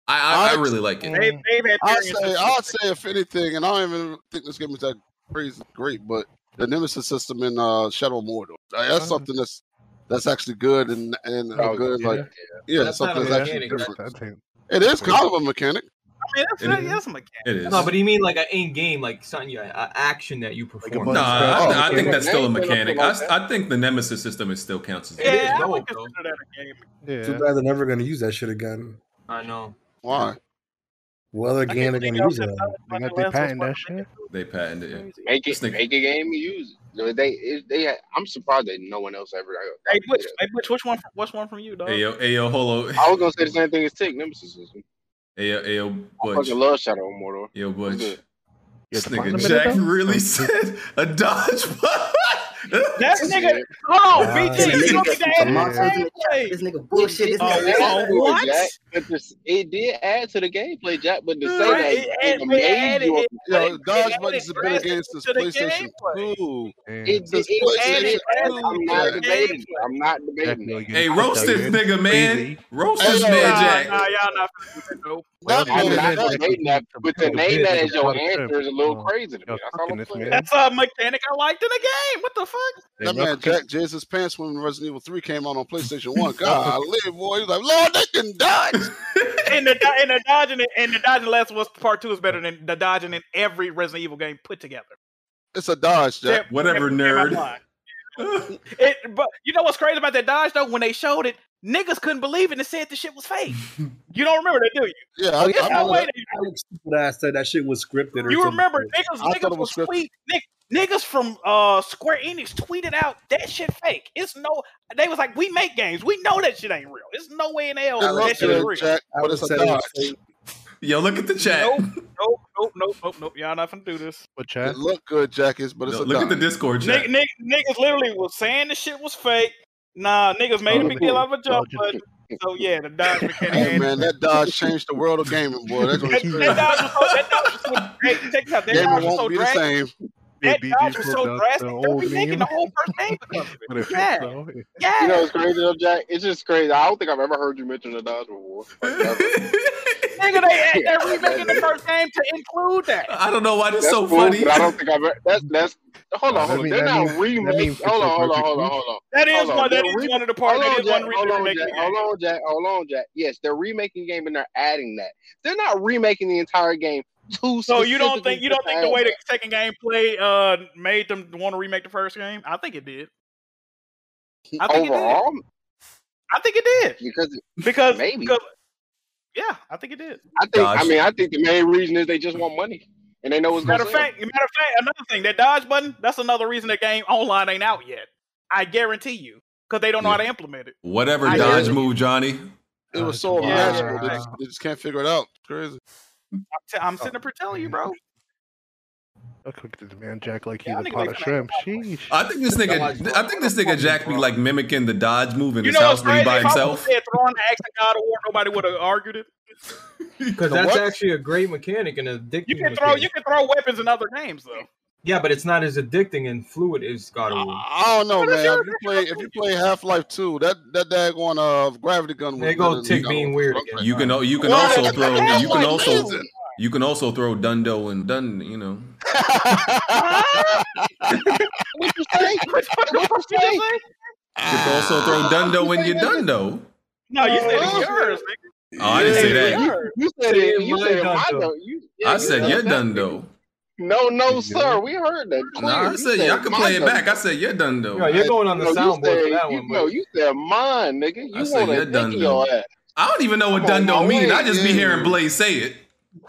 I I, I really like it. They, they've had I'd variants say, of- I'd say if anything, and I don't even think this game is that crazy great, but the Nemesis system in uh, Shadow of Mordor, uh, that's something that's that's actually good and and uh, Oh, good. yeah. Like, yeah, That's not something a that's actually mechanic, different. That's him. It is kind of a mechanic. I mean, that's, It that's, is. that's a mechanic. It is. No, but you mean like an in game, like something, yeah, a action that you perform. Nah, I, I think that's still Oh, a mechanic. I, I think the Nemesis system is still counts as. Yeah, I would dope, though. consider that a game. Yeah. Too bad they're never gonna use that shit again. I know. Why? What other game they're gonna use it on? They got they patent that shit. They patented it. Make This it, nigga- make a game and use it. No, They, it- they, I'm surprised that no one else ever. Hey, Butch, hey, Butch, which one? What's one from you, dog? Hey yo, hey yo, hold I on. was gonna say the same thing as Tick Nemesis. System. Hey yo, hey yo, I Butch. fucking love Shadow of Mordor. Yo, Butch. Good. This the platinum nigga in it, Jack though? really said a dodge. That nigga, hold on, BG, you told me to add my gameplay. This nigga bullshit. It did add to it, what? Jack, but this- it did add to the gameplay, Jack. But to say that Right, it add- it it made added- you, it- Yo, Dodge added Buttons have been a game graphics since to the PlayStation gameplay. Two. it, Since it PlayStation added- I'm not Two. debating. it. I'm not debating. it. Hey, roast this nigga, man. Roast this Hey, man, nah, Jack. Nah, y'all not finna do that, nope. That I'm man- not that- debating that. But to Yo, name bitch, that as your yo, answer is a little crazy to me. That's all I'm this saying. man. That's a mechanic I liked in the game. What the fuck? That man Jack jizz his pants when Resident Evil 3 came out on PlayStation 1. God, boy. He was like, Lord, they can dodge. and the do- and the dodging and the dodging last was part two is better than the dodging in every Resident Evil game put together. It's a dodge, Jack. Except- except for my line. it, but you know what's crazy about that dodge though? When they showed it, niggas couldn't believe it and said the shit was fake. you don't remember that, do you? Oh, Yeah, There's no way that- Alex stupid ass said that shit was scripted. Or You something. remember niggas, I thought niggas it was was scripted. tweet, nig- niggas from uh, Square Enix tweeted out that shit fake. It's no, they was like, we make games, we know that shit ain't real. It's no way in hell I love that shit is that, real. Jack, but it's a dodge. Yo, look at the chat. Nope, nope, nope, nope, nope. Y'all not finna do this. What chat? It look good, Jack, is, but it's Yo, a look dodge. at the Discord Nig- chat. nig- niggas literally was saying the shit was fake. Nah, niggas made a big deal out of a jump button. So yeah, the dodge mechanic. Hey, ain't- man, that dodge changed the world of gaming, boy. That's what That, that dodge was so, that dodge was so, hey, check this out. That dodge Gaming was so won't be the drag- same. That BG dodge was pulled so out drastic. the They'll be old making meme. the whole first game because of it. Yeah. You know Yeah. what's crazy though, Jack? It's just crazy. I don't think I've ever heard you mention the dodge before. Like, ever. Nigga, they they're remaking the first game to include that. I don't know why That's cool, but I don't think I've. e, That's that's. Hold on, Oh, That hold on. mean- They're that not mean- that mean remaking. Hold on, hold on, Perfect hold on, Blue. hold on. That is Hold one- that They're is re- one of the part- Hold that on, is one Jack, reason Hold they're on, making Jack. the game. Hold on, Jack. Hold on, Jack. Yes, they're remaking the game and they're adding that. They're not remaking the entire game. Too So you don't think you don't think the way the second game played uh made them want to remake the first game? I think it did. I think overall it did. I think it did because because maybe. because- yeah, I think it did. I think. I mean, I think the main reason is they just want money and they know it's matter gonna of sell. fact, matter of fact, another thing, that dodge button. That's another reason the game online ain't out yet. I guarantee you, because they don't know how to implement it. Whatever I dodge hear you. move, Johnny. It was so Yeah. magical. They, just, they just can't figure it out. It's crazy. I'm, t- I'm sitting up telling you, bro. I'll cook this man Jack like he's Yeah, I a think pot they of shrimp. Sheesh. I think this nigga. I think this nigga Jack be like mimicking the dodge move in You his know what's house when crazy? he by If I himself. would have throwing the axe in God of War, nobody would have argued it. Because The that's what? actually a great mechanic and addicting. You can mechanic. throw you can throw weapons in other games though. Yeah, but it's not as addicting and fluid as God of War. I don't know, man. If you play, if you play Half Life Two, that that daggone uh gravity gun. Was There go better than Tick God being of weird War. You can. al- You can What? also throw. That's You can like also. amazing. You can also throw Dundo and Dun. You know. What you say? What you say? You can also throw Dundo when you're Dundo. No, you said Oh, it's yours, Oh, I didn't say that. You said it. You said my though. You- yeah, I you said you're that. Dundo. No, no, sir. We heard that. No, I said y'all can play it back. I said you're Dundo. No, you said- you, No, you said mine, nigga. You I want said to you're dick in your Dundo. ass. I don't even know what Come on, Dundo my means. way, I just be yeah. hearing Blaze say it.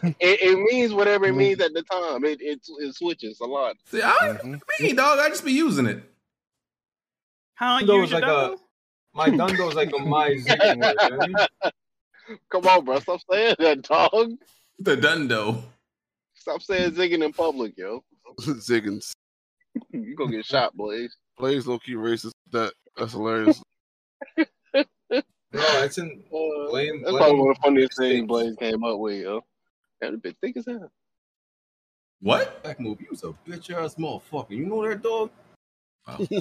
It, it means whatever it means at the time. It it, it switches a lot. Mm-hmm. See, I don't even know what it mean, dog. I just be using it. How Uh, Dundo is like a my Dundo is like a my Ziggin word. you know what I mean? Come on, bro. Stop saying that, dog. The Dundo. Stop saying zigging in public, yo. Ziggins. You gonna get shot, Blaze. Blaze low key racist. That that's hilarious. No, it's in blame. That's blame- probably one of the funniest things Blaze came up with, yo. That bitch thick as hell. What? Back move. You was a bitch ass motherfucker. You know that dog?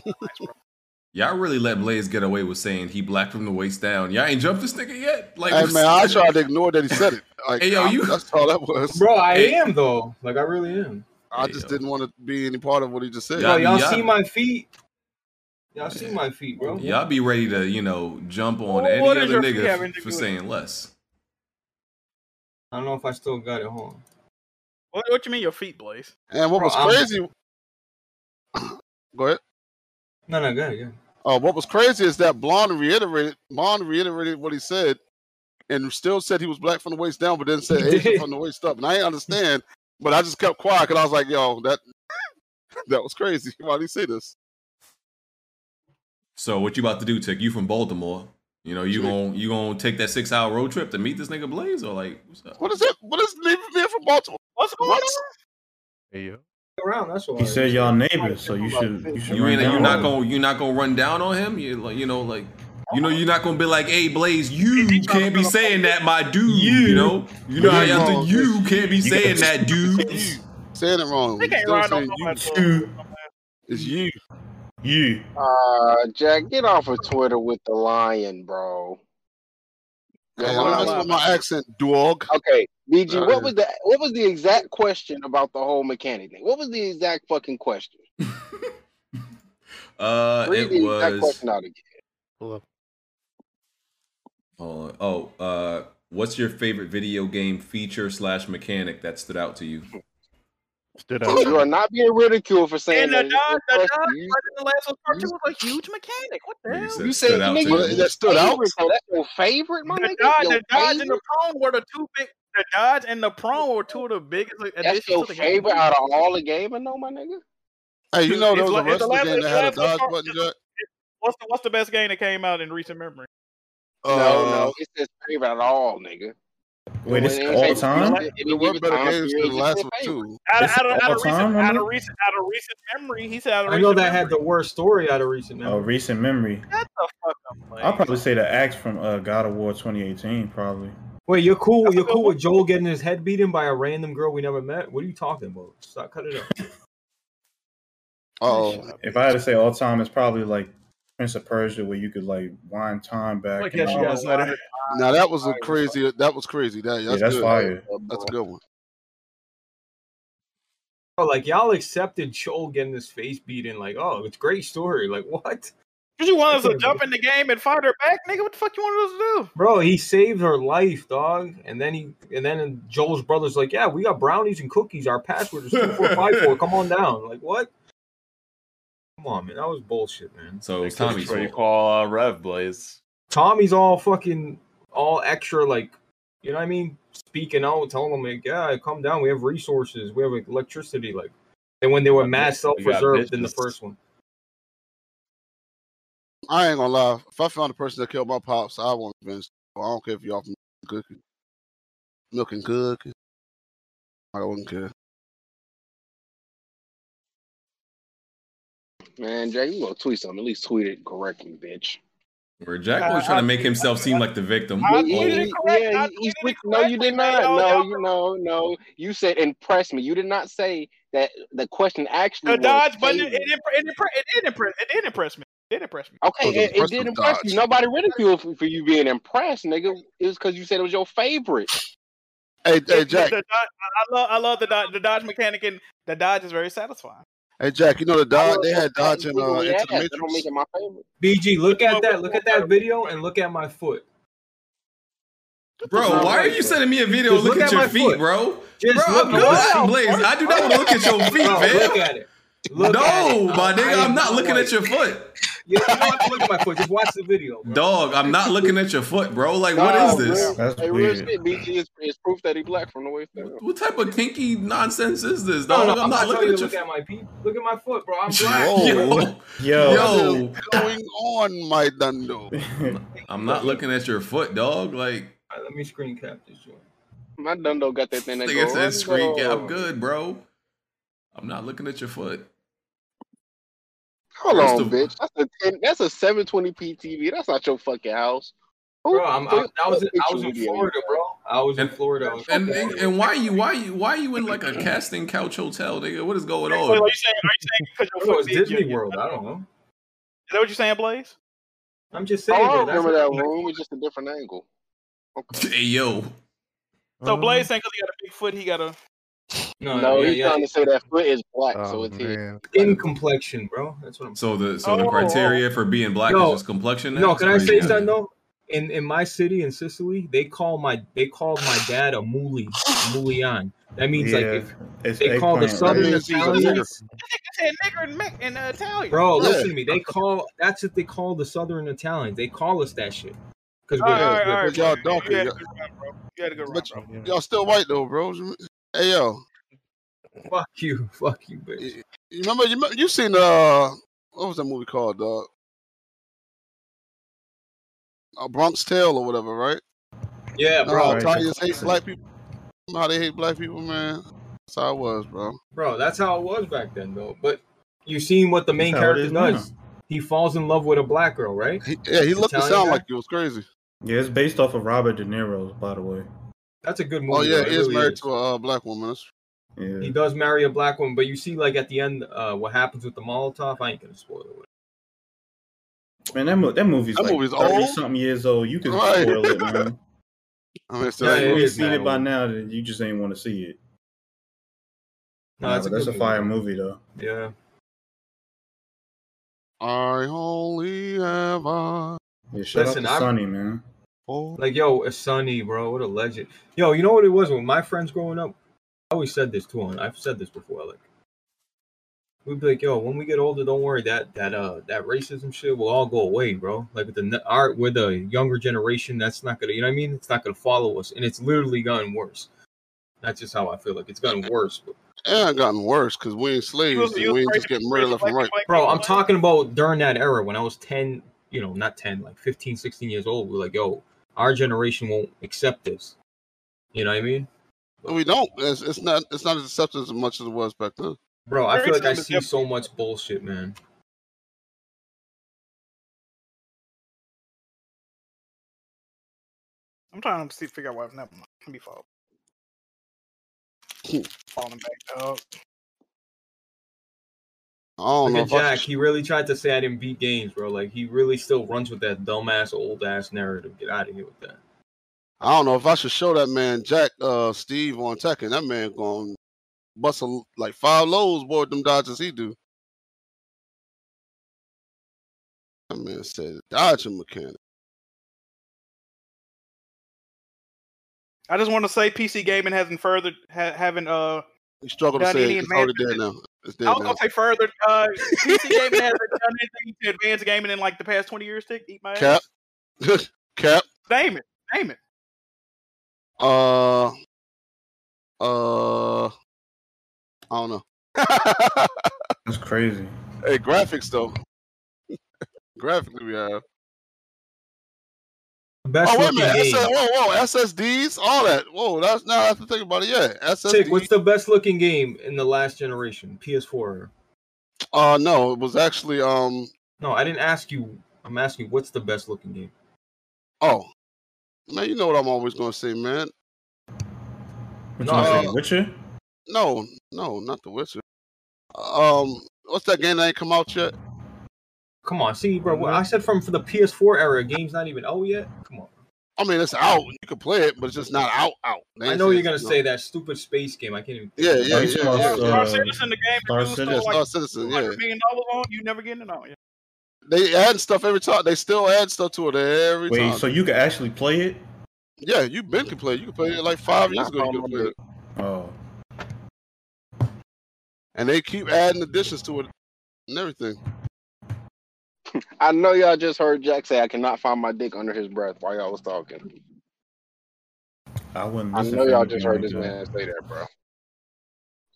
Y'all really let Blaze get away with saying he black from the waist down. Y'all ain't jumped this nigga yet. Like, hey man, I tried to ignore that he said it. Like, Hey, yo, I'm- you- That's all that was, Bro, I Hey. am though. Like I really am. I just didn't want to be any part of what he just said. Bro, y'all see my feet? Y'all see my feet, bro? y'all be ready to, you know, jump on What any does other your feet have nigga anything f- to for do with saying less. I don't know if I still got it home. What, what you mean your feet, Blaze? And what Bro, was I'm- crazy? go ahead. No, no, good, yeah. Uh, what was crazy is that Blonde reiterated. Blonde reiterated what he said, and still said he was black from the waist down, but then said Asian from the waist up. And I didn't understand, but I just kept quiet because I was like, "Yo, that that was crazy. Why did he say this?" So what you about to do, Tick? You from Baltimore? You know, you gon' you gon' take that six hour road trip to meet this nigga Blaze or like what's up? What is it? What is leaving me from Baltimore? What's going on? Hey, yo. Around, that's why. He said y'all neighbors, so you should you should You run ain't you down not on gonna you not gonna run down on him. You like you know like you know you're not gonna be like, hey Blaze, you can't be saying that, my dude. You, know you know how y'all do. You can't be saying that, dude. Saying it wrong. They can't Still ride no saying fucking you. It's you. You. Uh, Jack, get off of Twitter with the lion, bro. Hey, don't mess with my accent, dog. Okay, BG, Outta what was the what was the exact question about the whole mechanic thing? What was the exact fucking question? Uh, Read it the exact was. question out again. Hold on. Oh, uh, what's your favorite video game feature slash mechanic that stood out to you? Stood You are not being ridiculed for saying And the that. dodge, It's your the dodge question. button in the last one part two was a huge mechanic. What the hell? You said nigga, Well, that stood out? favorite, so that's your favorite, my The nigga. dodge, Your the dodge and the favorite? prone were the two big. The dodge and the prone were two of the biggest like, additions That's your to the game. favorite out of all the game, I know, my nigga. Hey, you know there It's was a like- it's wrestling the last- game it's that the had a last dodge part- button. Jack. What's the What's the best game that came out in recent memory? no, Uh, no, it's his favorite at all, nigga. Wait, this It is ain't all favorite. time? It ain't even time period, it's your favorite. Out of, This out of, out of all recent, time, my out of nigga? recent, out of recent memory, he said. Out of I know recent that had the worst story out of recent Oh, memory. recent memory. Shut the fuck up, I'll probably say the axe from uh, God of War 2018, probably. Wait, you're cool. You're cool with Joel getting his head beaten by a random girl we never met. What are you talking about? Stop, cut it up. Oh, Oh, if I had to say all time, it's probably like Prince of Persia where you could like wind time back. Like, and yes, all yes, that. later. Now that was a crazy. That was crazy. That, that's, Yeah, that's good. fire. That's a good one. Oh, like y'all accepted Chol getting his face beaten. Like, oh, it's a great story. Like, what? Did you want us to jump in the game and fight her back, nigga? What the fuck you wanted us to do? Bro, he saved her life, dog. And then he, and then Joel's brother's like, yeah, we got brownies and cookies. Our password is two four five four. Come on down. Like, what? Come on, man. That was bullshit, man. So Like, Tommy's that's why you fault. call uh, Rev Blaze. Tommy's all fucking all extra, like you know what I mean? Speaking out, telling them like, yeah, come down. We have resources. We have like, electricity. Like, and when they were mad self reserved in the bitches. first one, I ain't gonna lie. If I found the person that killed my pops, I want revenge. I don't care if y'all from cooking, milk and cooking. I wouldn't care. Man, Jay, you gonna tweet something? At least tweet it correctly, bitch. Where Jack was trying to make himself seem like the victim. He- he- he- yeah, he- he's weak. No, you did not. No, you no, no. You said impress me. You did not say that the question actually. The was dodge button, it, favored. it, impre- it, impre- it, did impre- it did impress me. It did impress me. Okay, it, it did impress you. Nobody ridiculed for, for you being impressed, nigga. It was because you said it was your favorite. Hey, hey, The- the dodge- I I love, I love the dodge, the dodge mechanic, and the dodge is very satisfying. Hey Jack, you know the dodge they had I dodge in uh, Yeah, into the that don't Matrix. make it my favorite. BG, look at that, look at that video, and look at my foot. Bro, why are you sending me a video? Look, at, your my feet, foot. bro. Just bro, look I'm at good. my- Blaze, I do not want to look at your feet, Bro, man. Look at it. Look no, at it. my I- nigga, I I'm am not not looking white. at your foot. You don't have to look at my foot. Just watch the video. Dog, I'm not looking at your foot, bro. Like, what is this? That's hey, real shit, BG is, is proof that he black from the waist down. What type of kinky nonsense is this, dog? No, no, I'm, I'm not telling looking you at your to look foot. at my feet. Look at my foot, bro. I'm black. Yo, Yo. yo, Going on, my dundo. I'm not looking at your foot, dog. Like, let me screen cap this joint. My dundo got that thing that nigga goes. said screen cap. I'm good, bro. I'm not looking at your foot. Hold First on, of- bitch. That's a 10, that's a 720p TV. That's not your fucking house. Who- Bro, I'm, I, who- I was in, I picture was in video you Florida, got? bro. I was in Florida. I was And and, and why you why you why you in like a casting couch hotel, nigga? What is going Wait, are on? you saying? Are you saying because your Bro, foot it's big, Disney you- you- World, I don't know. Is that what you're saying, Blaze? I'm just Oh, saying. I remember that room. It was just a different angle. Hey yo, So Uh-huh. Blaze saying because he got a big foot, he got a. No, he's trying to say that foot is black, Oh, so it's his. skin complexion, bro. That's what I'm. So the so the Oh. criteria for being black Yo, is just complexion. now? No, can I That's say crazy. something though? In in my city in Sicily, they call my they call my dad a muli, mulian. That means like Yeah, if it's they call the eggplant, southern right? Italians, said nigger and Mex and uh, Italian. bro. Listen to me. They call that's what they call the southern Italians. They call us that shit because All we're, right, all right, all we're- right, y'all bro. donkey. You had a Y'all- good run, bro. You had a good run, bro. Y'all still white though, bro. Hey yo, fuck you, fuck you, bitch. you remember you remember- you seen uh what was that movie called, uh? dog? A Bronx Tale or whatever, right? Yeah, bro. Uh, Italians hate black people. How they hate black people, man. That's how it was, bro. Bro, that's how it was back then, though. But you seen what the main That's how it character is does? He falls in love with a black girl, right? yeah, he looked and Italian sounded guy? like you. It was crazy. Yeah, it's based off of Robert De Niro, by the way. That's a good movie. Oh yeah, bro. It he is really married to a uh, black woman. That's Yeah. He does marry a black woman, but you see, like at the end, uh, what happens with the Molotov. I ain't gonna spoil it. Man, that, mo- that movie's That like movie's old. something years old. You can Right. spoil it, man. I mean, it's Yeah, if it you ain't is, seen man. it by now, then you just ain't want to see it. No, Nah, that's but a that's a good fire movie, though. Yeah. I only have I. Yeah, shout Listen, out to I- Sonny, man. Like, yo, it's Sonny, bro. What a legend. Yo, you know what it was when my friends growing up? I always said this to him. I've said this before. Like, we'd be like, yo, when we get older, don't worry that that uh that racism shit will all go away, bro. Like with the ne- our with the younger generation, that's not gonna, you know what I mean? It's not gonna follow us, and it's literally gotten worse. That's just how I feel. Like it's gotten worse. But And it gotten worse because we ain't You slaves. was- and you we was ain't just getting murdered left and right. bro i'm talking about during that era when i was 10 you know not 10 like 15 16 years old we're like yo our generation won't accept this you know what i mean But we don't. It's, it's not. It's not as accepted as much as it was back then. bro i feel like i see so much bullshit man I'm trying to see, figure out why. Never mind. Let me follow. Falling back, dog. I don't know. Look at if I- Jack. He really tried to say I didn't beat games, bro. Like he really still runs with that dumbass old ass narrative. Get out of here with that. I don't know if I should show that man Jack uh Steve on Tekken. That man going bust a, like five lows board them dodges he do. That man said dodging mechanic. I just want to say PC gaming hasn't further ha- haven't uh. He struggled to done say any it. It's already advancement- there now. It's there I was now. gonna say further. Uh, PC gaming hasn't done anything to advance gaming in like the past twenty years. Stick eat my ass. Cap. Cap. Name it. Name it. Uh uh I don't know. That's crazy. Hey, graphics though. Graphically we have Best oh wait a looking minute, game. SS, whoa, whoa, SSDs, all that. Whoa, Oh, that's now I have to think about it. Yeah, SSD. Tick, what's the best looking game in the last generation? PS4. Uh no, it was actually um No, I didn't ask you. I'm asking you, what's the best looking game? oh man, you know what I'm always gonna say, man. What No, you gonna uh, say, Witcher? No, no, not the Witcher. Um what's that game that ain't come out yet? Come on, see, bro. What I said from for the PS4 era, game's not even out yet. Come on. I mean it's out. You can play it, but it's just not out out. They I ain't know say you're it's gonna out. say that stupid space game. I can't even. Yeah, yeah, Oh, you yeah, talking yeah. about, uh, Citizen, the game Star that Citizen. dudes stole Star like Citizen, yeah. hundred million dollars on. You never getting it on. Yeah. They add stuff every time. They still add stuff to it every Wait, time. so you can actually play it? yeah, you been can play. it. You can play it like five years ago. You can play it, Oh, and they keep adding additions to it and everything. I know y'all just heard Jack say I cannot find my dick under his breath while y'all was talking. I wouldn't. I listen know for y'all anything just heard like this that. man say that, bro.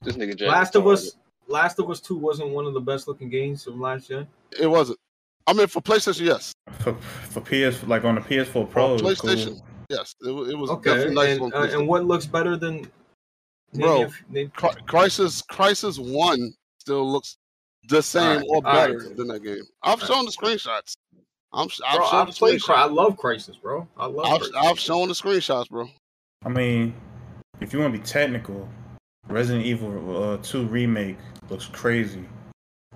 This nigga Jack. Last of Us. Last of Us Two wasn't one of the best looking games from last gen. It wasn't. I mean, for PlayStation, yes. For, for PS, like on the PS4 Pro, On it was cool. Oh, PlayStation, yes. It, wa- it was Okay, definitely nice on and, uh, PlayStation. and what looks better than? name Bro, your- name- Cri- Crisis Crisis One still looks the same Alright, or alright, better dude. than that game. I've Alright. shown the screenshots. I'm. sh- I've Bro, shown I the played. Cry. I screenshots. love Crisis, bro. I love. I've, Crisis. I've shown the screenshots, bro. I mean, if you want to be technical, Resident Evil uh, 2 remake looks crazy.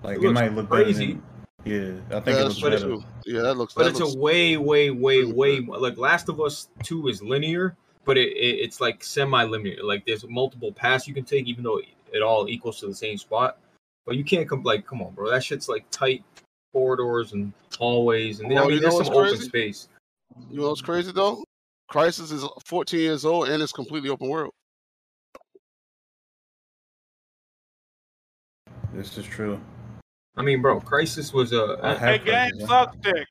Like it, It looks might look crazy. better. Than, yeah, I think Yeah, it that's looks true. better. too. Yeah, that looks. but that it's looks- a way, way, way, way more- like Last of Us Two is linear, but it, it it's like semi-linear. Like there's multiple paths you can take, even though it all equals to the same spot. But you can't come like, come on, bro. That shit's like tight corridors and hallways, and then, I Well, mean, Oh, you know what's there's some open crazy? space. You know what's crazy though? Crisis is 14 years old and it's completely open world. This is true. I mean, bro, Crisis was a. I a- have That game Suck dick.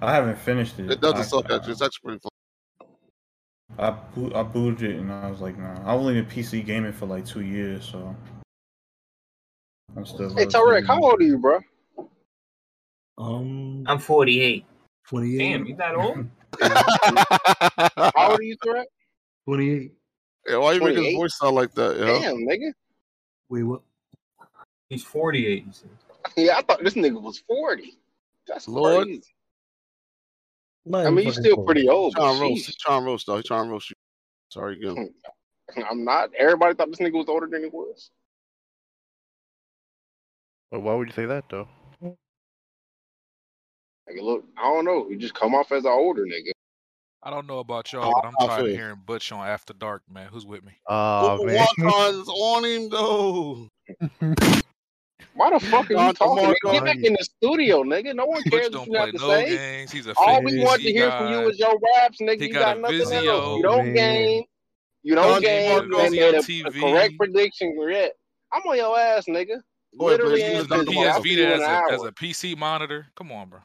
I haven't finished it. It doesn't I, suck actually. It's actually pretty fun. I, boot, I booted it and I was like, nah. I've only been PC gaming for like two years, so I'm still. Hey relatively- Tarek, how old are you, bro? Um, I'm 48. 28. Damn, you that old? how old are you, Tarek? 28. Yeah, why you make his 28? voice sound like that? You Damn, nigga. Wait, what? He's 48. he said. Yeah, I thought this nigga was forty. That's Lord. crazy. I mean, you still pretty old, but Trying to sheesh. Hmm. roast. He's trying to roast though. He's trying to roast you. Sorry again. I'm not. Everybody thought this nigga was older than he was. Well, why would you say that though? Like, look, I don't know. You just come off as an older nigga. I don't know about y'all, but I'm I tired of feel you. hearing Butch on After Dark, man. Who's with me? Ah Walk man. on's on him though. Why the fuck are you John talking? man? DeMarco. Get back in the studio, nigga. No one cares what Don't you play have to no say. games. He's a All we fake want to hear guy. from you is your raps, nigga. He you got got a nothing else. Vizio. You don't man. game. You don't John game. DeMarco. And, and a, a TV. correct prediction yet. I'm on your ass, nigga. Go ahead, Literally Blaze. and Use Using a physically. John I'll DeMarco. PS see you Vita in as an a as hour. a PC monitor. Come on, bro.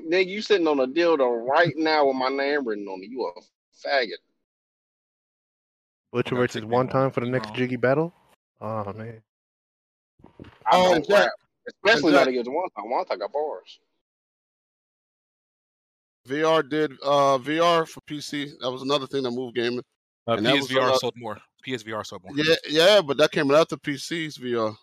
Nigga, you sitting on a dildo right now with my name written on it. You a faggot. Butcher versus one time for the next Jiggy battle. Ah man. I Oh, don't Jack. rap. Especially Jack. not against one time. One time got bars. VR did uh VR for PC. That was another thing that moved gaming. Uh, And that was, PSVR uh, sold more. PSVR sold more. Yeah, yeah, but that came out the PCs VR.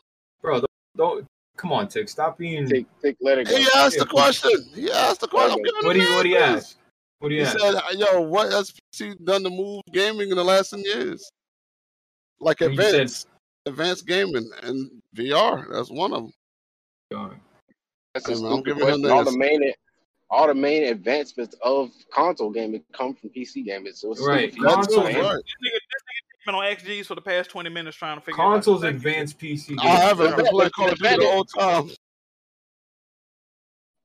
Bro, don't, don't come on, Tick. Stop being. Take, take, let it go. He asked the question. He asked the question. I'm giving What do him you? What do you answers. ask? What do you He ask? said, "Yo, what has PC done to move gaming in the last ten years? Like And you said- advanced, advanced gaming and VR. That's one of them. That's Hey, a man, I'm stupid giving him question. All this. the main, all the main advancements of console gaming come from PC gaming. So it's Right. stupid. That's Console, right. This nigga, this nigga been on XGs for the past twenty minutes trying to figure Consoles it out. advanced PC. I haven't games. been playing Call of Duty the whole time.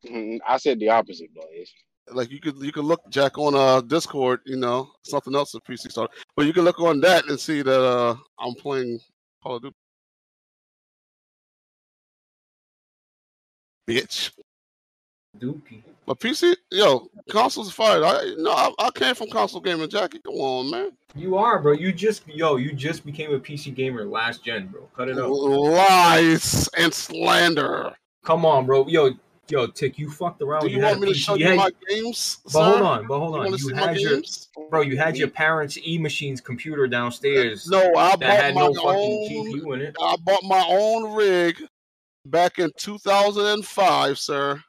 Mhm, I said the opposite, boys. Like you could you could look Jack on uh Discord, you know, something else that PC started. But you can look on that and see that uh I'm playing Call of Duty. Bitch. Dookie. But PC, yo, consoles fired. I no, I, I came from console gaming, Jackie. Come on, man. You are, bro. You just yo, you just became a PC gamer last gen, bro. Cut it up. Lies and slander. Come on, bro. Yo, yo, Tick, you fucked around. Do you had want a me to PC show you had- my games? But sir? hold on, but You hold on. wanna You, see my had your games? bro, you had your parents' e machines computer downstairs. No, I that bought had my no fucking own- GPU in it. I bought my own rig back in 2005, sir.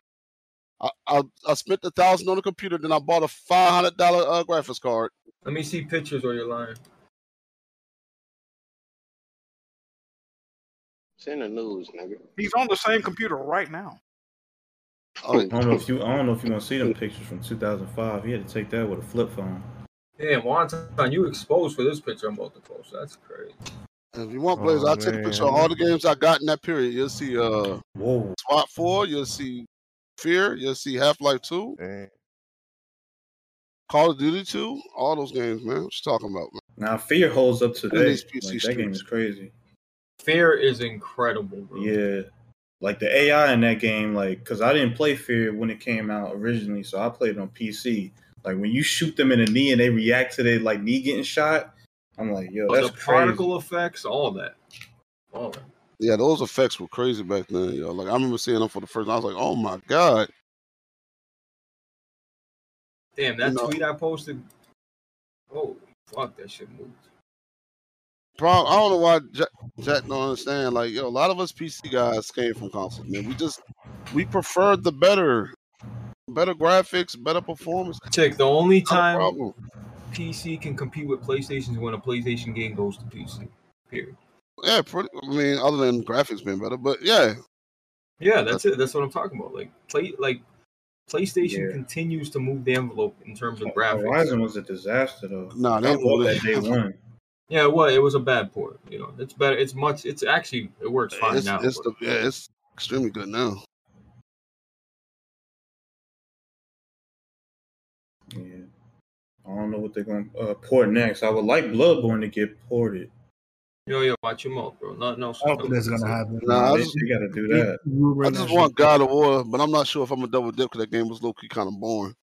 I I, I spent a thousand on a computer, then I bought a five hundred dollar uh, graphics card. Let me see pictures or you're lying. It's in the news, nigga. He's on the same computer right now. Oh, I don't know if you I don't know if you want to see them pictures from 2005. He had to take that with a flip phone. Damn, Wonton, you exposed for this picture I'm about to post. That's crazy. If you want, Blaze, Oh, I'll take a picture of man. all the games I got in that period. You'll see uh SWAT 4, you'll see Fear, you'll see Half Life 2, Call of Duty 2, all those games, man. What you talking about, man? Now fear holds up In today. these Like, PC that game streets. is crazy. Fear is incredible, bro. Yeah. Like the AI in that game, like, because I didn't play Fear when it came out originally, so I played it on PC. Like, when you shoot them in the knee and they react to their, like, knee getting shot, I'm like, yo, Oh, that's the crazy. particle effects, all that. All that. Yeah, those effects were crazy back then, yo. Like I remember seeing them for the first time. I was like, oh my god. Damn, that You know- tweet I posted. Oh, fuck, that shit moved. Bro, I don't know why Jack, Jack don't understand. Like, yo, a lot of us PC guys came from consoles, man. We just we preferred the better. Better graphics, better performance. Tick, the only Not a time problem. PC can compete with PlayStation is when a PlayStation game goes to PC. Period. Yeah, pretty. I mean, other than graphics being better, but yeah, Yeah, that's it. That's what I'm talking about. Like play like PlayStation Yeah. Oh, continues to move the envelope in terms of graphics. Horizon was a disaster, though. Nah, they they I bought really- that day one. Yeah, it was it was a bad port. You know, it's better. It's much. It's actually it works fine it's, now. it's but- the, yeah, it's extremely good now. Yeah. I don't know what they're going to uh, port next. I would like Bloodborne to get ported. yo, yo, watch your mouth, bro. No, no. I don't think that's gonna happen. Nah, I They- just, they gotta do that. I just want God of War, but I'm not sure if I'm a double dip because that game was low key kind of boring.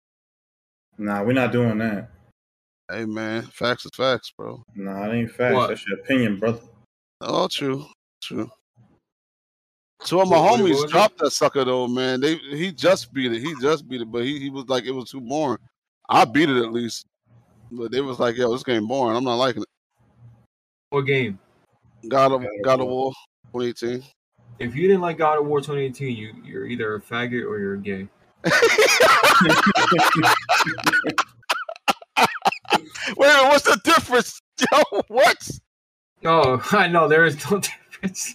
Nah, we're not doing that. Hey man, facts is facts, bro. Nah, it ain't facts. What? That's your opinion, brother. Oh, true, true. Two of Oh, my What- what was homies it? dropped that sucker though, man. They he just beat it. He just beat it, but he, he was like it was too boring. I beat it at least, but they was like, yo, this game boring. I'm not liking it. What game? God of God of War 2018. If you didn't like God of War 2018, you you're either a faggot or you're gay. Wait, what's the difference? Yo, what? No, Oh, I know there is no difference.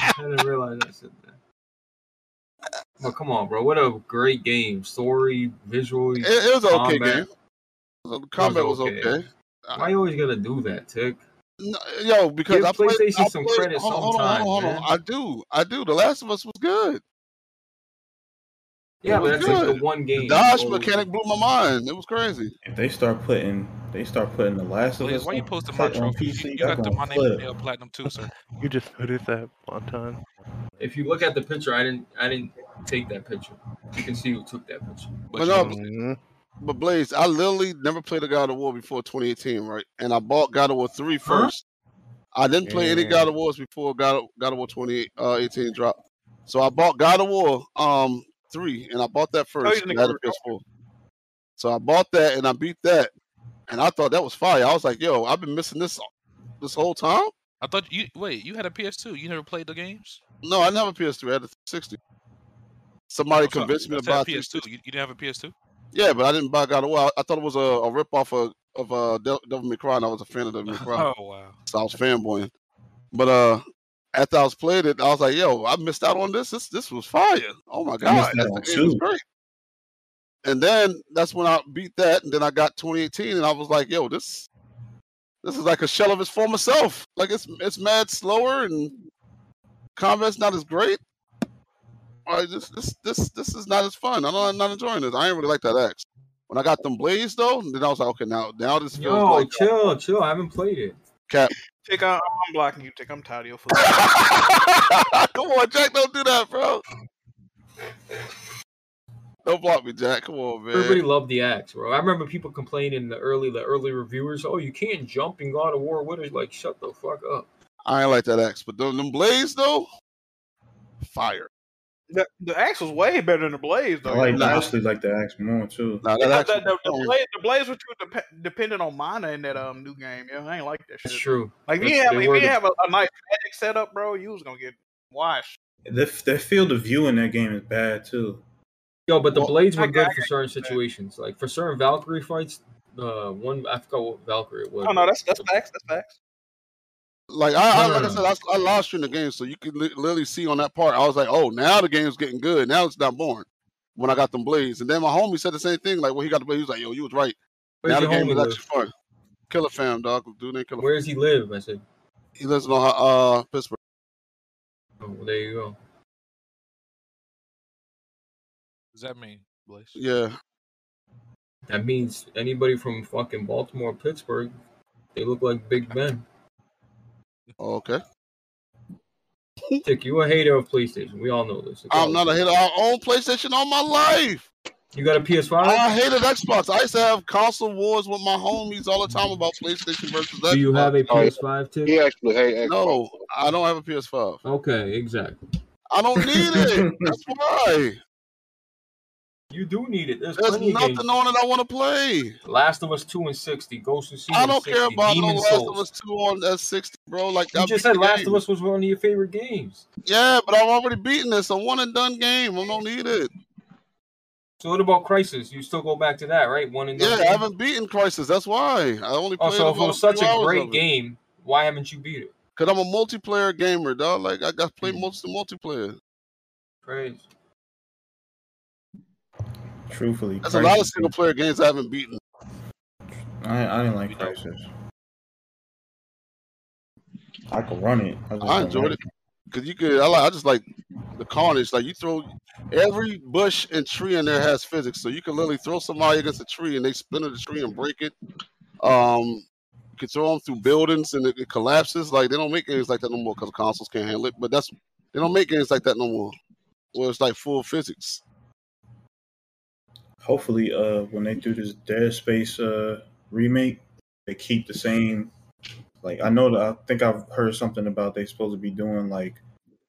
I didn't realize I said that. But come on, bro! What a great game, story, visually. It, it was an okay combat. game. The combat was okay. Why you always gotta do that, Tick? No, yo, because Give I played, PlayStation I some played- credit hold on, hold on, sometime, hold on, hold on. man. I do, I do. The Last of Us was good. It Yeah, but was that's like the good. one game. Dodge so- mechanic blew my mind. It was crazy. If they start putting, they start putting the Last of Us. Blaze, why you on- posting on my trophy? You- PC, you that's got the gonna my name flip. nail platinum too, sir. You just noticed that one time. If you look at the picture, I didn't. I didn't take that picture. You can see who took that picture. But no, but Blaze, I literally never played a God of War before 2018, right? And I bought God of War 3 first. I didn't play any God of Wars before God of, God of War 2018 dropped. So I bought God of War um 3, and I bought that first. you and I had a PS4. So I bought that and I beat that, and I thought that was fire. I was like, yo, I've been missing this this whole time. I thought you wait. You had a PS2. You never played the games. No, I didn't have a PS3. I had a 360. Somebody I'm sorry, convinced me I to said buy a PS2. You, you didn't have a PS2. Yeah, but I didn't buy God of War. I, I thought it was a, a ripoff of of Oh, Oh. uh, Devil Devil May Cry, and I was a fan of Devil May Cry. wow. So I was fanboying. But uh, after I was playing it, I was like, "Yo, I missed out on this. This this was fire! Oh my god, missed that out game was too. great." And then that's when I beat that, and then I got 2018, and I was like, "Yo, this this is like a shell of its former self. Like it's it's mad slower, and combat's not as great. All right, this this this this is not as fun. I'm not, I'm not enjoying this. I ain't really like that X. When I got them blades though, then I was like, okay, now now this feels Yo, like chill, chill. I haven't played it. cap. Tick, I, I'm blocking you, Tick. I'm tired of your food. Come on, Jack, don't do that, bro. Don't block me, Jack. Come on, man. Everybody loved the axe, bro. I remember people complaining in the early the early reviewers, "Oh, you can't jump in God of War with it." Like, shut the fuck up. I ain't like that axe, but them, them blades though, fire. The, the axe was way better than the blaze, though. I like Nah. honestly like the axe more too. Nah, Because that- the, the, blaze, the blaze were too dep- dependent on mana in that um new game. Yo, I ain't like that shit. That's true. Like if you They- didn't have, they if you were didn't the- have a, a nice magic setup, bro, you was gonna get washed. The the field of view in that game is bad too. Yo, but the Well, blades I were got- good for certain situations. Like for certain Valkyrie fights, uh, one I forgot what Valkyrie it was. Oh no, that's that's facts. That's facts. Like I, I No, like no, I said, I, I live streamed the game, so you can li- literally see on that part. I was like, oh, now the game's getting good. Now it's not boring. When I got them blades, and then my homie said the same thing. Like when he got the blade, he was like, yo, you was right. Where's now the your game homie is live? actually fun. Killer fam, dog. Dude named Killer. Where does he live? I said. He lives in Ohio- uh, Pittsburgh. Oh, well, there you go. Does that mean, Blaze? Yeah. That means anybody from fucking Baltimore, or Pittsburgh, they look like Big Ben. Okay. Tick, you a hater of PlayStation. We all know this. I'm not a hater. I own PlayStation all my life. You got a PS5? I hated Xbox. I used to have console wars with my homies all the time about PlayStation versus Xbox. Do you have a PS5, Tick? He actually hates No, I don't have a PS5. Okay, exactly. I don't need it. That's why. You do need it. There's, There's plenty of nothing games. on it I want to play. Last of Us 2 and 60, Ghost of Tsushima I don't care 60, about Demon no Last Souls. of Us 2 on S60, bro. Like You I just beat said the Last of game. Us was one of your favorite games. Yeah, but I've already beaten this. A one and done game. I don't need it. So what about Crisis? You still go back to that, right? One and Yeah, done I game? haven't beaten Crisis. That's why I only Oh, played. so if it about was few such a hours great of it. game, why haven't you beat it? Cause I'm a multiplayer gamer, dog. Like I got Hmm. play most of multiplayer. Crazy. Truthfully, That's a lot of Crisis- single player games I haven't beaten. I I didn't like Crisis. I could run it. just I don't enjoyed like it because you could. I like. I just like the carnage. Like you throw every bush and tree in there has physics, so you can literally throw somebody against a tree and they spin at the tree and break it. Um, you can throw them through buildings and it, it collapses. Like they don't make games like that no more because consoles can't handle it. But that's they don't make games like that no more. Where it's like full physics. hopefully uh when they do this Dead Space uh remake, they keep the same like I know that I think I've heard something about they supposed to be doing like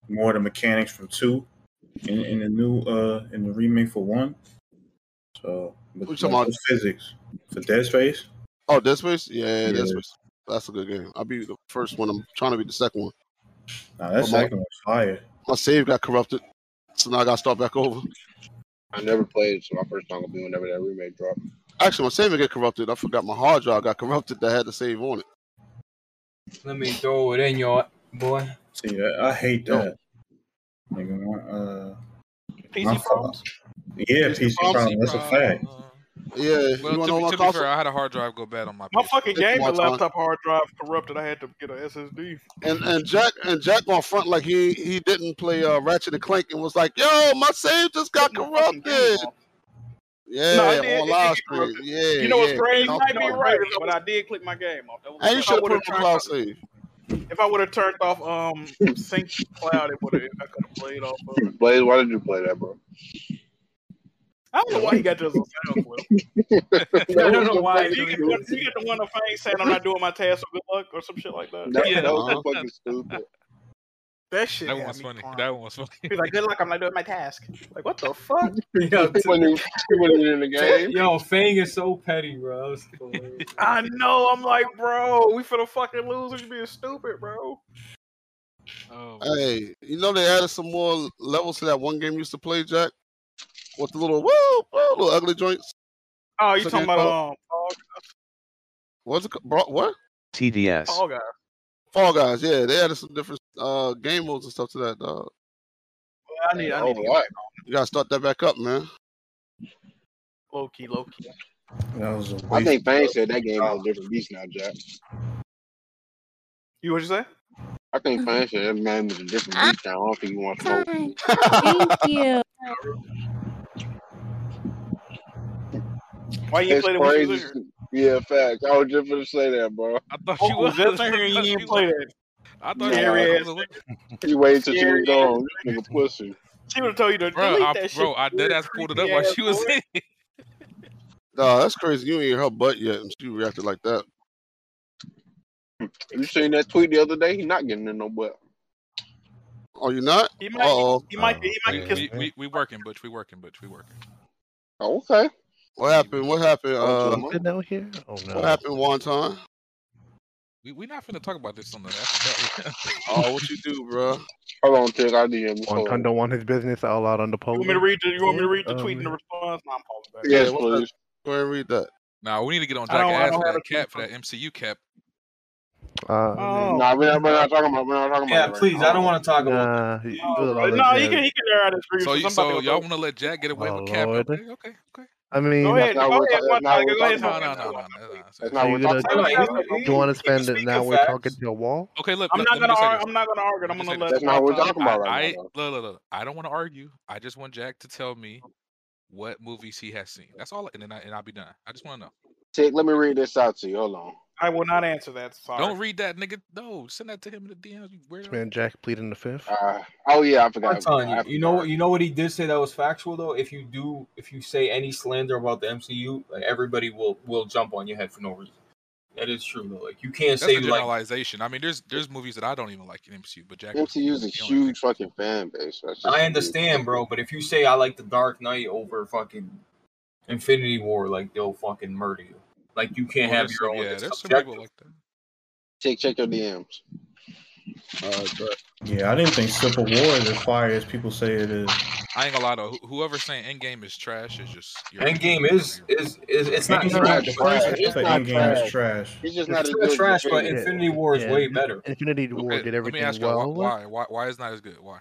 more of the mechanics from two in, in the new uh in the remake for one. So but What you like, talking about? the physics for Dead Space. Oh, Dead Space. Yeah, Yeah. Dead Space. That's a good game. I'll be the first one. I'm trying to be the second one. Nah, that But my- second one's fire. My save got corrupted, so now I got to start back over. I never played, it, so my first time will be whenever that remake drop. Actually, my save got corrupted. I forgot my hard drive got corrupted. That had the save on it. Let me throw it in your boy. See, I, I hate that. Nigga, my, uh, PC my fa- Yeah, PC problem. That's a fact. Yeah, Well, to, be, to be fair, I had a hard drive go bad on my. My PS4. fucking gaming laptop hard drive corrupted. I had to get an SSD. And and Jack and Jack on front like he he didn't play uh, Ratchet and Clank and was like, "Yo, my save just got corrupted." Yeah, No, it did- it on live did get stream. corrupted. Yeah, you know what's yeah. crazy? You I'll- might be I'll- right, but I did click my game off. That was- And you if I should have put would've it on turned cloud off- save. If I would have turned off um sync cloud, it would have. I could have played off of it. Blaze, why did you play that, bro? I don't know why he got this on sound clip. I don't know why. Did you get, one, did you get the one of Fang saying I'm not doing my task so good luck or some shit like that? That, that was fucking stupid. That shit. That got one was me funny. crying. That one was funny. He's like, good luck. I'm not doing my task. Like, what the fuck? in the game. Yo, Fang is so petty, bro. That was hilarious. I know. I'm like, bro, we finna fucking lose. You being stupid, bro. Hey, you know they added some more levels to that one game you used to play, Jack, with the little woo, woo little ugly joints. Oh, What's you that talking game about called? um? Fall What's it called? Bro- What? TDS. Fall Guys. Fall Guys. Yeah, they added some different uh, game modes and stuff to that, dog. I need, I need to Oh, get You gotta start that back up, man. low key, low key. That was a I think Fang said that game was a different beast now, Jack. You what you say? I think Fang said that game was a different beast now. I don't think you want to Oh, smoke. Thank you. Why you It's ain't play that when you was crazy. Yeah, facts. I was just gonna say that, bro. I thought you was. just in here, you didn't play that. I thought you was. He waited till she Scary was gone. This nigga pussy. She would have told you to Bro, delete I, that shit. bro, I dead ass pulled it up while she was in. it. Nah, that's crazy. You ain't hear her butt yet, and she reacted like that. You seen that tweet the other day? He not getting in no butt. Oh, you not? He might- Uh-oh. he might- He We, Uh, we, we, we working, Butch. We working, Butch. We working. Oh, okay. What happened? What happened? Oh, Uh, Jim Been out here? Oh, no. What happened, Wonton? We we not finna talk about this on the after that. Oh, what you do, bro? Hold on, Tick. I DM you. One don't want his business all out on the You pole. want me to read the, you want me to read the Oh, tweet and the response? No, I'm calling back. Yes, what's that? Go ahead and read that. Nah, we need to get on I don't- Jack I ass don't for have that a cap for that MCU cap. Uh, Nah, we're not, we're not talking about. We're not talking about. Yeah, that right please, now. I don't wanna talk nah, you- you good No, all that he jazz. can he can air out his grief. So, you, somebody so will y'all want to let Jack get away with cap? Lord. Okay, okay. I mean, Go That's ahead, not go what ahead, we're talking- that's one not tiger, what go we're ahead. No, talk. no, no, no. so you gonna, do you want to spend an hour talking to a wall? Okay, look. I'm let- not let me gonna just say ar- this. I'm not gonna argue. I'm Let me gonna say let this. one time- I, I, Look, look, look. I don't want to argue. I just want Jack to tell me what movies he has seen. That's all, and then I, and I'll be done. I just want to know. Tick, let me read this out to you. Hold on. I will not answer that. Sorry. Don't read that, nigga. No, send that to him in the DMs. You This weirdo. man Jack pleading the fifth. oh yeah, I I'm telling you, E you know what? You know what he did say that was factual though. If you do, if you say any slander about the MCU, like everybody will will jump on your head for no reason. That is true though. Like you can't That's say a like generalization. I mean, there's there's movies that I don't even like in MCU, but Jack. was- MCU's a he don't- huge fucking fan base. That's just I understand, bro. But if you say I like the Dark Knight over fucking Infinity War, like they'll fucking murder you. Like you can't Well, have there's your some- own. yeah, it's there's some subjective. people Tick, check your DMs. Uh, Yeah, I didn't think Civil War is as fire as people say it is. I ain't gonna lie though. who- Whoever's saying Endgame is trash is just. you're- Endgame is is is it's not Endgame's trash. not bro. trash. It's But not Endgame is trash. trash. It's just not It's as not good as trash, but Infinity War. Infinity War is Yeah, way Infinity better. Infinity War Okay, did let me everything ask well. y'all why, why why why is not as good? Why?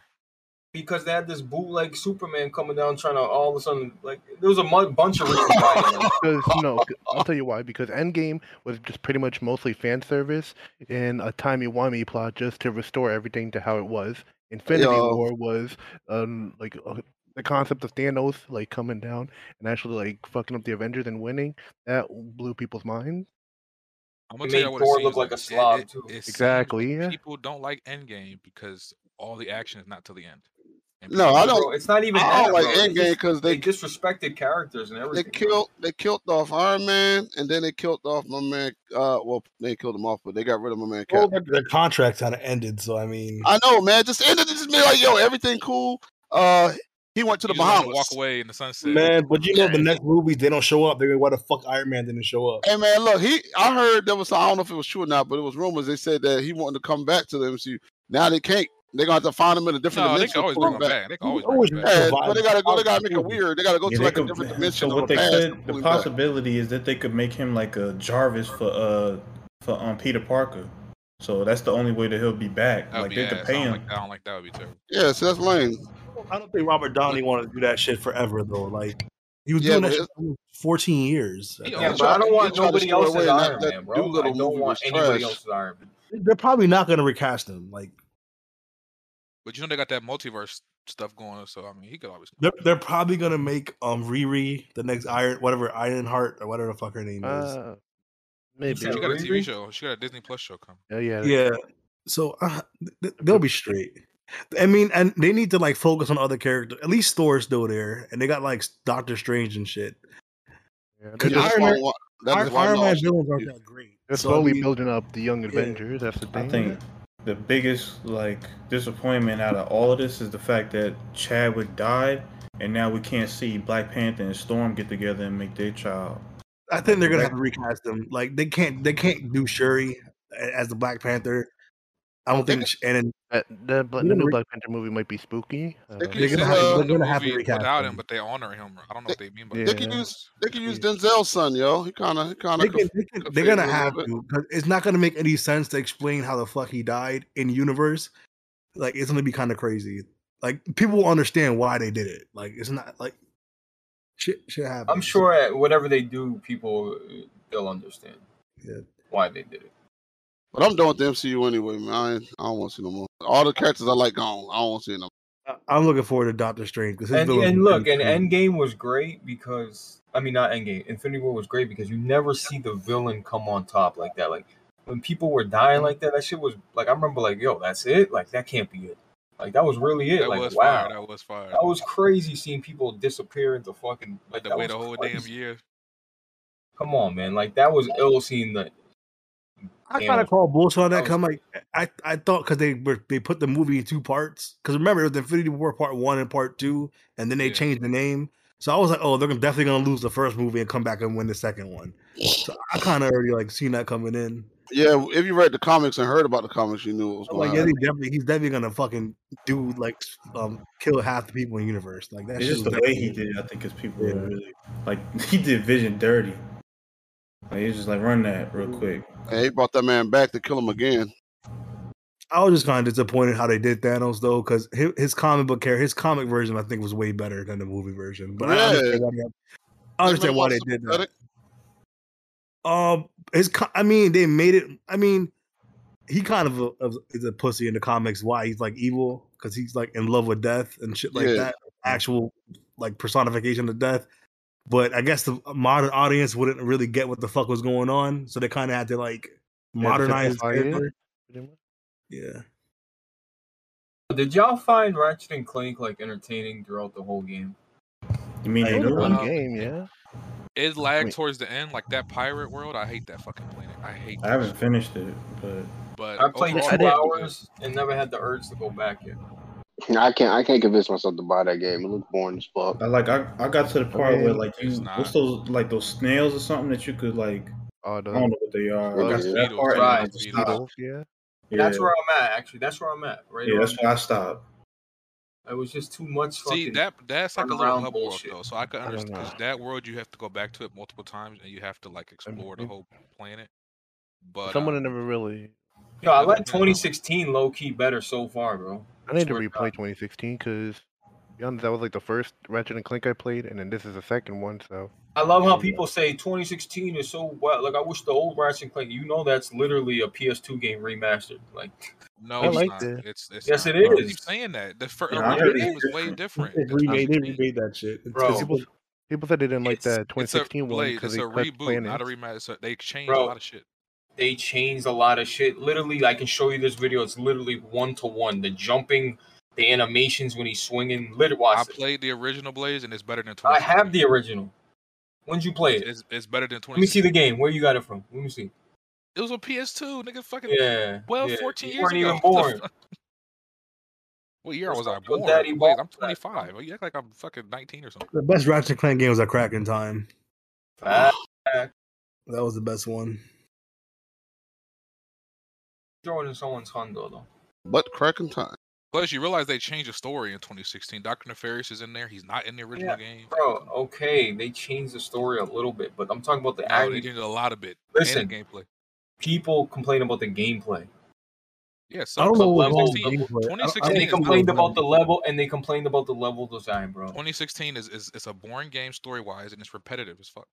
because they had this bootleg Superman coming down trying to all of a sudden like there was a mu- bunch of reasons why. you know. Because no, c- I'll tell you why. Because Endgame was just pretty much mostly fan service and a timey wimey plot just to restore everything to how it was. Infinity Yo. War was um like uh, the concept of Thanos like coming down and actually like fucking up the Avengers and winning. That blew people's minds. I'm It gonna tell made y'all what it Thor seems look like a It- slob, it- too. it seems Exactly, yeah. people don't like Endgame because all the action is not till the end. And No, people- I don't. Bro, it's not even I don't that, like bro. It's Endgame just- because they, disrespected characters and they everything. killed they killed off Iron Man and then they killed off my man. Uh, well, they killed him off, but they got rid of my man. Cap. Well, their, their contract kind of ended, so I mean, I know, man. Just ended it. Just be like, yo, everything cool. Uh, he went to the you just wanna Bahamas. walk away in the sunset. man. But you know, the next movies they don't show up. They go, why the fuck Iron Man didn't show up? Hey man, look, he I heard there was I don't know if it was true or not, but it was rumors they said that he wanted to come back to the MCU. Now they can't. They're gonna have to find him in a different No, they dimension. can always to pull bring him back. They can always bring always him yeah, back. but they gotta go. They gotta make it weird. They gotta go Yeah, to they like a could- different dimension so or what the they past. could, to the pull him back. possibility is that they could make him like a Jarvis for uh for um Peter Parker. So that's the only way that he'll be back. That would Like be they could ass. I pay don't him. like. I don't like that. Would be terrible. Yeah, so that's lame. I don't think Robert Downey wanted to do that shit forever though. Like he was Yeah, doing but that shit it- for fourteen years. He Yeah, tried- but I don't he tried want to nobody steer away else's and that- Iron that Man, bro. I Doolittle don't movie want was anybody trash. else's Iron Man. They're probably not going to recast him. Like But you know they got that multiverse stuff going on, so I mean he could always. they're, they're probably going to make um Riri the next Iron, whatever Ironheart or whatever the fuck her name is. Uh, She maybe. got a TV show. She got a Disney Plus show coming. Uh, Yeah, yeah. Yeah. So uh, th- they'll be straight. I mean, and they need to like focus on other characters. At least Thor's still there, and they got like Doctor Strange and shit. yeah. 'Cause That's Iron why I Man- want- Iron- That's why I Iron know. Man's villains aren't that great. They're So, I slowly mean, building up the Young Avengers. That's the I thing. think the biggest like disappointment out of all of this is the fact that Chadwick died, and now we can't see Black Panther and Storm get together and make their child. I think they're gonna have to recast them. Like they can't they can't do Shuri a- as the Black Panther. I don't think and That, the, Bla- They're the gonna new re- Black Panther movie might be spooky. Uh, They could they're use gonna have his, to, uh, they're the gonna have to movie recast without him, them. but they honor him. I don't know what they mean by They could Yeah. use they could use Denzel's son, yo. He kind of he kind They of can, they can, they're gonna have to. 'cause It's not gonna make any sense to explain how the fuck he died in universe like it's gonna be kind of crazy. Like people will understand why they did it. Like it's not like shit shit happens. I'm sure at whatever they do, people uh, they'll understand Yeah. why they did it. But I'm done with the MCU anyway, man. I, ain't- I don't want to see no more. All the characters I like gone. I don't want to see no more. I'm looking forward to Doctor Strange because And, and look, and Endgame was great because I mean not Endgame, Infinity War was great because you never see the villain come on top like that. Like when people were Mm-hmm. dying like that, that shit was like I remember like yo, that's it. Like that can't be it. Like that was really it. That Oh, like was wow, fire. That was fire. that was crazy seeing people disappear into fucking like Had to that wait was a whole crazy. damn year. Come on, man. Like that was ill seeing the I damn- kind of call bullshit on that. Come like I, I thought because they were they put the movie in two parts. Because remember it was Infinity War Part One and Part Two, and then they changed the name. So I was like, oh, they're gonna- definitely gonna lose the first movie and come back and win the second one. So I kind of already like seen that coming in. Yeah, if you read the comics and heard about the comics, you knew it was I'm going Like to Oh, yeah, happen. they definitely, he's definitely gonna fucking do like s- um kill half the people in the universe. Like that. It's shit just was the way he definitely- did it. I think because people were really like he did Vision dirty. Like he was just like run that real quick. Hey, he brought that man back to kill him again. I was just kind of disappointed how they did Thanos though, because his, comic book character, his comic version, I think was way better than the movie version. But I understand, why they, I understand why they did that. Um, his, co- I mean, they made it. I mean, he kind of a, of- is a pussy in the comics. Why he's like evil because he's like in love with death and shit like Yeah. that. Actual like personification of death. But I guess the uh, modern audience wouldn't really get what the fuck was going on, so they kind of had to like Yeah, modernize. simplify it. his character. Yeah. Did y'all find Ratchet and Clank like entertaining throughout the whole game? You mean It the was new a fun one? game, yeah. It lagged towards the end, like that pirate world. I hate that fucking planet. I hate. I That haven't shit. finished it, but But I played overall, two it was hours and never had the urge to go back yet. I can't. I can't convince myself to buy that game. It looks boring as fuck. I like I, I got to the part mean, where like you it's not. what's those like those snails or something that you could like I don't know what they are. I got to that Mosquitoes, part and I right. just Beatles, stopped. yeah. That's Yeah. where I'm at. Actually, that's where I'm at. Right. Yeah, around that's why I stopped. It was just too much. See Fucking that that's like a little around hub bullshit. world though, so I could I don't understand because know. that world you have to go back to it multiple times and you have to like explore the whole planet. But Someone uh, that never really. Yo, I like 2016 low key better so far, bro. I need to replay 2016 because, be honest, that was like the first Ratchet and Clank I played, and then this is the second one. So I love how people say 2016 is so well. Like I wish the old Ratchet and Clank. You know that's literally a PS2 game remastered. Like no, I it's like not. that. It's, it's Yes, not. it People keep is. saying that the first Yeah, I original heard game it's was way different. They remade, they remade that shit. It's 'cause people, people said they didn't like that It's a 2016 one blade. because It's they a cut reboot, not planets. a remaster. So they changed a Bro. lot of shit. they changed a lot of shit. Literally, I can show you this video. It's literally one to one. The jumping, the animations when he's swinging. Literally, I watch this. played the original Blaze and it's better than. 20- I have the original. When'd you play it? It's, it's better than Let me 20. see the game. Where you got it from? Let me see. It was on PS2, nigga. Fucking Yeah. 12, yeah. 14 You years weren't ago. even What the born. fuck? What year was I your born? daddy Blaze, I'm 25. You act like I'm fucking 19 or something. The best Ratchet and Clank game was at Kraken Time. Fact. That was the best one. Throwing in someone's hundo though. But cracking time. Plus, you realize they changed the story in 2016. Doctor Nefarious is in there. He's not in the original Yeah, game. bro. Okay, they changed the story a little bit, but I'm talking about the No, they act. did a lot of it. Listen, and the gameplay. people complain about the gameplay. Yeah, so I don't know what was wrong with 2016, gameplay. I don't- I don't 2016 And they think it was complained bad. about the level, and they complained about the level design, bro. 2016 is, is it's a boring game story wise and it's repetitive as fuck.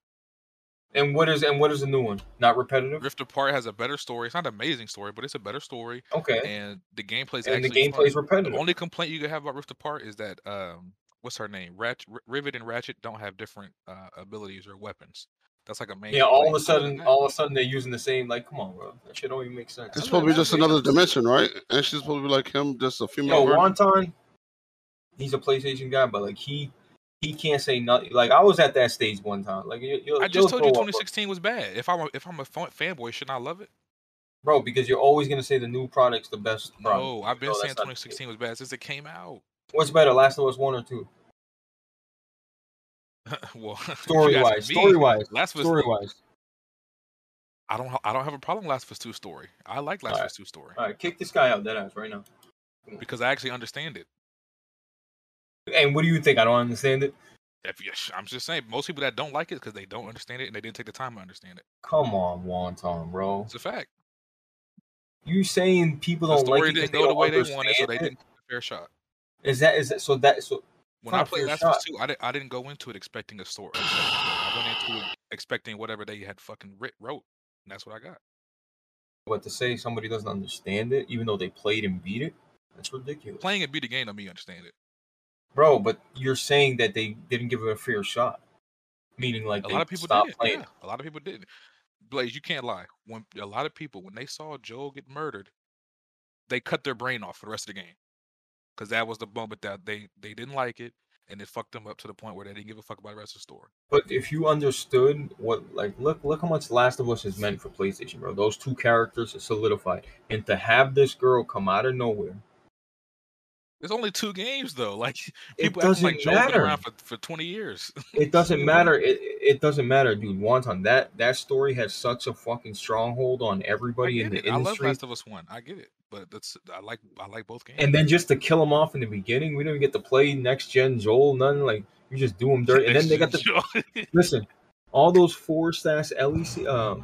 And what is and what is the new one? Not repetitive. Rift Apart has a better story. It's not an amazing story, but it's a better story. Okay. And the gameplay is And the actually gameplay is fun. repetitive. The only complaint you can have about Rift Apart is that um, what's her name? Ratchet, Rivet and Ratchet don't have different uh, abilities or weapons. That's like a main. Yeah, all of a complaint. Other than sudden, all of a sudden they're using the same. Like, come on, bro, that shit don't even make sense. It's probably just another dimension, right? And she's supposed to be like him, just a female Yo, version. Wonton, he's a PlayStation guy, but like he he can't say nothing. Like I was at that stage one time. Like you, you, that. I just you'll told you grow up, bro. 2016 was bad. If I'm a, if I'm a fan, fanboy, shouldn't I love it? bro, because you're always gonna say the new product's the best. Product. No, Oh, I've been No, that's saying not- 2016 was bad since it came out. What's better, Last of Us one or two? well, if you Story asking wise, me, story wise, Last of Us story two- wise. I don't ha- I don't have a problem with Last of Us 2 story. I like Last of Us 2 story All right, kick this guy out that ass right now. because I actually understand it. And what do you think? I don't understand it. If you, I'm just saying, most people that don't like it because they don't understand it and they didn't take the time to understand it. Come on, Wonton, bro. It's a fact. you saying people The don't like story it 'cause didn't they go the don't way they wanted, so understand they it? didn't get a fair shot. Is that is that so that so When I not a played fair Last of Us 2, I didn't, I didn't go into it expecting a story. expecting a story. I went into it expecting whatever they had fucking writ, wrote, and that's what I got. But to say somebody doesn't understand it, even though they played and beat it, that's ridiculous, Playing it beat the game don't mean you understand it. bro. But you're saying that they didn't give it a fair shot, meaning like A they lot of people stopped did. playing. Yeah, a lot of people did. Blaze, you can't lie. When a lot of people, when they saw Joel get murdered, they cut their brain off for the rest of the game, because that was the moment that they they didn't like it, and it fucked them up to the point where they didn't give a fuck about the rest of the story. But if you understood what, like, look, look how much Last of Us has meant for PlayStation, bro. Those two characters are solidified, and to have this girl come out of nowhere, There's only two games though. Like It people act like doesn't Joel's been matter. around for, for 20 years. it doesn't matter. It it doesn't matter, dude. Wonton, that that story has such a fucking stronghold on everybody in the Get it. I love industry. Last of Us One. I get it, but that's I like I like both games. And then just to kill him off in the beginning, we didn't get to play next gen Joel, none like you just do him dirty. And then they got the listen, all those four stacks LEC. Um,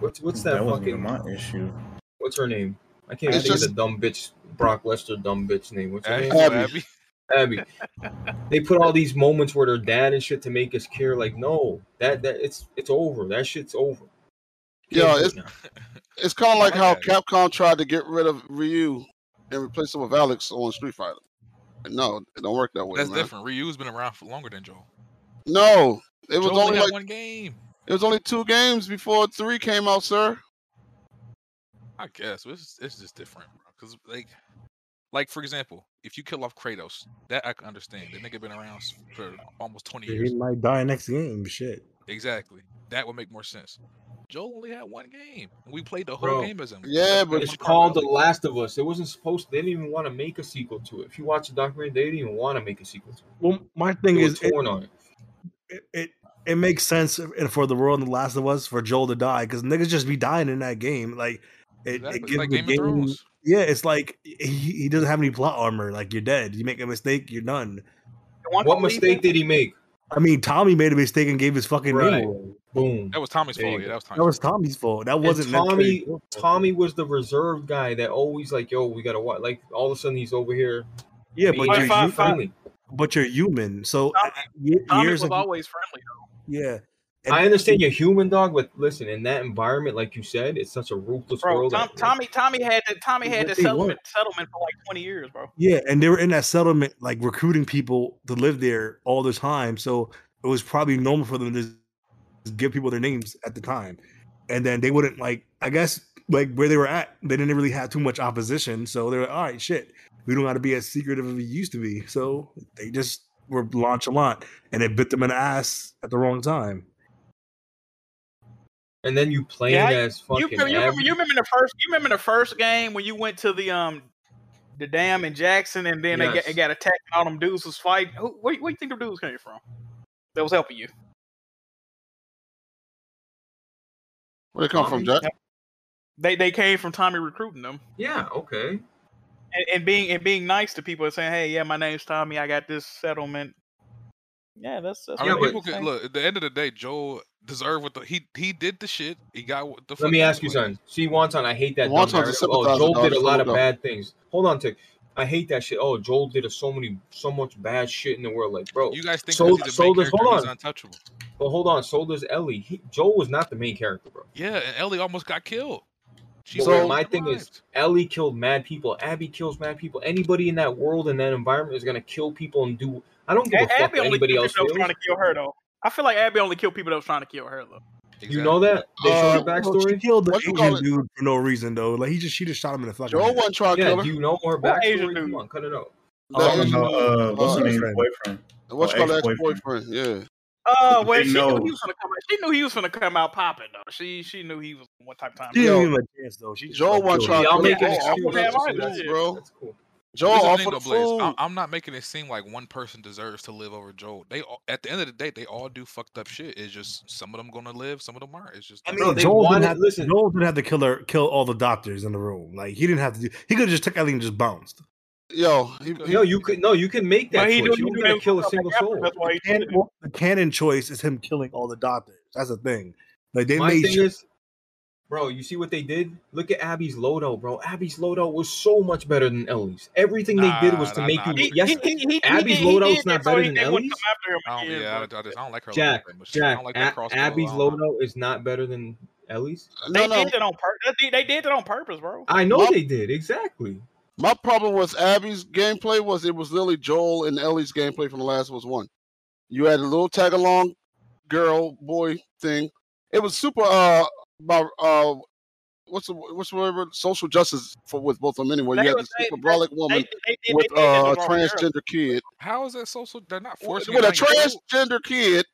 what's what's that, That wasn't fucking even my issue. What's her name? I can't even It's think just- of the dumb bitch Brock Lesnar dumb bitch name. What's her Abby. name? Abby. Abby. They put all these moments where their dad and shit to make us care. Like, no, that that it's it's over. That shit's over. Yeah, it's it's kind of like how that. Capcom tried to get rid of Ryu and replace him with Alex on Street Fighter. No, it don't work that way, that's man. different. Ryu's been around for longer than Joel. No, it was Joel only got like one game. it was only two games before three came out, sir. I guess but it's it's just different, bro. Because like, like for example, if you kill off Kratos, that I can understand. The nigga been around s- for almost twenty years. He might die next game. Shit. Exactly. That would make more sense. Joel only had one game, and we played the whole Bro, game as him. it's called The Last of Us. It wasn't supposed. They didn't even want to make a sequel to it. If you watch the documentary, they didn't even want to make a sequel to it. Well, my thing They were is, it, torn on it. it, it it makes sense if- for the world and The Last of Us for Joel to die because niggas just be dying in that game. Like it, Exactly. it It's gives like the Game of game. Thrones. Yeah, it's like he, he doesn't have any plot armor. Like you're dead. You make a mistake, you're done. What mistake did he make? I mean, Tommy made a mistake and gave his fucking Right. name away. Boom. That was Tommy's There you fault. Yeah, go. that was Tommy's That was Tommy's fault. That And wasn't necessarily- Tommy. Tommy was the reserve guy that always like, yo, we gotta watch. Like all of a sudden he's over here. Yeah, being but you're, nice hu- and friendly. but you're human. So ye- Tommy years was of always friendly though. yeah. I understand you're human, dog, but listen, in that environment, like you said, it's such a ruthless Bro, world. Tom, that- Tommy Tommy had the Tommy had the What they settlement want. settlement for like twenty years, bro. Yeah, and they were in that settlement, like recruiting people to live there all the time. So it was probably normal for them to just give people their names at the time, and then they wouldn't like. I guess like where they were at, they didn't really have too much opposition. So they were all right. Shit, we don't got to be as secretive as we used to be. So they just were nonchalant, and it bit them in the ass at the wrong time. And then you playing Yeah, as You fucking. remember, you, remember, Abby. you remember the first you remember the first game when you went to the um the dam in Jackson and then they, Yes. got, they got attacked and all them dudes was fighting. Who where, where you think the dudes came from? That was helping you. Where they come from, Jack? They they came from Tommy recruiting them. Yeah, okay. And, and being and being nice to people and saying, Hey, yeah, my name's Tommy, I got this settlement. Yeah, that's, that's I what mean, it people is. could look. At the end of the day, Joel deserved what the he he did the shit. He got what the. Let fuck me he ask you was. something. See, Wonton, I hate that. Wonton's Dumb a narrative. oh, sympathizer, Joel dog. did a Shut lot up. of bad things. Hold on, Tick. I hate that shit. Oh, Joel did a, so many, so much bad shit in the world. Like, bro, You guys think so, because he's the so main does character, hold he's on, untouchable? but hold on. So does Ellie. He, Joel was not the main character, bro. Yeah, and Ellie almost got killed. She So saved my her thing life. is, Ellie killed mad people. Abby kills mad people. Anybody in that world in that environment is gonna kill people and do. I don't give a A- fuck Abby what only anybody killed else people that was feels. trying to kill her though. I feel like Abby only killed people that was trying to kill her though. Exactly. You know that they Uh, showed her well, she backstory. killed the What you call Asian it? dude for no reason though. Like he just she just shot him in the fucking. Joel head. wasn't trying to Yeah, kill her. do you know her What Asian backstory? Come on, cut it out. That Talking is- about uh, what's her uh, name? Boyfriend. What Or you call it, ex-boyfriend. ex-boyfriend? Yeah. Oh They well, she knew know. he was gonna come. Out. She knew he was gonna come out popping though. She she knew he was what type of time. She didn't give him a chance though. She just Joel like, wasn't killed trying him. to kill her. making Joel excuses. offered That's cool, the food, yeah. bro. That's cool. Joel This is the offered thing, though, the Blaze. I- food. I'm not making it seem like one person deserves to live over Joel. They all, at the end of the day, they all do fucked up shit. It's just some of them gonna live, some of them aren't. It's just I mean, Bro, they Joel, wanted- didn't have, listen. Joel didn't have to kill her, kill all the doctors in the room. Like he didn't have to do. He could have just took Ellie and just bounced. Yo, no, you could no, you can make that But he knew choice. You're he not gonna was kill a gonna single soul. The canon, the canon choice is him killing all the doctors. That's the thing. Like they My made thing sure- is, Bro, you see what they did? Look at Abby's loadout, bro. Abby's loadout was so much better than Ellie's. Everything they did was to Nah, make nah, you. nah. yes, Abby's loadout's not better than Ellie's. I don't, yeah, I, I just, I don't like her. Jack, loadout that much. I Jack, don't like that A- crossbow. Abby's I uh-huh. don't- loadout is not better than Ellie's. they did that on purpose. They, they did that on purpose, bro. I know Well- they did exactly. My problem with Abby's gameplay was it was literally Joel and Ellie's gameplay from the last was one. You had a little tag along girl boy thing. It was super uh by uh what's the what's the word social justice for with both of them anyway. They you had was- the super they- brolic woman they- they- with they did uh, that a to Robert Earl. transgender kid. How is that social? They're not With forcing with a you to drink it. transgender kid.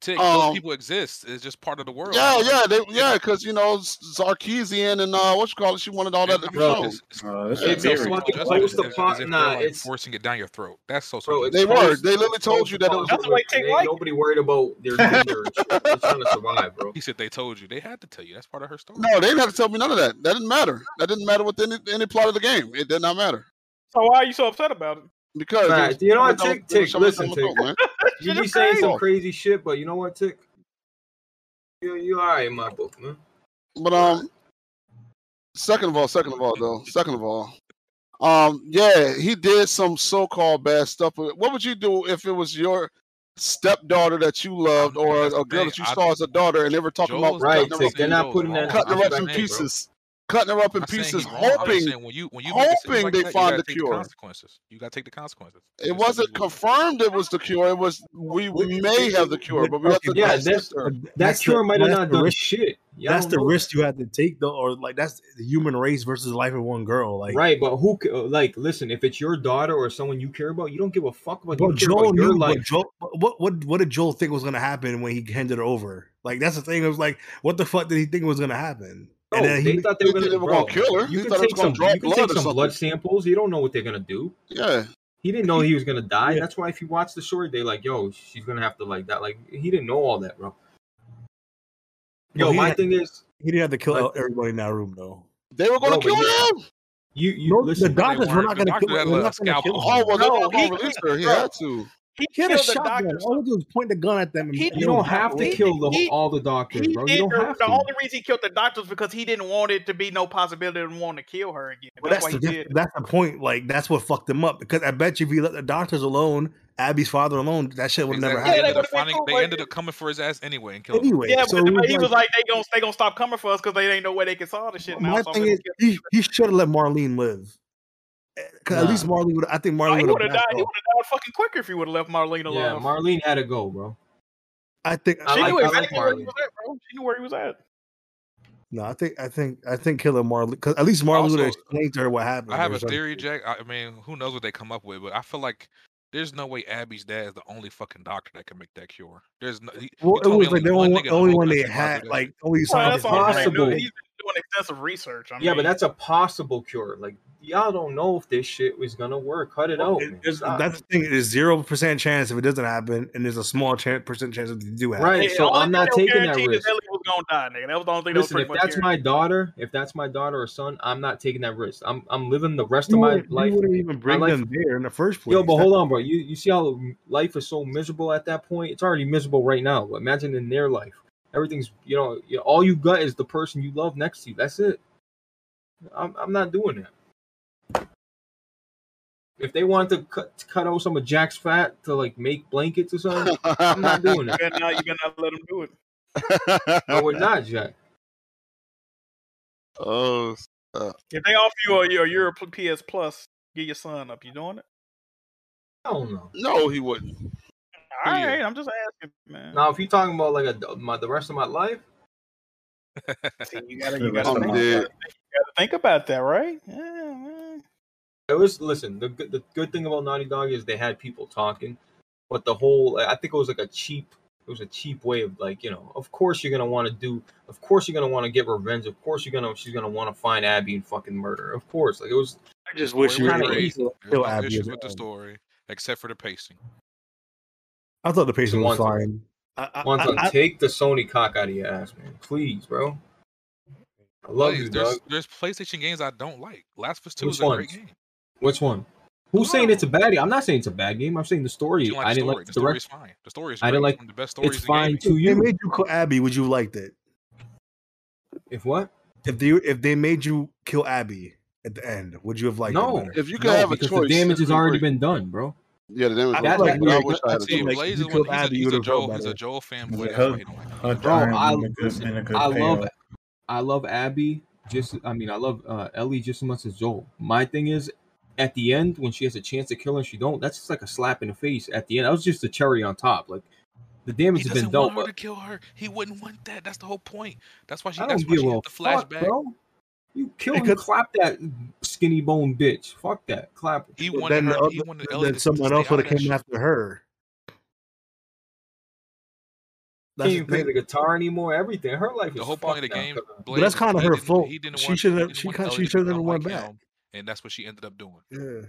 Tick, um, those people exist. It's just part of the world. Yeah, yeah, they, yeah, because you know Sarkeesian and uh, what you call it, she wanted all that to be Bro, shown. it's- uh, that's Yeah, a it's very- social Fucking justice close the as- as pot- if they're, nah, like, it's- forcing it down your throat. That's social. Bro, justice. They were. They literally told you that it was. That's why Ain't nobody worried about their gender. and shit. They're trying to survive, bro. He said they told you. They had to tell you. That's part of her story. No, they didn't have to tell me none of that. That didn't matter. That didn't matter with any any plot of the game. It did not matter So why are you so upset about it? because Nah, it was- you know it what, was- Tick, it was Tick, shoved listen, down my Tick. throat, man. You Shit be is saying some crazy. crazy shit, but you know what, Tick? You you all right in my book, man. But um, second of all, second of all, though, second of all, um, yeah, he did some so-called bad stuff. But What would you do if it was your stepdaughter that you loved, or a, a girl that you saw as a daughter, and they were talking about Joel's not cutting her saying up- they're not putting that- cutting her I'm up in saying, bro. pieces, cutting her up in I'm saying pieces, he's wrong. I'm just hoping, saying when you when you make decisions hoping like they that, you find gotta the take the cure. consequences. You got to take the consequences. It wasn't confirmed it was the cure. It was we may have the cure, but we have to Yeah, test that's- it first. That's the- that's the risk- Y'all that's don't the know risk you have to take, though, or like that's the human race versus the life of one girl. Like, right, but who? ca- Like, listen, if it's your daughter or someone you care about, you don't give a fuck about. But you care about Joel your knew life. what, Joel, what what what did Joel think was gonna happen when he handed her over? Like that's the thing. It was like, what the fuck did he think was gonna happen? No, Oh, they thought they were they gonna, were bro, gonna kill her. You He can thought it was take gonna some, draw you can blood take or some blood something. samples. You don't know what they're gonna do. Yeah, he didn't know he was gonna die. That's why if you watch the story, they like, yo, she's gonna have to like that. Like he didn't know all that, bro. Yo, Well, he my had- thing is, He didn't have to kill What? everybody in that room though. They were gonna No, but kill you- him. You, you no, listen, the they doctors were weren't- not the going to doctor kill her. had They're a not gonna kill scalpel. her. Oh, well, they were not gonna release her. He had to. He He had a killed the shotgun. doctors. All he did was point the gun at them. And, and You they don't were have to walking kill the, away. all the doctors, He bro. You did. don't The, have the to. only reason he killed the doctors because he didn't want it to be no possibility of wanting to kill her again. But that's, that's why he the did. that's, that's the point. Like that's what fucked him up. Because I bet you if he let the doctors alone, Abby's father alone, that shit would have never Exactly. They happened. ended up finding. They ended up coming for his ass anyway and killing him. Anyway, Yeah, so but, it but he was was like, they gonna they gonna stop coming for us because they ain't no way they can solve the shit now. my so I'm thing gonna is, he, he should have let Marlene live. Eh, 'Cause at Nah. least Marlene would. I think Oh, Marlene he would would have have. died. He would have died fucking quicker if he would have left Marlene alone. Yeah, Marlene had to go, bro. I think. she knew I like exactly where he Marlene. was at, bro. She knew where he was at. No, I think I think I think killing Marlene because at least Marlene would have Also, explained to her what happened. I have or a something. theory, Jack. I I mean, who knows what they come up with? But I feel like there's no way Abby's dad is the only fucking doctor that can make that cure. There's no. He, Well, you it told me was only like the one only one, nigga in the the only whole one they country probably had. do that. Like only Well, scientists. that's all I'm saying. possible. Dude, he's been doing extensive research. I mean, Yeah, but that's a possible cure. Like y'all don't know if this shit was gonna work. Cut it out. man. There's- Stop. That's the thing. There's zero percent chance if it doesn't happen, and there's a small chan- percent chance if it do happen. Right, so I'm not taking that guaranteed risk. Ellie was gonna die, nigga. That was the only thing that was Listen, pretty if much that's guaranteed. my daughter, if that's my daughter or son, I'm not taking that risk. I'm I'm living the rest You of my wouldn't- you life. wouldn't even my bring life- them there in the first Yo, place. but That- hold on, bro. You you see how life is so miserable at that point? It's already miserable right now. But imagine in their life, everything's you know, you all you got is the person you love next to you. That's it. I'm I'm not doing that. If they wanted to cut to cut out some of Jack's fat to like make blankets or something, I'm not doing You that. better not, you better not let him do it. I would not, Jack. Oh, uh, If they offer you a, your Euro PS Plus, get your son up. You doing it? I don't know. no, he wouldn't. All Yeah. right, I'm just asking, man. Now, if you're talking about like a, my, the rest of my life, See, you gotta, The you rest gotta, think, of about- my you gotta think about that, right? Eh. Yeah, man. it was listen. The good- the good thing about Naughty Dog is they had people talking, but the whole I think it was like a cheap. It was a cheap way of like you know. Of course you're gonna want to do. Of course you're gonna want to get revenge. Of course you're gonna she's gonna want to find Abby and fucking murder. Of course, like it was. I just Story wish you was would great. kill There's no Abby. issues at with the the end. story except for the pacing. I thought the patient was One time. fine. I, I, One I, I, take the Sony cock out of your ass, man. Please, bro. I love Plays. you, dog. There's there's PlayStation games I don't like. Last of Us Two Which is a great ones? game. Which one? Who's saying it's a bad game? I'm not saying it's a bad game. I'm saying the story. You don't I like the story. The didn't like the story is direct. fine. The story is I great. It's didn't like. one of the best stories It's in gaming. fine to They you. made you call Abby. Would you have liked it? If what? If they if they made you kill Abby at the end, would you have liked? No, if you could no, have a choice, the damage has already been done, bro. Yeah, the damage. I, that, like, I, wish I had a See, choice. Blaze is you killed one. He's a, Abby, you he's a would've felt Joel. He's a better. Joel fanboy. Her- that's why he don't like her Bro, dying I- would've listen, been a good I love payoff. I love Abby just I mean I love uh, Ellie just as much as Joel. My thing is at the end when she has a chance to kill her and she don't, that's just like a slap in the face at the end. That was just the cherry on top. Like the damage He has doesn't been dealt, want her but to kill her. He wouldn't want that. That's the whole point. That's why she. I That's don't why give she a had the fuck, flashback. bro. You kill and Because- clap that skinny bone bitch. Fuck that. Clap. her. He wanted Then, her. the he other- wanted then Ellie to, to someone stay else out would of have that came shit. after her. Can't That's even the play thing. the guitar anymore. Everything. Her life The is whole point of the fucked now. game. But that's Blaze, kinda he her didn't- fault. He didn't She want. should've- he didn't she want kinda- Ellie she to should've become went like back. him, and that's what she ended up doing. Yeah.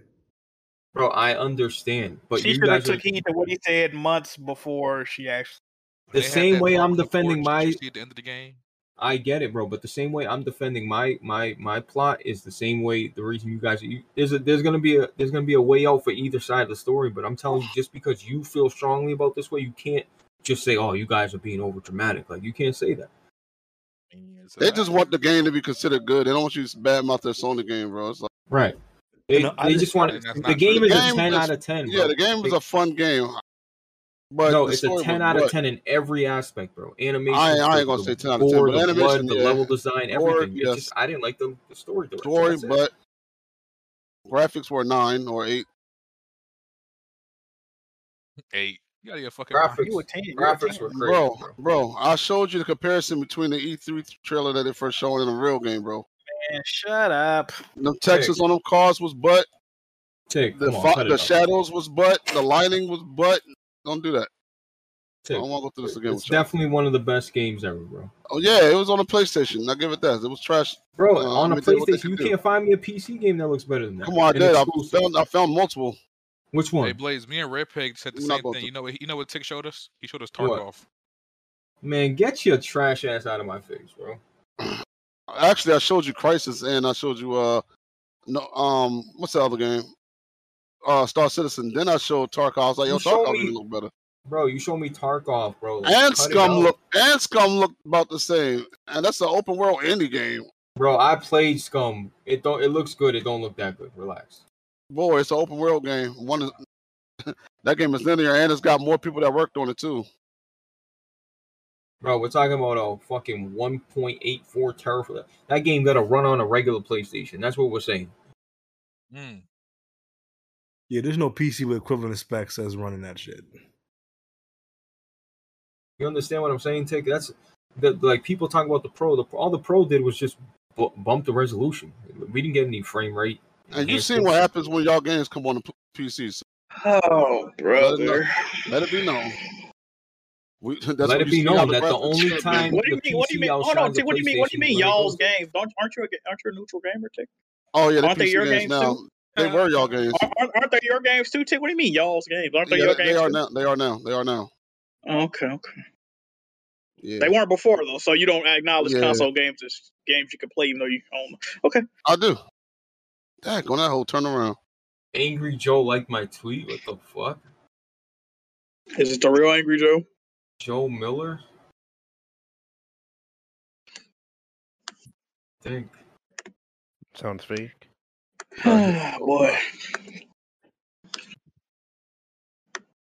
Bro, I understand, but she you should have guys took are heed to what he said months before she actually. the They had same that way talk I'm on the defending porch. my Did you see at the end of the game? I get it, bro. But the same way I'm defending my my my plot is the same way the reason you guys you, there's a, there's gonna be a there's gonna be a way out for either side of the story. But I'm telling you, just because you feel strongly about this way, you can't just say, "Oh, you guys are being over dramatic." Like you can't say that. They just want the game to be considered good. They don't want you to badmouth their Sony game, bro. It's like, Right. They, know, I they just- just want And that's the not game true. is a Game ten is- out of ten. yeah, bro. the game is They- a fun game, but no, the it's a story ten was out of what- ten in every aspect, bro. Animation, I, ain't- I the, ain't gonna the say ten out of ten, gore, but the blood, animation, the yeah, level design, Gore, everything. It's yes. just I didn't like the, the story direction. story, That's it. but graphics were nine or eight. Eight. You gotta get a fucking. graphics, You a ten. You a graphics ten. were crazy, Bro, bro. bro, I showed you the comparison between the E3 trailer that they first showed in the real game, bro. Man, shut up. The Texas on them cars was butt. Tig, The come on, fi- cut it the up. shadows was butt. The lighting was butt. Don't do that. I Tig, don't want to go through this again It's with y'all. definitely one of the best games ever, bro. Oh yeah, it was on the PlayStation. I give it that. It was trash. Bro, Uh, on a I mean, they- what they PlayStation, could you do. can't find me a PC game that looks better than that. Come on, I And did. I exclusive. found I found multiple. Which Hey, one? Blaze. Me and Red Peg said the We're not same going thing. to. You know what? You know what Tick showed us? He showed us What? Tarkov. Man, get your trash ass out of my face, bro. Actually, I showed you Crisis, and I showed you uh no um what's the other game? Uh, Star Citizen. Then I showed Tarkov. I was like, You yo, showed Tarkov me- even look better. Bro, you show me Tarkov, bro. Like, And cut it scum out. look and scum look about the same. And that's an open world indie game. Bro, I played Scum. It don't. It looks good. It don't look that good. Relax. Boy, it's an open world game. One is that game is linear and it's got more people that worked on it too. Bro, we're talking about a fucking 1.84 teraflop. That game got to run on a regular PlayStation. That's what we're saying. Hmm. Mm. Yeah, there's no PC with equivalent specs as running that shit. You understand what I'm saying? Take that's the like people talk about the pro. The all the pro did was just bu- bump the resolution. We didn't get any frame rate. And you enhancements. seen what happens when y'all games come on the p- PCs. Oh, brother. Let it be known. We, that's Let when it you be see how known the that the graphics only should be. time What do you the mean? What do you PC mean? Hold on, outshines the Tick. What do you mean? What do you PlayStation mean? is Y'all's when it goes- games? Don't aren't you a, aren't you a neutral gamer, Tick? Oh yeah, the Aren't they PC your games games now. too? They Uh, were y'all games. Aren't, aren't- aren't they your games too, Tick? What do you mean, y'all's games? Aren't they Yeah, your they games are too? now. They are now. They are now. Oh, okay, okay. Yeah. They weren't before though, so you don't acknowledge Yeah. console games as games you can play, even though you own. them. Okay, I do. Dang, on that whole turnaround. Angry Joe liked my tweet. What the fuck? is it the real Angry Joe? Joe Miller. Think. Sounds fake. Probably, Boy,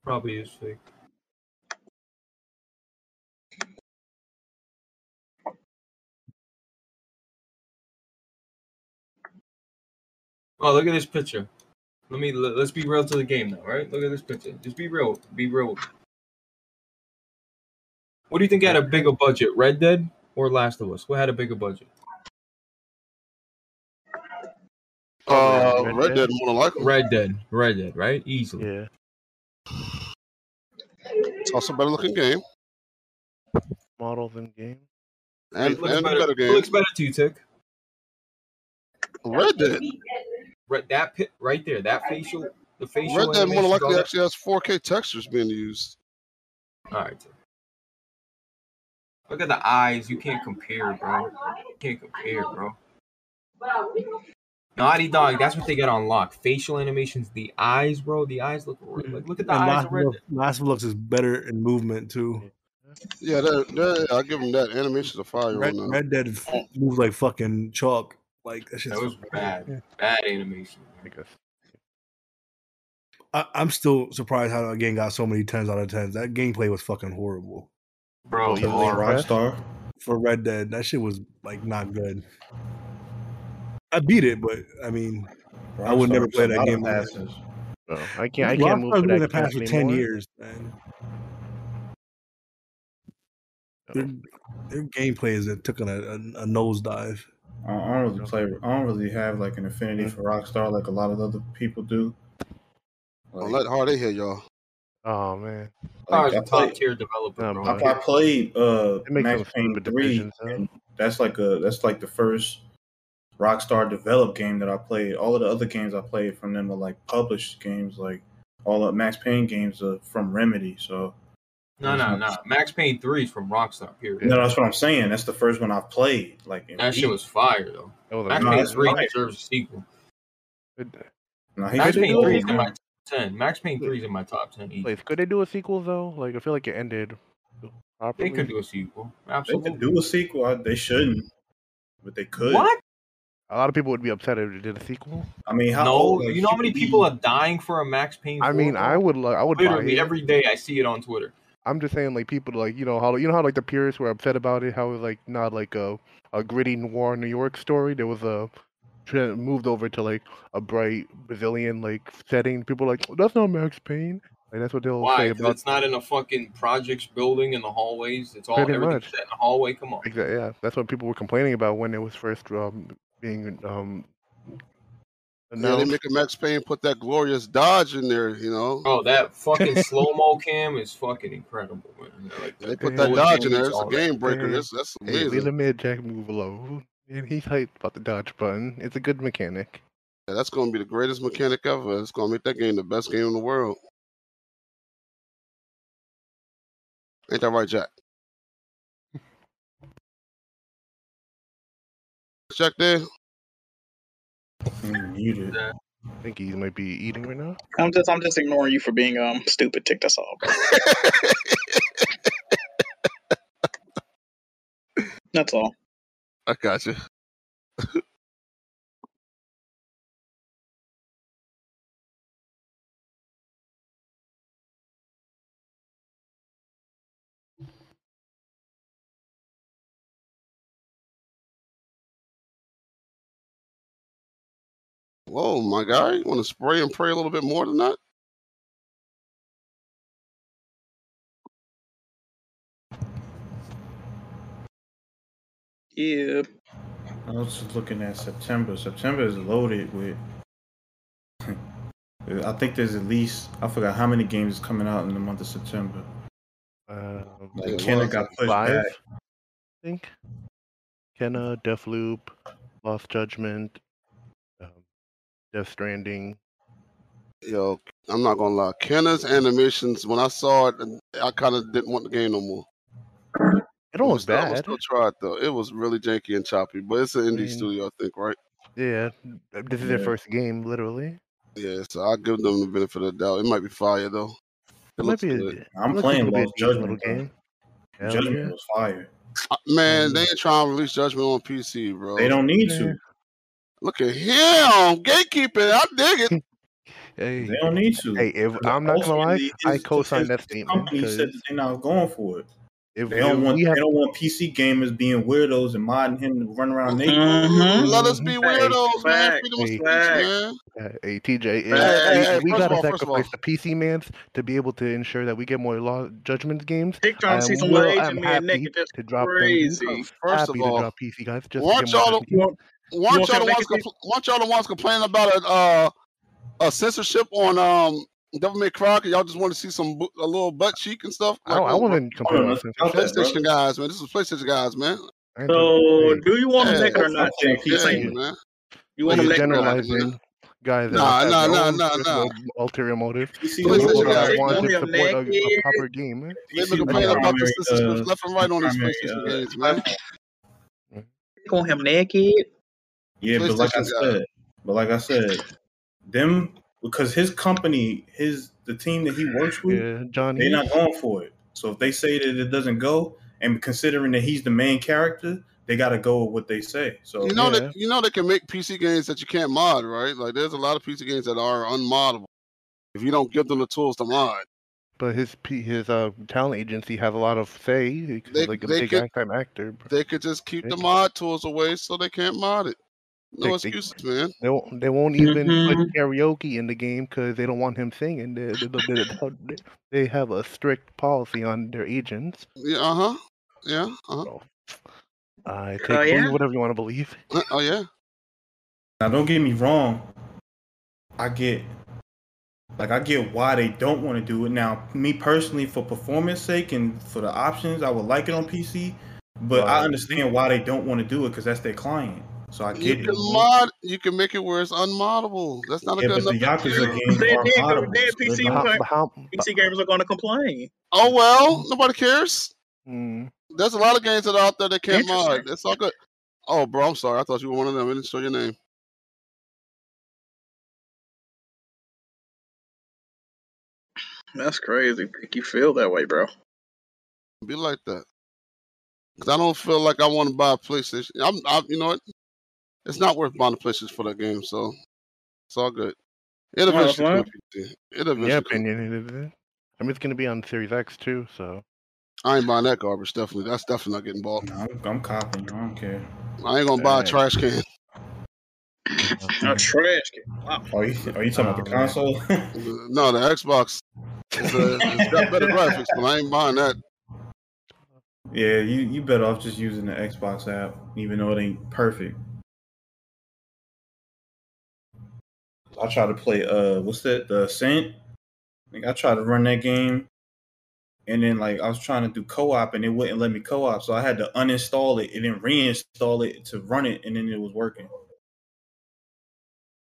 probably is fake. Oh, look at this picture. Let me let, us be real to the game now, right? Look at this picture. Just be real. Be real. What do you think had a bigger budget, Red Dead or Last of Us? What had a bigger budget? Uh, Red Red Dead? Dead more than likely. Red Dead. Red Dead, right? Easily. Yeah. It's also a better looking game Models and game. and, It looks and a better. better It game. looks better to you, Tick. Red Dead. Right, that pit right there, that facial, the facial Red Dead more than animations, all likely that- actually has 4K textures being used. All right. Tick. Look at the eyes. You can't compare, bro. You can't compare, bro. Naughty Dog. That's what they got on lock. Facial animations. The eyes, bro. The eyes look like look at the and eyes last, of Red look, Dead. last looks is better in movement too. Yeah, they're, they're, I'll give them that. Animations are fire. Oh. Red, on that. Red Dead f- moved like fucking chalk. Like that, that was bad, bad animation. I, I'm still surprised how that game got so many tens out of tens. That gameplay was fucking horrible. Bro, you are Rockstar. For Red Dead, that shit was like not good. I beat it, but I mean, I would never play that game. Passes. No, I can't. I can't move for been in the that past for crap ten anymore. years, man. Their, their gameplay is it took on a, a, a nosedive. I I don't really play. I don't really have like an Mm. affinity for Rockstar like a lot of other people do. I'll let Hardy hear y'all. Oh man, Like, I a play- top tier developer, No, bro. bro. I, I played uh, It makes Max those Payne stupid three. divisions, huh? and That's like a that's like the first Rockstar developed game that I played. All of the other games I played from them were like published games. Like all of Max Payne games are from Remedy. So No, no, no. Max Payne three is from Rockstar. Period. no, that's what I'm saying. That's the first one I've played. Like that shit was fire though. Max no, Payne that's three fire. deserves a sequel. Nah, he Max should Payne do it, three is in man. my top ten. Max Payne three is in my top ten. easy. Like, could they do a sequel though? Like, I feel like it ended They properly. could do a sequel. They Absolutely. could do a sequel. I, they shouldn't, but they could. What? A lot of people would be upset if they did a sequel. I mean, how No, old? you know how many people are dying for a Max Payne? I 4, mean, bro? I would. Lo- I would buy literally it. every day I see it on Twitter. I'm just saying, like people, like you know how you know how like the purists were upset about it. How it was like not like a a gritty noir New York story. There was a tra- moved over to like a bright Brazilian like setting. People were like that's not Max Payne. Like that's what they'll say Why? 'Cause about. it's not in a fucking projects building in the hallways. It's all Pretty everything's much. set in the hallway. Come on. Exa- yeah, that's what people were complaining about when it was first um, being um. Yeah, they announced. make a Max Payne put that glorious dodge in there. You know, Bro, Oh, that fucking slow mo cam is fucking incredible, man. Like, they put Yeah. that dodge in there. Bullet It's a all that. game breaker. Hey, That's that's Hey, leave amazing. the mid jack move low. And he's hyped about the dodge button. It's a good mechanic. Yeah, that's going to be the greatest mechanic ever. It's going to make that game the best game in the world. Ain't that right, Jack? Jack, there. Muted. I think he might be eating right now. I'm just I'm just ignoring you for being um stupid. Tick us all. bro. That's all. I got you. Whoa, my guy. You want to spray and pray a little bit more than that? Yeah. I was just looking at September. September is loaded with. I think there's at least I forgot how many games is coming out in the month of September. Uh, Like Kenna got pushed five, back. I think. Kenna, Deathloop, Lost Judgment, um, Death Stranding. Yo, I'm not gonna lie. Kenna's animations, when I saw it, I kind of didn't want the game no more. It don't It look was still, it was bad. still tried though. It was really janky and choppy, but it's an indie mean- studio, I think, right? Yeah, this is their Yeah. first game, literally. Yeah, so I give them the benefit of the doubt. It might be fire though. It It looks might be. A, good. it I'm looks playing like it'll be a Lost decent Judgment, Little though. game. Hell Judgment yeah. Mm. was fire. Uh, Man, they ain't trying to release Judgment on PC, bro. They don't need to. Look at him, gatekeeping. I dig it. Hey, They don't need to. hey, if I'm not gonna lie, Ultimately, I his- co-signed his- that his statement. Company said 'cause that they're not going for it. If They don't if want. we have They don't want PC gamers being weirdos and modding him to run around naked. Let us be Mm-hmm. Facts, weirdos, man. facts, Freedom of speech, facts. man. Uh, hey TJ, if Hey, hey, we, hey, we first of gotta all, first of all. sacrifice the PC mans to be able to ensure that we get more law judgments games. Tick I trying to see some will- little Asian I'm man happy naked. That's to drop them. crazy. First happy of all, to drop PC guys. Just to weren't get more y'all judgments. You weren't want y'all the your ones naked compl- weren't y'all the ones complaining about a uh, a censorship on um Devil May Cry? 'cause Y'all just want to see some bo- a little butt cheek and stuff. I, I oh, wasn't complaining about bro, censorship. PlayStation guys, man. This is PlayStation guys, man. I ain't So, talking- do you want them Hey, naked or not, I'm Jake? That's yeah, man. it. You hey, want them you're Like, naked or not? generalizing guys that Nah, have nah, their nah, own- nah, there's nah. no ulterior motive. You see The what PlayStation people our- that guys, want man. to William support a, Naked. a proper game. you They've see been what complaining our about the primary, censorship uh, left and right on these primary, PlayStation uh, games, man. Pick on him naked. Yeah, but like I PlayStation guy. said, but like I said, them because his company, his the team that he works with, Yeah, Johnny. they're not going for it. So if they say that it doesn't go, and considering that he's the main character, they got to go with what they say. So you know yeah. that you know they can make PC games that you can't mod, right? Like there's a lot of PC games that are unmoddable if you don't give them the tools to mod. But his his uh, talent agency has a lot of say. They, like a big could, time actor. Bro. They could just keep they, the mod tools away so they can't mod it. No they, excuses, they, man. They won't, they won't even mm-hmm. put karaoke in the game because they don't want him singing. They, they, they, have a strict policy on their agents. Yeah, uh huh. Yeah, uh huh. I uh, take oh, yeah? whatever you want to believe. Uh, oh yeah. Now don't get me wrong. I get like I get why they don't want to do it. Now, me personally, for performance sake and for the options, I would like it on PC, but right. I understand why they don't want to do it because that's their client. So I get you Can it. mod, you can make it where it's unmoddable. That's not yeah, a good but enough. The Yakuza games they, are moddable. PC, so how, how, PC gamers are going to complain. Oh well, nobody cares. Mm. There's a lot of games that are out there that can't mod. It's all good. Oh, bro, I'm sorry. I thought you were one of them. I didn't show your name. That's crazy. You feel that way, Hmm. bro. Be like that. Cause I don't feel like I want to buy a PlayStation. I'm, I, you know what? It's not worth buying a PlayStation for that game, so it's all good. It eventually. Well, it eventually. Yeah, opinion. I mean, it's gonna be on Series X too, so. I ain't buying that garbage. Definitely, that's definitely not getting bought. No, I'm, I'm copying. I don't care. I ain't gonna buy a trash can. A trash can. Wow. Are you, are you talking oh, about the console? no, the Xbox. It's, a, it's got better graphics, but I ain't buying that. Yeah, you you better off just using the Xbox app, even though it ain't perfect. I try to play uh, what's that? The Ascent. Like I tried to run that game, and then like I was trying to do co-op, and it wouldn't let me co-op, so I had to uninstall it and then reinstall it to run it, and then it was working.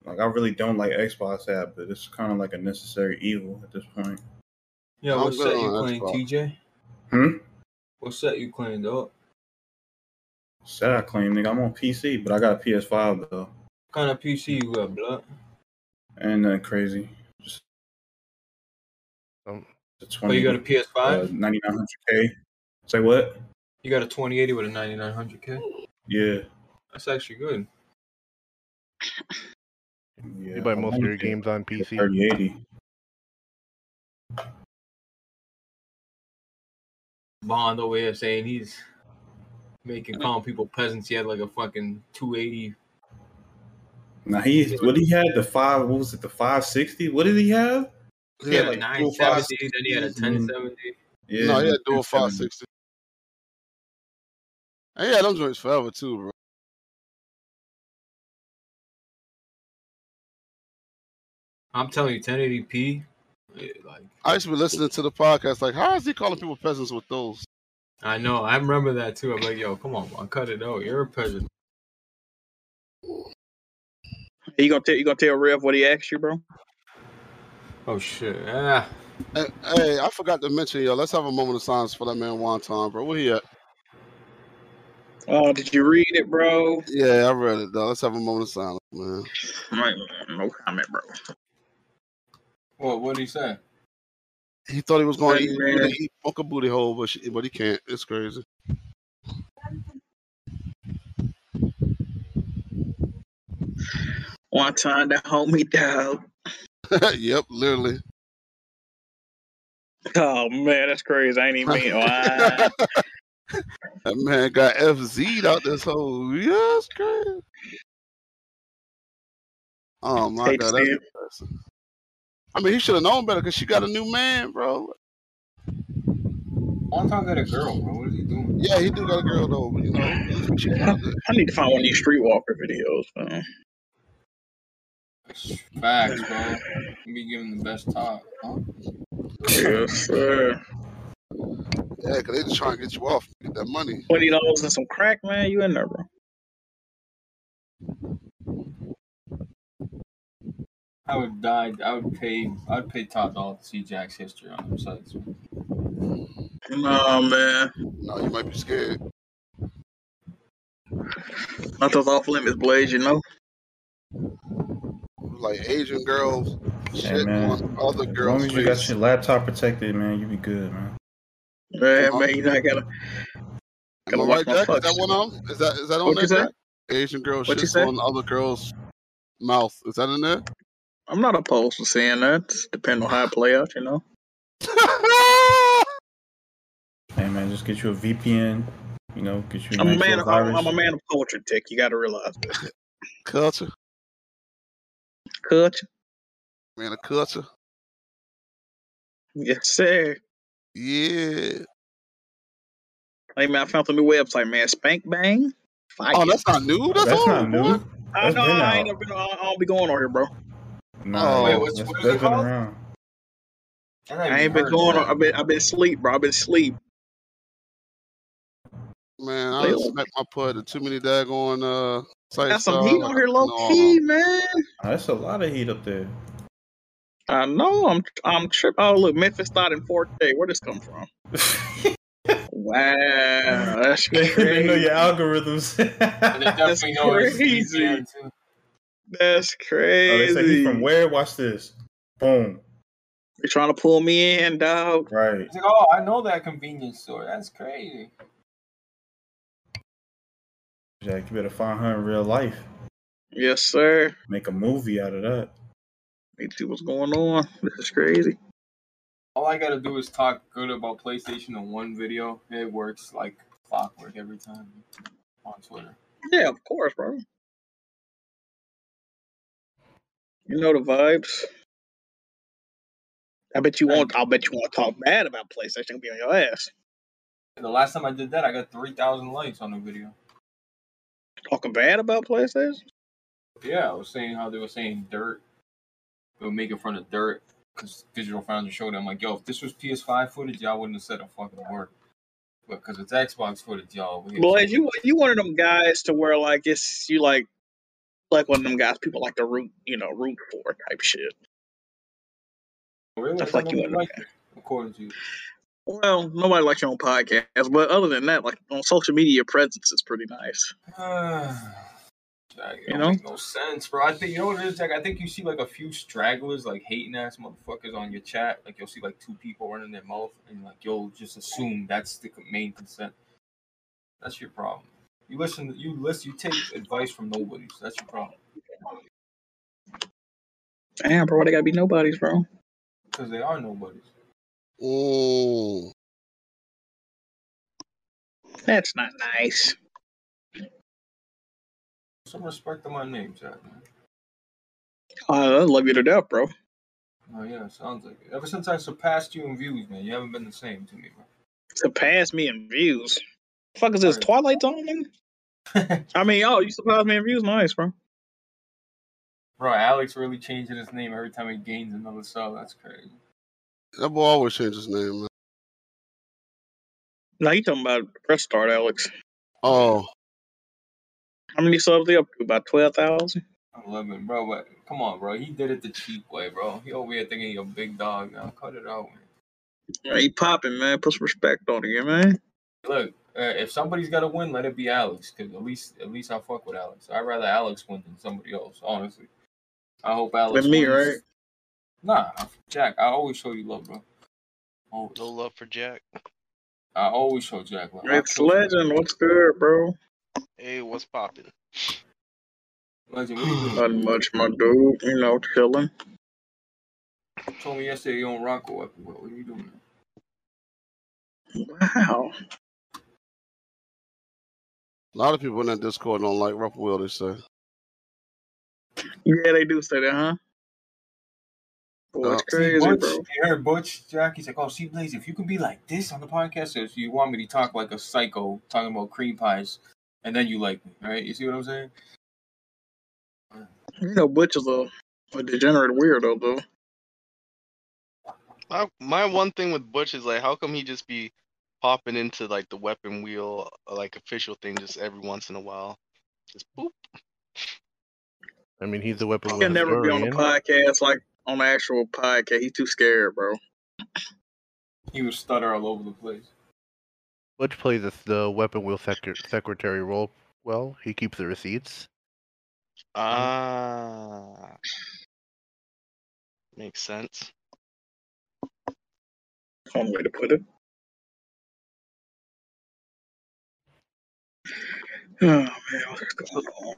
Like I really don't like Xbox app, but it's kind of like a necessary evil at this point. Yeah, what set you playing, TJ? Hmm. What set you playing, dog? Set I claim, nigga. I'm on PC, but I got a PS5 though. What kind of PC you got, blood? And nothing crazy. Just um, the 20, oh, you got a PS5? Uh, 9900K. Say what? You got a 2080 with a 9900K? Yeah. That's actually good. Yeah, you buy most of your games on PC. 3080. Bond over here saying he's making calling people peasants. He had like a fucking 280. Now he what he had the five what was it the five sixty? What did he have? He, he had, had like nine seventy, then he had a Mm-hmm. ten seventy. Yeah, no, he had dual five sixty. Hey, yeah, them joints forever too, bro. I'm telling you, 1080p. eh, Like I used to be listening to the podcast, like, how is he calling people peasants with those? I know. I remember that too. I'm like, yo, come on, man, cut it out. You're a peasant. You gonna tell you gonna tell Rev what he asked you, bro? Oh shit! Ah. Hey, hey, I forgot to mention, yo. Let's have a moment of silence for that man Wonton, bro. Where he at? Oh, did you read it, bro? Yeah, I read it. Though. Let's have a moment of silence, man. All right, no comment, bro. What? What did he say? He thought he was going hey, to eat, eat fuck a booty hole, but she, but he can't. It's crazy. One time that homie died. yep, literally. Oh man, that's crazy. I ain't even mean. Wow. that man got FZ'd out this hole. Yeah, that's crazy. Oh my Take god, that's depressing. I mean, he should have known better because she got a new man, bro. One time got a girl, bro. What is he doing? Yeah, he do got a girl though. But, you know, I need to find one of these streetwalker videos, man. Facts, bro. You be giving the best talk, huh? Yes, sir. Yeah, cause they just trying to get you off, get that money. Twenty dollars and some crack, man. You in there, bro? I would die. I would pay. I would pay top dollar to see Jack's history on them sites. No man. No, you might be scared. Not those off limits blades, you know. Like Asian girls, hey, shit man. other girls. As long as you got your laptop protected, man, you be good, man. Man, man, you not gotta. Am I right, Jack? Is that one on? Is that is that on What'd you there? say? Jack? Asian girl What'd you shits say? on other girls' mouth. Is that in there? I'm not opposed to seeing that. Just Depend on how it play out, you know. Hey man, just get you a VPN. You know, get you. I'm a nice man. Of, little I'm, virus. I'm a man of culture, Tick. You got to realize that. Culture. Culture. Man, a culture. Yes, sir. Yeah. Hey man, I found some new website, man. Spank Bang. Fire. Oh, that's not new. That's, That's old. not new. boy. I That's know. been I out. ain't never been. I I don't be going on here, bro. Nah, Oh, yeah, what's- that's- what is that's it been called? around. I ain't been going on. I've been. I've been sleep, bro. I've been sleep. Man, I Play don't on. smack my putt at too many daggone uh sites. Got some dog. heat on here, low No, key, man. That's a lot of heat up there. I know. I'm. I'm tripping. Oh look, Memphis thought in Forte. Where this come from? wow, that's they know crazy. your algorithms. And they definitely know it's crazy. easier to That's Oh, they crazy. say he from where? Watch this. Boom. They're trying to pull me in, dog. Right. It's like, oh, I know that convenience store. That's crazy. Jack, you better find her in real life. Yes, sir. Make a movie out of that. Need to see what's going on. This is crazy. All I gotta do is talk good about PlayStation in one video. It works like clockwork every time on Twitter. Yeah, of course, bro. You know the vibes. I bet you won't. I'll bet you won't talk bad about PlayStation. It'll Be oh, on your ass The last time I did that, I got three thousand likes on the video. talking bad about PlayStation. Yeah, I was saying how they were saying dirt. They were making fun of dirt because Digital Foundry showed it. I'm like, yo, if this was PS5 footage, y'all wouldn't have said a fucking word. But because it's Xbox footage, y'all. we- Blaze, you you one of them guys to where like it's you like like one of them guys people like to root you know root for type shit. Really? I feel like you one of them like it, according to you. Well, nobody likes your own podcast, but other than that, like on social media, your presence is pretty nice. Jack, it You Ah, don't know? make no sense, bro. I think you know what it is, Jack. I think you see like a few stragglers, like hating ass motherfuckers on your chat. Like you'll see like two people running their mouth, and like you'll just assume that's the main consent. That's your problem. You listen. You listen. You take advice from nobody. So that's your problem Damn, bro, why they gotta be nobodies, bro. because they are nobodies. Oh. That's not nice. Some respect to my name, Jack. man. I love you Uh, to death, bro. Oh yeah, sounds like it. Ever since I surpassed you in views, man, you haven't been the same to me, bro. Surpass me in views. Fuck is this Twilight Zone? nigga? I mean, oh, you surpass me in views, nice, bro. Bro, Alex really changing his name every time he gains another sub. That's crazy. That boy always changes his name, man. Now you talking about press start, Alex? Oh, How many subs they up to? About twelve thousand. Eleven, bro. But come on, bro. He did it the cheap way, bro. He over here thinking he a big dog now. Cut it out, man. Yeah, he popping, man. Put some respect on you, man. Look, uh, if somebody's got to win, let it be Alex. Cause at least, at least I fuck with Alex. I'd rather Alex win than somebody else. Honestly, I hope Alex. With me, wins. right? Nah, Jack. I always show you love, bro. Always. No love for Jack. I always show Jack love. I It's show Jack legend. What's good, bro? Hey, what's poppin'? Legend, what you Not much, my dude. You know, chilling. doing? told me yesterday you don't rock a weapon. Bro. What are you doing? Wow. a lot of people in that Discord don't like Rough Will, they say. Yeah, they do say that, huh? Boy, Uh, it's Oh, See, Oh, crazy, Butch, bro. You heard Butch, Jack? He's like, oh, see, Blaze, if you could be like this on the podcast, if you want me to talk like a psycho, talking about cream pies, and then you like me, right? You see what I'm saying? You know, Butch is a, a degenerate weirdo, though. My, my one thing with Butch is like, how come he just be popping into like the weapon wheel, like official thing, just every once in a while? Just boop. I mean, he's the weapon. He'll with never be on a Durian. podcast like on an actual podcast. He's too scared, bro. He would stutter all over the place. Butch plays the, the weapon wheel sector secretary role well. He keeps the receipts. Ah, makes sense. One way to put it. Oh, man,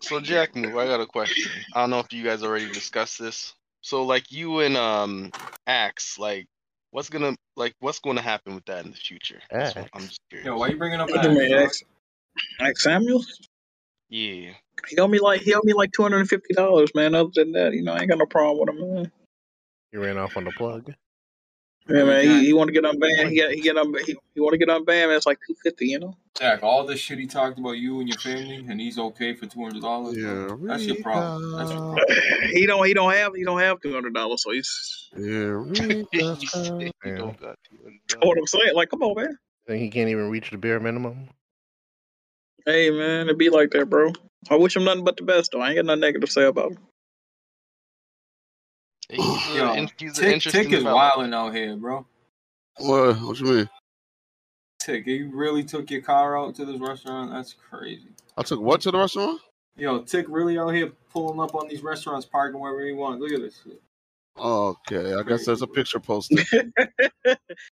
so Jack move, I got a question. I don't know if you guys already discussed this. So like you and um Axe, like what's gonna like what's gonna happen with that in the future? That's what- I'm just curious. Yo, why you bringing up What do you mean, that? Axe? Axe Samuel? Yeah. He owe me like he owe me like two hundred and fifty dollars, man. Other than that, you know, I ain't got no problem with him, man. You ran off on the plug. Yeah, man. He, he want to get unbanned. He got he get un he, he want to get unbanned. It's like two fifty, you know. Jack, all this shit he talked about you and your family, and he's okay for two hundred dollars. Yeah, that's your problem. That's your problem. He don't he don't have he don't have two hundred dollars, so he's Yeah. Yeah. what I'm saying. Like, come on, man. Then he can't even reach the bare minimum. Hey, man, it'd be like that, bro. I wish him nothing but the best, though. I ain't got nothing negative to say about him. He's, Yo, a- in- he's an Tick, interesting Tick is fella. wilding out here, bro. What? What you mean? Tick, you really took your car out to this restaurant? That's crazy. I took what to the restaurant? Yo, Tick really out here pulling up on these restaurants, parking wherever he wants. Look at this shit. Okay, I guess there's a picture posted.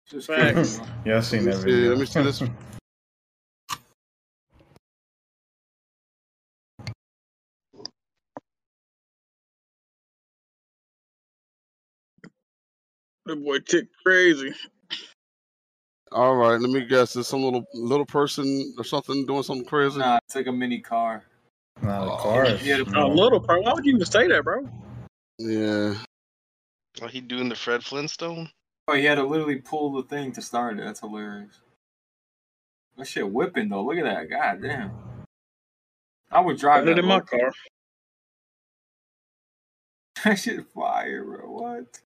Just Facts. Yeah, I seen Let that me see, video. let me see this. That boy tick crazy. All right, let me guess. There's some little little person or something doing something crazy. Oh. Nah, it's like a mini car. Nah, the Yeah, A little, bro. Why would you even say that, bro? Yeah. Oh, he doing the Fred Flintstone? Oh, he had to literally pull the thing to start it. That's hilarious. That shit whipping though. Look at that. God damn. I would drive Better that than my local. car. That shit fire, bro. What?